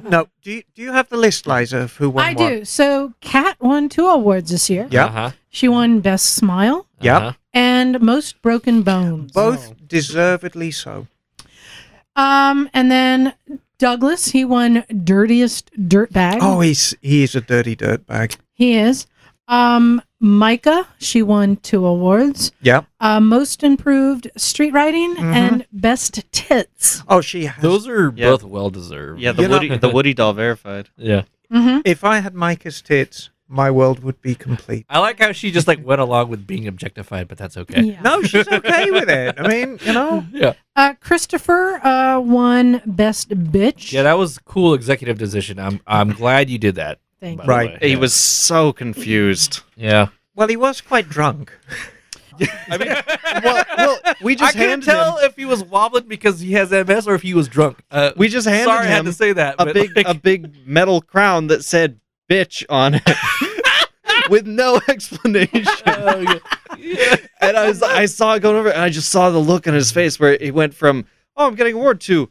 Speaker 1: no, do you, do you have the list, Liza, of who won
Speaker 3: I
Speaker 1: what?
Speaker 3: do. So Kat won two awards this year.
Speaker 1: Yep. Uh-huh.
Speaker 3: She won Best Smile.
Speaker 1: Yep.
Speaker 2: Oh.
Speaker 3: And Most Broken Bones.
Speaker 1: Both deservedly so.
Speaker 3: Um, and then Douglas, he won Dirtiest Dirtbag.
Speaker 1: Oh, he's he is a dirty dirtbag.
Speaker 3: He is. Um, Micah, she won two awards.
Speaker 1: Yep.
Speaker 3: Uh, most improved street writing and best tits.
Speaker 1: Mm-hmm. Oh, she has.
Speaker 2: Those are both well deserved.
Speaker 4: Yeah, the Woody the Woody doll verified.
Speaker 2: Yeah.
Speaker 3: Mm-hmm.
Speaker 1: If I had Micah's tits, my world would be complete.
Speaker 2: I like how she just like went along with being objectified, but that's okay.
Speaker 3: Yeah.
Speaker 1: No, she's okay with it. I mean, you know.
Speaker 2: Yeah.
Speaker 3: Uh, Christopher uh, won best bitch.
Speaker 2: Yeah, that was a cool executive decision. I'm I'm glad you did that.
Speaker 3: Thank
Speaker 2: by
Speaker 3: you.
Speaker 2: the
Speaker 1: Right.
Speaker 2: way.
Speaker 4: He was so confused.
Speaker 2: Yeah.
Speaker 1: Well, he was quite drunk.
Speaker 16: well, well, we just
Speaker 2: I couldn't
Speaker 16: handed
Speaker 2: tell
Speaker 16: him
Speaker 2: if he was wobbling because he has MS or if he was drunk. Uh,
Speaker 16: We just handed
Speaker 2: sorry, I had
Speaker 16: him
Speaker 2: to say that.
Speaker 16: a
Speaker 2: but,
Speaker 16: big
Speaker 2: like,
Speaker 16: a big metal crown that said "bitch" on it, with no explanation.
Speaker 1: Oh,
Speaker 16: and I was I saw it going over, and I just saw the look on his face where it went from "oh, I'm getting an award" to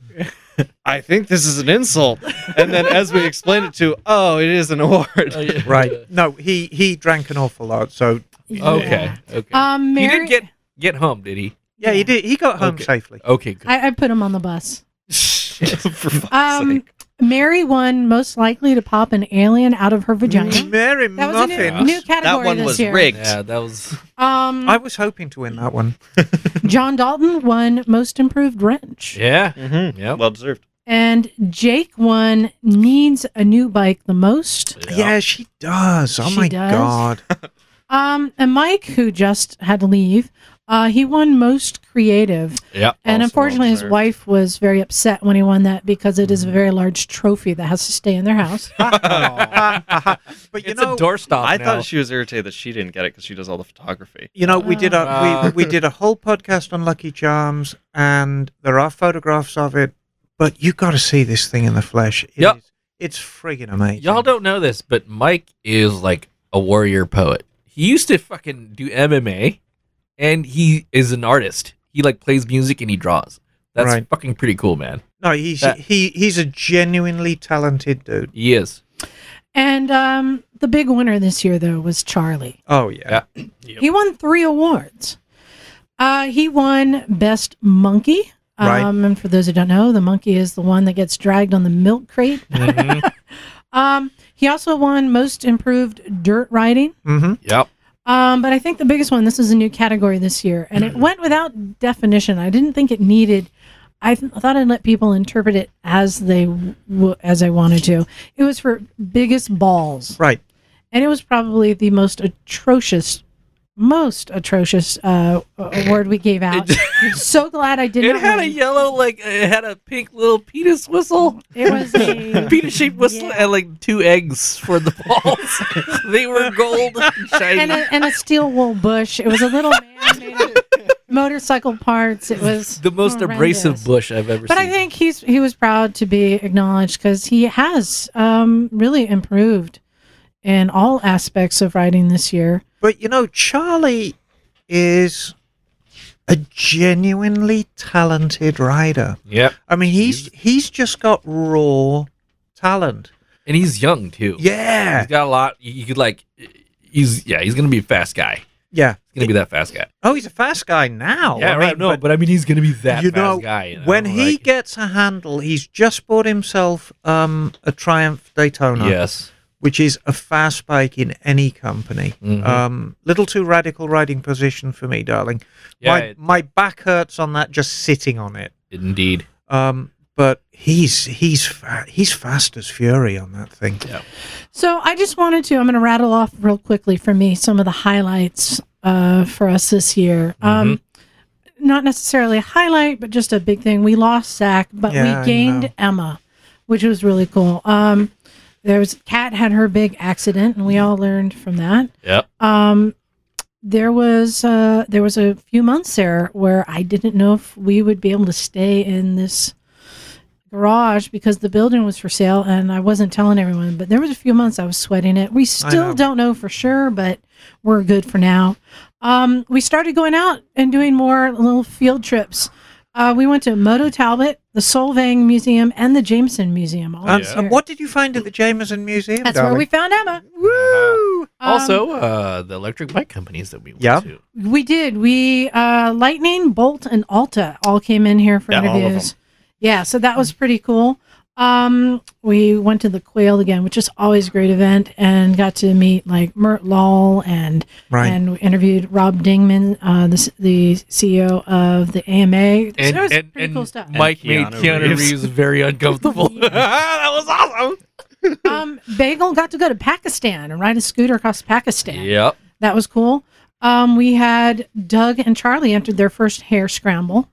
Speaker 16: "I think this is an insult," and then as we explained it to "oh, it is an award."
Speaker 1: Right. No, he he drank an awful lot. So
Speaker 2: Okay. Okay.
Speaker 3: Um,
Speaker 2: he
Speaker 3: Mary,
Speaker 2: didn't get get home, did he?
Speaker 1: yeah, he did. He got home
Speaker 2: Okay.
Speaker 1: safely.
Speaker 2: Okay. Good.
Speaker 3: I, I put him on the bus.
Speaker 2: For fuck's
Speaker 3: Um, Mary won most likely to pop an alien out of her vagina.
Speaker 1: Mm, Mary
Speaker 3: That was a new,
Speaker 1: Muffin.
Speaker 3: new category this year.
Speaker 2: Yeah, that was.
Speaker 3: Um,
Speaker 1: I was hoping to win that one.
Speaker 3: John Dalton won most improved wrench,
Speaker 2: Yeah.
Speaker 1: Mm-hmm.
Speaker 2: Yeah.
Speaker 4: Well deserved.
Speaker 3: and Jake won needs a new bike the most.
Speaker 1: Yeah, she does. Oh
Speaker 3: She
Speaker 1: my
Speaker 3: does?
Speaker 1: god.
Speaker 3: Um, and Mike, who just had to leave, uh, he won most creative.
Speaker 2: Yeah.
Speaker 3: And
Speaker 2: Also
Speaker 3: unfortunately, his
Speaker 2: observed.
Speaker 3: wife was very upset when he won that because it is a very large trophy that has to stay in their house.
Speaker 1: But you
Speaker 2: It's
Speaker 1: know,
Speaker 2: a doorstop.
Speaker 4: I
Speaker 2: now.
Speaker 4: thought she was irritated that she didn't get it because she does all the photography.
Speaker 1: you know, we did a
Speaker 2: Ah.
Speaker 1: we, we did a whole podcast on Lucky Charms, and there are photographs of it. But you got to see this thing in the flesh. It
Speaker 2: Yep.
Speaker 1: is- it's friggin' amazing.
Speaker 2: Y'all don't know this, but Mike is like a warrior poet. He used to fucking do MMA, and he is an artist. He like plays music and he draws. That's
Speaker 1: Right.
Speaker 2: fucking pretty cool, man.
Speaker 1: No, he's
Speaker 2: That-
Speaker 1: he he's a genuinely talented dude.
Speaker 2: He is.
Speaker 3: and um, the big winner this year, though, was Charlie.
Speaker 1: Oh yeah.
Speaker 3: He won three awards. Uh, he won Best Monkey. Um,
Speaker 1: Right.
Speaker 3: And for those who don't know, the monkey is the one that gets dragged on the milk crate.
Speaker 2: Mm-hmm.
Speaker 3: um, he also won Most Improved Dirt Riding.
Speaker 1: Mm-hmm.
Speaker 2: Yep.
Speaker 3: Um, but I think the biggest one, this is a new category this year, and
Speaker 2: Mm-hmm.
Speaker 3: it went without definition. I didn't think it needed. I th- thought I'd let people interpret it as they w- as I wanted to. It was for biggest balls,
Speaker 1: Right.
Speaker 3: and it was probably the most atrocious, most atrocious uh, a- award we gave out. so glad I did
Speaker 2: It
Speaker 3: not
Speaker 2: had a
Speaker 3: win.
Speaker 2: yellow, like it had a pink little penis whistle,
Speaker 3: It was a
Speaker 2: penis shaped whistle, and like two eggs for the balls. they were gold and shiny.
Speaker 3: and a, and a steel wool bush. It was a little man made of motorcycle parts. It was
Speaker 2: the most
Speaker 3: horrendous.
Speaker 2: abrasive bush I've ever
Speaker 3: But
Speaker 2: seen.
Speaker 3: I think he's he was proud to be acknowledged because he has um, really improved in all aspects of writing this year.
Speaker 1: But you know, Charlie is a genuinely talented rider.
Speaker 2: yep.
Speaker 1: I mean, he's he's just got raw talent.
Speaker 2: And he's young too.
Speaker 1: Yeah.
Speaker 2: He's got a lot. You could like, he's yeah, he's gonna be a fast guy.
Speaker 1: Yeah.
Speaker 2: He's gonna be that fast guy.
Speaker 1: Oh, he's a fast guy now.
Speaker 2: yeah,
Speaker 1: I
Speaker 2: right.
Speaker 1: mean,
Speaker 2: no, but, I mean, he's gonna be that
Speaker 1: you
Speaker 2: fast
Speaker 1: know,
Speaker 2: guy. you know,
Speaker 1: when he
Speaker 2: like-
Speaker 1: gets a handle, he's just bought himself um, a Triumph Daytona.
Speaker 2: Yes.
Speaker 1: Which is a fast bike in any company.
Speaker 2: Mhm.
Speaker 1: Um, little too radical riding position for me, darling.
Speaker 2: Yeah,
Speaker 1: my,
Speaker 2: it-
Speaker 1: my back hurts on that just sitting on it.
Speaker 2: indeed.
Speaker 1: Um, but he's he's fa- he's fast as fury on that thing.
Speaker 2: Yeah.
Speaker 3: So I just wanted to, I'm going to rattle off real quickly for me some of the highlights uh, for us this year.
Speaker 11: Mm-hmm.
Speaker 3: Um, not necessarily a highlight, but just a big thing. We lost Zach, but
Speaker 11: Yeah, I
Speaker 3: we gained
Speaker 11: know.
Speaker 3: Emma, which was really cool. Um, there was Kat had her big accident, and we
Speaker 11: Mm-hmm.
Speaker 3: all learned from that.
Speaker 2: Yep.
Speaker 3: Um, there was uh, there was a few months there where I didn't know if we would be able to stay in this garage because the building was for sale and I wasn't telling everyone, but there was a few months I was sweating it. We still
Speaker 11: know.
Speaker 3: don't know for sure, but we're good for now. Um, we started going out and doing more little field trips. Uh, we went to Moto Talbot, the Solvang Museum, and the Jameson Museum. All
Speaker 1: And,
Speaker 3: this
Speaker 1: Um, and
Speaker 3: year.
Speaker 1: what did you find at the Jameson Museum?
Speaker 3: Oh, That's
Speaker 1: darling?
Speaker 3: where we found Emma.
Speaker 2: Woo! also,
Speaker 3: Um,
Speaker 2: uh, the electric bike companies that we went to.
Speaker 3: We did. We uh, Lightning, Bolt, and Alta all came in here for
Speaker 2: Yeah, all of
Speaker 3: interviews.
Speaker 2: them.
Speaker 3: Yeah, so that was pretty cool. Um, we went to the Quail again, which is always a great event, and got to meet like Mert Lal and
Speaker 11: Right.
Speaker 3: and we interviewed Rob Dingman, uh, the s- the CEO of the AMA.
Speaker 2: And,
Speaker 3: so it was
Speaker 2: and,
Speaker 3: pretty
Speaker 2: and
Speaker 3: cool stuff.
Speaker 2: Mike made
Speaker 16: Keanu
Speaker 2: Keanu Reeves,
Speaker 16: Reeves.
Speaker 2: very uncomfortable. that was awesome.
Speaker 3: um, Bagel got to go to Pakistan and ride a scooter across Pakistan.
Speaker 2: Yep.
Speaker 3: That was cool. Um, we had Doug and Charlie entered their first hair scramble,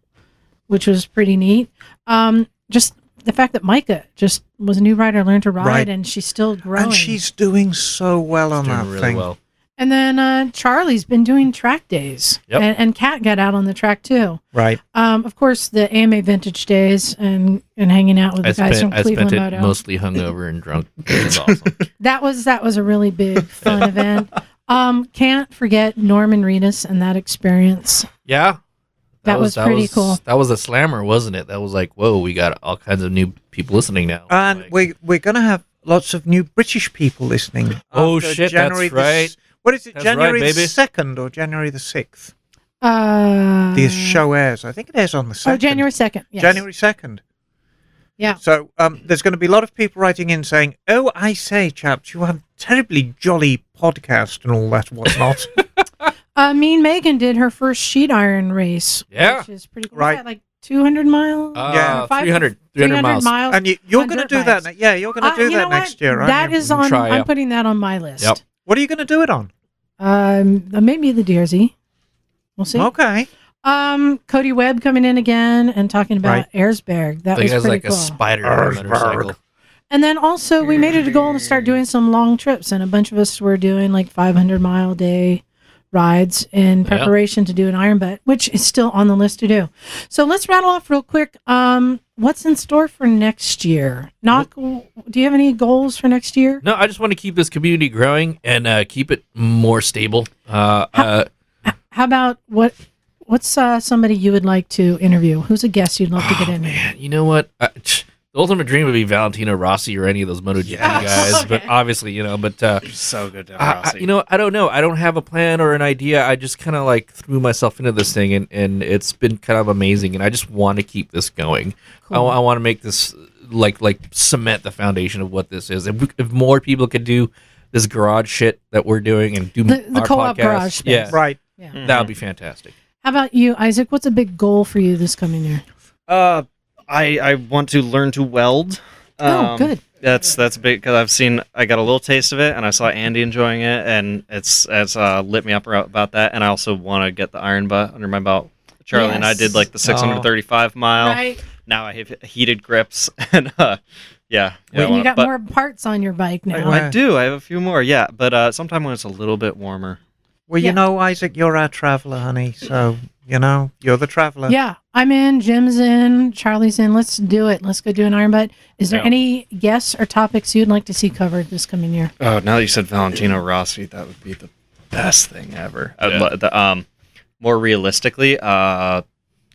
Speaker 3: which was pretty neat. Um, just the fact that Micah just was a new rider, learned to ride,
Speaker 1: Right.
Speaker 3: and she's still growing.
Speaker 1: And she's doing so well on that
Speaker 2: really
Speaker 1: thing.
Speaker 2: well.
Speaker 3: And then uh, Charlie's been doing track days,
Speaker 1: Yep.
Speaker 3: and, and Kat got out on the track too.
Speaker 1: Right.
Speaker 3: Um, of course, the AMA Vintage Days and and hanging out with
Speaker 2: I
Speaker 3: the guys
Speaker 2: spent,
Speaker 3: from
Speaker 2: I
Speaker 3: Cleveland
Speaker 2: spent it
Speaker 3: Moto.
Speaker 2: mostly hungover and drunk. It was awesome.
Speaker 3: That was that was a really big fun event. Um, can't forget Norman Reedus and that experience.
Speaker 2: Yeah.
Speaker 3: That was pretty cool.
Speaker 2: That was a slammer, wasn't it? That was like, whoa, we got all kinds of new people listening now.
Speaker 1: And we we're gonna have lots of new British people listening.
Speaker 2: Oh,
Speaker 1: after
Speaker 2: shit, that's
Speaker 1: the s-
Speaker 2: right.
Speaker 1: What is it?
Speaker 2: That's right,
Speaker 1: January the
Speaker 2: baby.
Speaker 1: second or January the sixth?
Speaker 3: Uh,
Speaker 1: the show airs. I think it airs on the
Speaker 3: oh,
Speaker 1: second.
Speaker 3: January second. Yes.
Speaker 1: January second.
Speaker 3: Yeah.
Speaker 1: So um, there's going to be a lot of people writing in saying, "Oh, I say, chaps, you have a terribly jolly podcast and all that whatnot."
Speaker 3: Uh, mean Megan did her first sheet iron race.
Speaker 1: Yeah.
Speaker 3: which is pretty cool.
Speaker 1: Right.
Speaker 3: Right, like two hundred miles.
Speaker 2: Uh,
Speaker 1: Yeah.
Speaker 3: Five-
Speaker 2: 300, 300 miles.
Speaker 1: And you, you're
Speaker 3: on
Speaker 1: going to
Speaker 3: dirt
Speaker 1: do that.
Speaker 3: bikes.
Speaker 1: ne- Yeah, you're going
Speaker 3: Uh,
Speaker 1: to do
Speaker 3: you
Speaker 1: that
Speaker 3: know
Speaker 1: next
Speaker 3: what?
Speaker 1: year, aren't
Speaker 3: That
Speaker 1: you?
Speaker 3: is on.
Speaker 2: Try,
Speaker 3: I'm
Speaker 2: yeah.
Speaker 3: putting that on my list.
Speaker 2: Yep.
Speaker 1: What are you going to do it on?
Speaker 3: Um, maybe the DRZ. We'll see.
Speaker 1: Okay.
Speaker 3: Um, Cody Webb coming in again and talking about
Speaker 2: Right.
Speaker 3: Erzberg. That
Speaker 2: the
Speaker 3: was
Speaker 2: guy's
Speaker 3: pretty
Speaker 2: like
Speaker 3: cool.
Speaker 2: a spider on a motorcycle.
Speaker 3: And then also we made it a goal to start doing some long trips, and a bunch of us were doing like 500 mile day rides in
Speaker 11: Yeah.
Speaker 3: preparation to do an iron butt, which is still on the list to do. So let's rattle off real quick. Um, what's in store for next year? Knock. Do you have any goals for next year?
Speaker 2: No, I just want to keep this community growing and uh, keep it more stable. Uh, uh,
Speaker 3: How about what? What's uh, somebody you would like to interview? Who's a guest you'd love to
Speaker 16: Oh,
Speaker 3: get in? here?
Speaker 2: you know what? I, the ultimate dream would be Valentino Rossi or any of those MotoGP guys, but obviously, you know, but uh,
Speaker 16: so good.
Speaker 2: I- I- you know, I don't know. I don't have a plan or an idea. I just kind of like threw myself into this thing, and, and it's been kind of amazing. And I just want to keep this going. I,
Speaker 16: Cool.
Speaker 2: want to make this like like cement the foundation of what this is. If, we, if more people could do this garage shit that we're doing and do
Speaker 3: The- the
Speaker 2: our
Speaker 3: co-op
Speaker 2: podcast,
Speaker 3: garage space.
Speaker 2: yeah,
Speaker 1: Right.
Speaker 3: Yeah.
Speaker 2: that would be fantastic.
Speaker 3: How about you, Isaac? What's a big goal for you this coming year?
Speaker 16: Uh, I I want to learn to weld. Um,
Speaker 3: Oh, good.
Speaker 16: That's that's big because I've seen I got a little taste of it and I saw Andy enjoying it and it's it's uh, lit me up ar- about that and I also want to get the iron butt under my belt. Charlie and I
Speaker 4: Yes.
Speaker 16: did like the 635 mile.
Speaker 3: Right.
Speaker 16: Now I have heated grips and uh, yeah. yeah I
Speaker 3: and you
Speaker 16: wanna-
Speaker 3: got
Speaker 16: but-
Speaker 3: more parts on your bike now.
Speaker 16: I do. I have a few more. Yeah, but uh, sometime when it's a little bit warmer.
Speaker 1: Well, you know, Oh, Isaac, you're our traveller, honey. So you know, you're the traveller.
Speaker 3: Yeah, I'm in. Jim's in. Charlie's in. Let's do it. Let's go do an iron butt. Is there
Speaker 16: Yeah.
Speaker 3: any guests or topics you'd like to see covered this coming year?
Speaker 17: Uh,
Speaker 16: Oh, now that you said Valentino Rossi, that would be the best thing ever. I'd lo- the, um, more realistically, uh,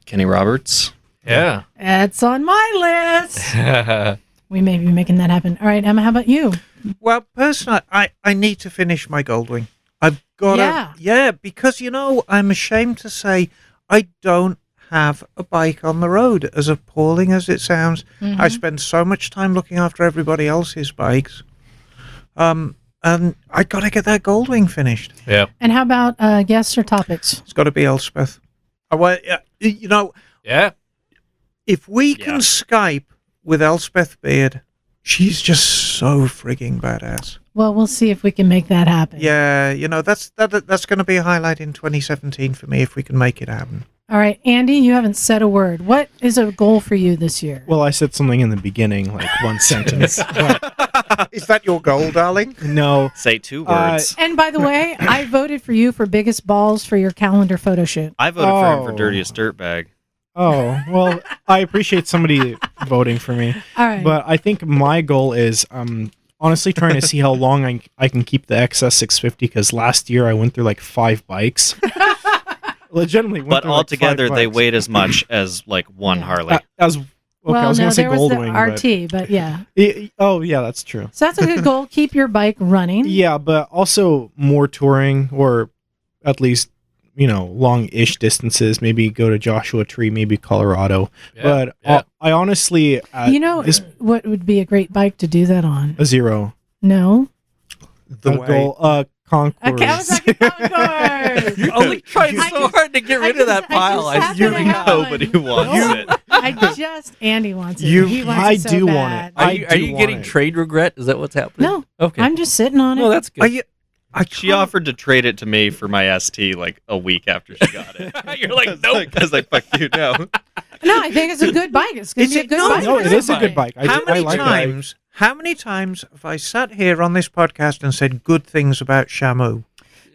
Speaker 16: Kenny Roberts.
Speaker 2: Yeah.
Speaker 3: That's on my list. We may be making that happen. All right, Emma. How about you?
Speaker 1: Well, personally, I, I need to finish my Goldwing. I've gotta
Speaker 3: Yeah.
Speaker 1: yeah, because you know, I'm ashamed to say I don't have a bike on the road. As appalling as it sounds, I
Speaker 3: Mm-hmm.
Speaker 11: Mhm.
Speaker 1: spend so much time looking after everybody else's bikes. Um and I gotta get that Goldwing finished.
Speaker 2: Yeah.
Speaker 3: And how about uh, guests or topics?
Speaker 1: It's got to be Elspeth. I wa- uh, you know.
Speaker 2: Yeah.
Speaker 1: If we can Skype with Elspeth Beard, she's just so frigging badass.
Speaker 3: Well, we'll see if we can make that happen.
Speaker 1: Yeah, you know that's that that- that's going to be a highlight in 2017 for me if we can make it happen.
Speaker 3: All right, Andy, you haven't said a word. What is a goal for you this year?
Speaker 17: Well, I said something in the beginning, like one sentence.
Speaker 1: Is that your goal, darling?
Speaker 17: No.
Speaker 4: Say two
Speaker 17: Uh,
Speaker 4: words.
Speaker 3: And by the way, I voted for you for biggest balls for your calendar photo shoot.
Speaker 4: I voted for him for
Speaker 17: Oh.
Speaker 4: dirtiest dirtbag.
Speaker 17: Oh, well, I appreciate somebody voting for me.
Speaker 3: All right.
Speaker 17: But I think my goal is um honestly trying to see how long I, I can keep the XS650 because last year I went through like five bikes. Legitimately. Went
Speaker 4: But
Speaker 17: through, like,
Speaker 4: altogether,
Speaker 17: five
Speaker 4: they
Speaker 17: bikes.
Speaker 4: weighed as much as like one Harley.
Speaker 17: Uh, as, okay, I
Speaker 3: well,
Speaker 17: was
Speaker 3: no,
Speaker 17: going to say
Speaker 3: there was the
Speaker 17: Goldwing.
Speaker 3: RT,
Speaker 17: but-
Speaker 3: but yeah.
Speaker 17: Y- oh, yeah, that's true.
Speaker 3: So that's a good goal. Keep your bike running.
Speaker 17: Yeah, but also more touring or at least, you know, long ish distances. Maybe go to Joshua Tree, maybe Colorado. but I, I honestly, uh,
Speaker 3: you know
Speaker 17: this,
Speaker 3: what would be a great bike to do that on?
Speaker 17: a zero.
Speaker 3: No.
Speaker 17: The goal, uh, Concord.
Speaker 3: Okay, I was like,
Speaker 2: You only tried so hard to get rid of that pile. I,
Speaker 3: just happened to have
Speaker 2: nobody wants it.
Speaker 3: I just Andy wants it.
Speaker 2: You-
Speaker 3: he wants
Speaker 17: I
Speaker 3: it so
Speaker 17: do
Speaker 3: bad.
Speaker 17: want it.
Speaker 2: Are
Speaker 17: I
Speaker 2: you, are
Speaker 17: do
Speaker 2: you
Speaker 17: want
Speaker 2: getting
Speaker 17: it.
Speaker 2: trade regret? Is that what's happening?
Speaker 3: No.
Speaker 2: Okay.
Speaker 3: I'm just sitting on it.
Speaker 2: No, that's good.
Speaker 4: she offered to trade it to me for my ST like a week after she got it.
Speaker 2: You're like, nope.
Speaker 4: I was like, fuck you, no.
Speaker 3: No, I think it's a good bike. It's going to be a good bike.
Speaker 17: no, it is a good bike. I
Speaker 1: how
Speaker 17: do- I
Speaker 1: many
Speaker 17: like it.
Speaker 1: times? How many times have I sat here on this podcast and said good things about Shamu?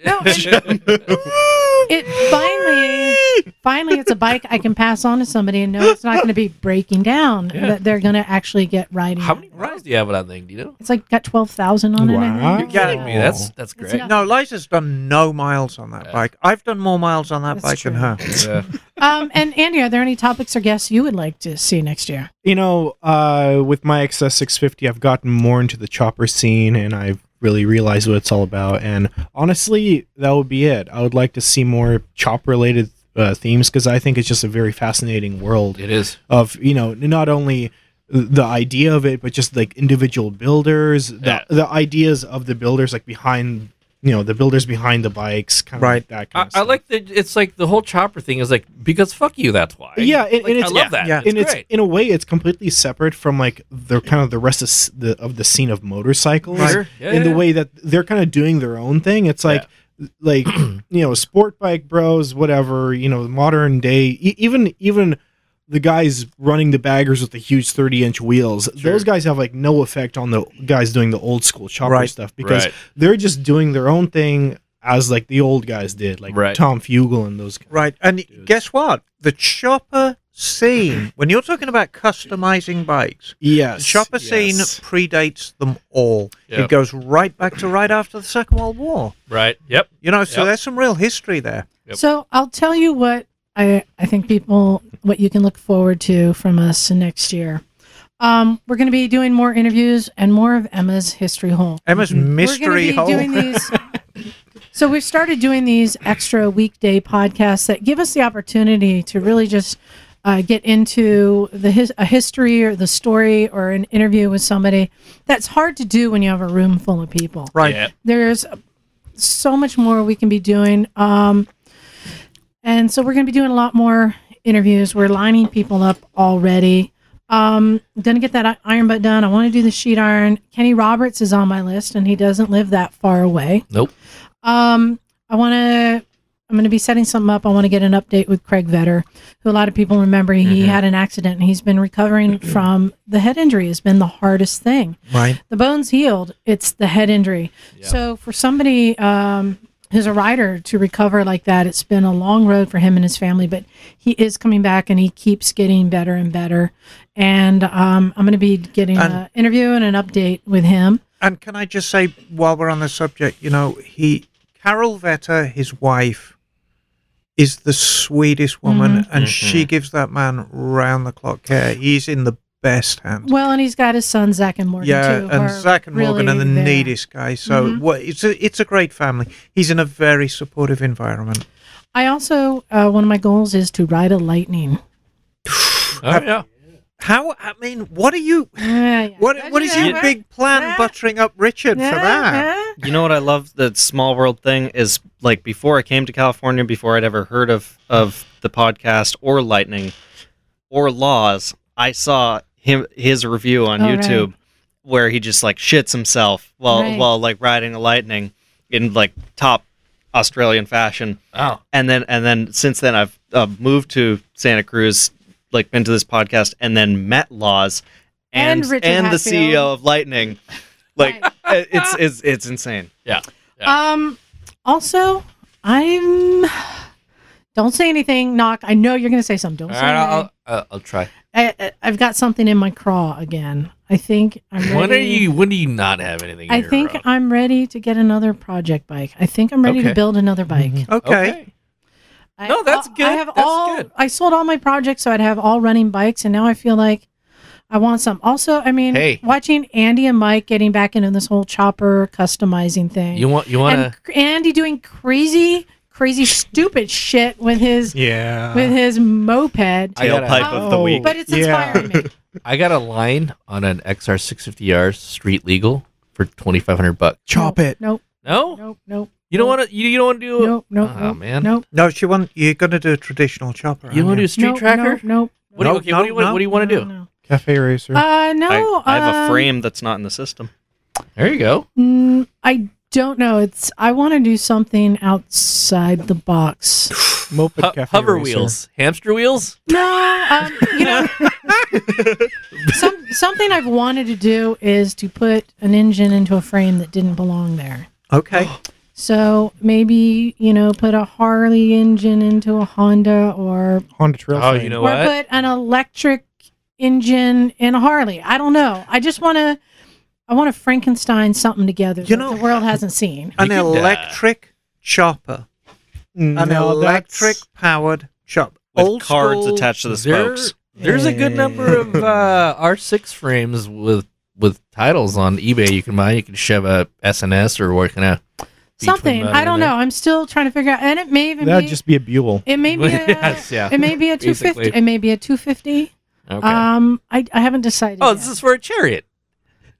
Speaker 3: It finally, finally, it's a bike I can pass on to somebody and know it's not going to be breaking down.
Speaker 2: Yeah.
Speaker 3: That they're going to actually get riding.
Speaker 2: How many rounds do you have on that thing? Do you know?
Speaker 3: It's like got twelve thousand on it. I
Speaker 1: You're
Speaker 3: think.
Speaker 17: Ah.
Speaker 1: kidding
Speaker 2: me. That's- that's It's great.
Speaker 1: No, Liza's done no miles on that bike. I've done more miles on that bike than her.
Speaker 3: Um, and Andy, are there any topics or guests you would like to see next year?
Speaker 17: you know, uh, with my XS650, I've gotten more into the chopper scene and I've really realized what it's all about. And honestly, that would be it. I would like to see more chop related uh, themes because I think it's just a very fascinating world.
Speaker 2: It is.
Speaker 17: Of, you know, not only the idea of it, but just like individual builders, the, the ideas of the builders, like behind, you know, the builders behind the bikes, kind of like that.
Speaker 2: I, I like that. It's like the whole chopper thing is like because fuck you. That's why.
Speaker 17: Yeah, and,
Speaker 2: Like,
Speaker 17: and it's,
Speaker 2: I love that.
Speaker 17: Yeah,
Speaker 2: It's
Speaker 17: and it's
Speaker 2: great.
Speaker 17: in a way it's completely separate from like the kind of the rest of s- the of the scene of motorcycles
Speaker 2: Right. Sure. Yeah,
Speaker 17: in the
Speaker 2: yeah.
Speaker 17: way that they're kind of doing their own thing. It's like like you know sport bike bros, whatever you know, modern day, e- even even the guys running the baggers with the huge 30 inch wheels those guys have like no effect on the guys doing the old school chopper
Speaker 2: Right.
Speaker 17: stuff because
Speaker 2: Right.
Speaker 17: they're just doing their own thing as like the old guys did like
Speaker 1: Right.
Speaker 17: tom fugel and those guys
Speaker 1: Right. And guess what? The chopper scene, when you're talking about customizing bikes,
Speaker 17: Yes,
Speaker 1: the chopper scene
Speaker 17: yes.
Speaker 1: predates them all. It
Speaker 2: Yep.
Speaker 1: goes right back to right after the Second World War.
Speaker 2: Right. Yep.
Speaker 1: You know, so
Speaker 2: Yep.
Speaker 1: there's some real history there.
Speaker 3: So I'll tell you what I, I think people what you can look forward to from us next year. Um, we're going to be doing more interviews and more of Emma's history hole.
Speaker 1: Emma's mystery
Speaker 3: we're gonna
Speaker 1: hole.
Speaker 3: be Doing these, so we've started doing these extra weekday podcasts that give us the opportunity to really just uh, get into the his, a history or the story or an interview with somebody. That's hard to do when you have a room full of people.
Speaker 1: Right. Yeah.
Speaker 3: There's so much more we can be doing. Um, and so we're going to be doing a lot more interviews. We're lining people up already. Um, gonna get that i- iron butt done. I want to do the sheet iron. Kenny Roberts is on my list, and he doesn't live that far away.
Speaker 2: Nope.
Speaker 3: Um, I want to. I'm going to be setting something up. I want to get an update with Craig Vetter, who a lot of people remember. He had an accident, and he's been recovering from the head injury. Has been the hardest thing.
Speaker 1: Right.
Speaker 3: The bones healed. It's the head injury. So for somebody um, who's a rider to recover like that, it's been a long road for him and his family. But he is coming back, and he keeps getting better and better. And um, I'm going to be getting an interview and an update with him.
Speaker 1: And can I just say, while we're on the subject, you know, he, Carol Vetter, his wife, is the sweetest woman,
Speaker 3: Mhm.
Speaker 2: Mm-hmm.
Speaker 1: and she gives that man round the clock care. He's in the best hand.
Speaker 3: Well, and he's got his son Zach and Morgan
Speaker 1: yeah,
Speaker 3: too. who
Speaker 1: and
Speaker 3: are
Speaker 1: Zach and Morgan
Speaker 3: really
Speaker 1: are the
Speaker 3: there.
Speaker 1: neatest guys. So
Speaker 3: Mhm.
Speaker 1: wha- it's a, it's a great family. He's in a very supportive environment.
Speaker 3: I also uh, one of my goals is to ride a lightning.
Speaker 1: Oh, yeah. How I mean, what are you? What what is your
Speaker 3: Ah, yeah. Ah.
Speaker 1: big plan buttering up Richard for that?
Speaker 4: You know what I love the small world thing is like before I came to California, before I'd ever heard of of the podcast or lightning or laws, I saw him his review on
Speaker 16: Oh, right.
Speaker 4: YouTube where he just like shits himself while
Speaker 16: Right.
Speaker 4: while like riding a lightning in like top Australian fashion.
Speaker 16: Oh.
Speaker 4: And then and then since then I've uh, moved to Santa Cruz, like been to this podcast and then met Laws
Speaker 3: And
Speaker 4: and
Speaker 3: Richard
Speaker 4: and the
Speaker 3: Hatfield.
Speaker 4: CEO of Lightning. Like it's it's it's insane.
Speaker 2: Yeah.
Speaker 3: Um. Also, I'm. Don't say anything, knock. I know you're going to say something. Don't
Speaker 2: All
Speaker 3: say
Speaker 2: right,
Speaker 3: anything.
Speaker 2: I'll, I'll, I'll try.
Speaker 3: I, I, I've got something in my craw again. I think I'm ready.
Speaker 2: When are you? When do you not have anything? In
Speaker 3: I
Speaker 2: your
Speaker 3: think
Speaker 2: row?
Speaker 3: I'm ready to get another project bike. I think I'm ready
Speaker 2: Okay.
Speaker 3: to build another bike.
Speaker 2: Mm-hmm.
Speaker 1: Okay.
Speaker 3: no, that's good. I have all. I sold all my projects, so I'd have all running bikes, and now I feel like I want some. Also, I mean,
Speaker 2: Hey.
Speaker 3: watching Andy and Mike getting back into this whole chopper customizing thing.
Speaker 2: You want- you wanna-
Speaker 3: And c- Andy doing crazy, crazy, stupid shit with his
Speaker 2: Yeah.
Speaker 3: with his moped
Speaker 2: I gotta- Tailpipe of the week.
Speaker 3: Oh, But it's
Speaker 2: Yeah.
Speaker 3: inspiring me.
Speaker 2: I got a line on an XR 650R street legal for 2,500 bucks.
Speaker 17: Chop it.
Speaker 3: Nope.
Speaker 2: No.
Speaker 3: Nope. Nope.
Speaker 2: You don't want to. You, you don't want to do.
Speaker 3: Nope. Nope.
Speaker 2: Oh man.
Speaker 3: Nope.
Speaker 1: No, she want you're gonna do a traditional chopper.
Speaker 2: You want to do a street
Speaker 3: Nope,
Speaker 2: tracker?
Speaker 3: Nope. nope.
Speaker 2: What, do you,
Speaker 1: Nope,
Speaker 2: okay, what do you
Speaker 1: nope,
Speaker 2: want?
Speaker 1: nope,
Speaker 2: what do you want to do?
Speaker 17: Cafe racer.
Speaker 3: Uh, no.
Speaker 4: I, I have
Speaker 3: um,
Speaker 4: a frame that's not in the system.
Speaker 2: There you go.
Speaker 3: Mm, I don't know. It's I want to do something outside the box.
Speaker 17: Moped
Speaker 2: Ho- hover wheels, hamster wheels.
Speaker 3: No, um, you know, some, something I've wanted to do is to put an engine into a frame that didn't belong there.
Speaker 1: Okay.
Speaker 2: Oh,
Speaker 3: So maybe you know, put a Harley engine into a Honda, or
Speaker 17: Honda Trail.
Speaker 2: Oh, you know
Speaker 3: or
Speaker 2: what?
Speaker 3: put an electric engine in a Harley. I don't know. I just want to. I want to Frankenstein something together you that know, the world hasn't seen.
Speaker 1: An electric chopper. An
Speaker 3: No, that's-
Speaker 1: electric powered chop.
Speaker 4: With
Speaker 1: Old
Speaker 4: cards
Speaker 1: school-
Speaker 4: attached to the
Speaker 2: There-
Speaker 4: spokes.
Speaker 2: there's a good number of uh, R6 frames with with titles on eBay you can buy. You can shove a SNS or what kind of
Speaker 3: something. I don't know. I'm still trying to figure out, and it may even
Speaker 17: That'd
Speaker 3: be
Speaker 17: just be a Buell.
Speaker 3: It may be a,
Speaker 2: Yes, yeah,
Speaker 3: It may be a two fifty.
Speaker 2: basically.
Speaker 3: It may be a two fifty.
Speaker 2: Okay.
Speaker 3: Um, I, I haven't decided.
Speaker 2: Oh,
Speaker 3: yet.
Speaker 2: this is for a chariot.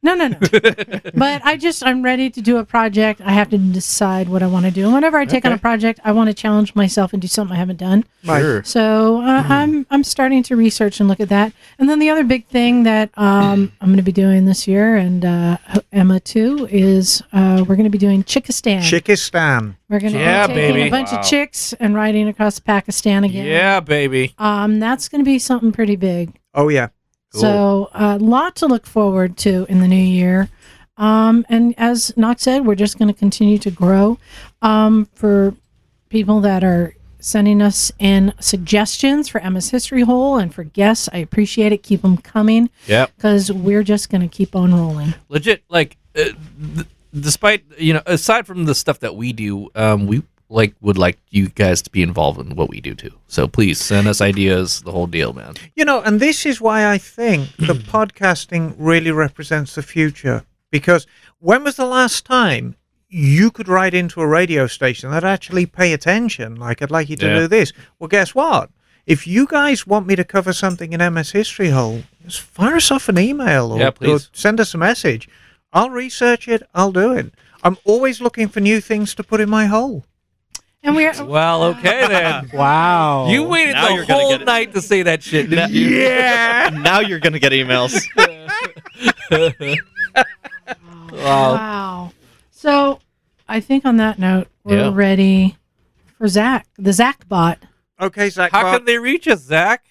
Speaker 3: no, no, no. but I just I'm ready to do a project. I have to decide what I want to do. And whenever I take on a
Speaker 2: Okay.
Speaker 3: project, I want to challenge myself and do something I haven't done.
Speaker 2: Right. Hmm. Sure.
Speaker 3: So uh, I'm I'm starting to research and look at that. And then the other big thing that um, I'm going to be doing this year, and uh, Emma too, is uh, we're going to be doing Chickistan.
Speaker 1: Chickistan.
Speaker 3: We're going to
Speaker 2: Yeah,
Speaker 3: be taking
Speaker 2: baby.
Speaker 3: a bunch
Speaker 2: Wow.
Speaker 3: of chicks and riding across Pakistan again.
Speaker 2: Yeah, baby.
Speaker 3: Um, that's going to be something pretty big.
Speaker 1: Oh yeah.
Speaker 3: So a lot to look forward to in the new year. Um, and as Knox said, we're just going to continue to grow. Um, for people that are sending us in suggestions for Emma's History Hole and for guests, I appreciate it. Keep them coming
Speaker 2: Yep.
Speaker 3: because we're just going to keep on rolling.
Speaker 2: legit like uh, th- despite you know aside from the stuff that we do um we like would like you guys to be involved in what we do too so please send us ideas the whole deal man
Speaker 1: You know, and this is why I think the podcasting really represents the future. Because when was the last time you could write into a radio station that actually pay attention? Like, I'd like you to
Speaker 2: Yeah.
Speaker 1: do this. Well, guess what? If you guys want me to cover something in MS History Hole, just fire us off an email or,
Speaker 2: Yeah,
Speaker 1: or
Speaker 2: please.
Speaker 1: send us a message. I'll research it. I'll do it. I'm always looking for new things to put in my hole.
Speaker 3: And we're
Speaker 2: well okay then
Speaker 17: wow
Speaker 2: you waited
Speaker 4: Now
Speaker 2: the
Speaker 4: you're gonna
Speaker 2: whole
Speaker 4: get it.
Speaker 2: night to say that shit didn't you?
Speaker 4: yeah. now you're gonna get emails.
Speaker 3: Wow. So I think on that note, we're
Speaker 2: Yeah.
Speaker 3: ready for Zach, the Zach bot.
Speaker 1: Okay, Zach.
Speaker 2: how can they reach us zach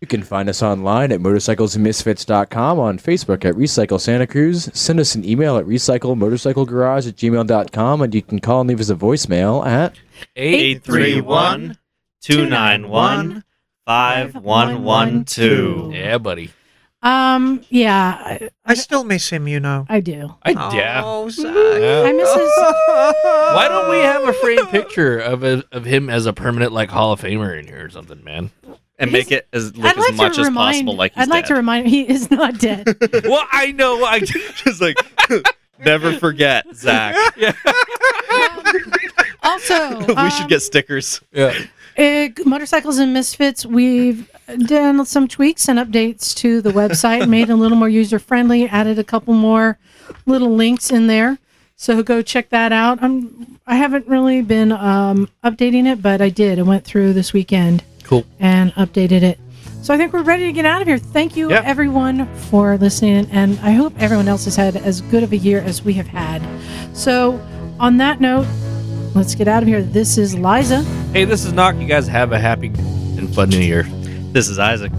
Speaker 11: You can find us online at motorcyclesmisfits.com, on Facebook at Recycle Santa Cruz. Send us an email at recyclemotorcyclegarage at gmail.com, and you can call and leave us a voicemail at
Speaker 4: 831 291 5112.
Speaker 2: Yeah, buddy.
Speaker 3: Um, yeah, I,
Speaker 1: I still miss him, you know.
Speaker 3: I do.
Speaker 2: i
Speaker 1: Oh, Zach.
Speaker 3: I miss his.
Speaker 2: why don't we have a framed picture of a, of him as a permanent like hall of famer in here or something man
Speaker 4: and make it as look
Speaker 3: I'd like
Speaker 4: as much
Speaker 3: to
Speaker 4: as
Speaker 3: remind,
Speaker 4: possible like he's
Speaker 3: I'd like to
Speaker 4: dead.
Speaker 3: remind he is not dead.
Speaker 2: well, I know. I just
Speaker 4: like never forget Zach.
Speaker 3: also,
Speaker 4: we
Speaker 3: um,
Speaker 4: should get stickers.
Speaker 2: Yeah.
Speaker 3: Uh, motorcycles and misfits. We've done some tweaks and updates to the website, made it a little more user friendly, added a couple more little links in there. So go check that out. I'm I haven't really been um, updating it, but I did. I went through this weekend.
Speaker 2: Cool.
Speaker 3: And updated it. So I think we're ready to get out of here. Thank you
Speaker 2: Yeah.
Speaker 3: everyone for listening, and I hope everyone else has had as good of a year as we have had. So on that note, let's get out of here. This is Liza.
Speaker 2: Hey, this is Knock. You guys have a happy and fun new year.
Speaker 4: This is Isaac.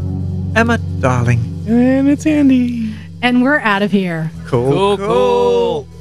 Speaker 1: Emma, darling.
Speaker 17: And it's Andy.
Speaker 3: And we're out of here.
Speaker 1: Cool.
Speaker 2: cool.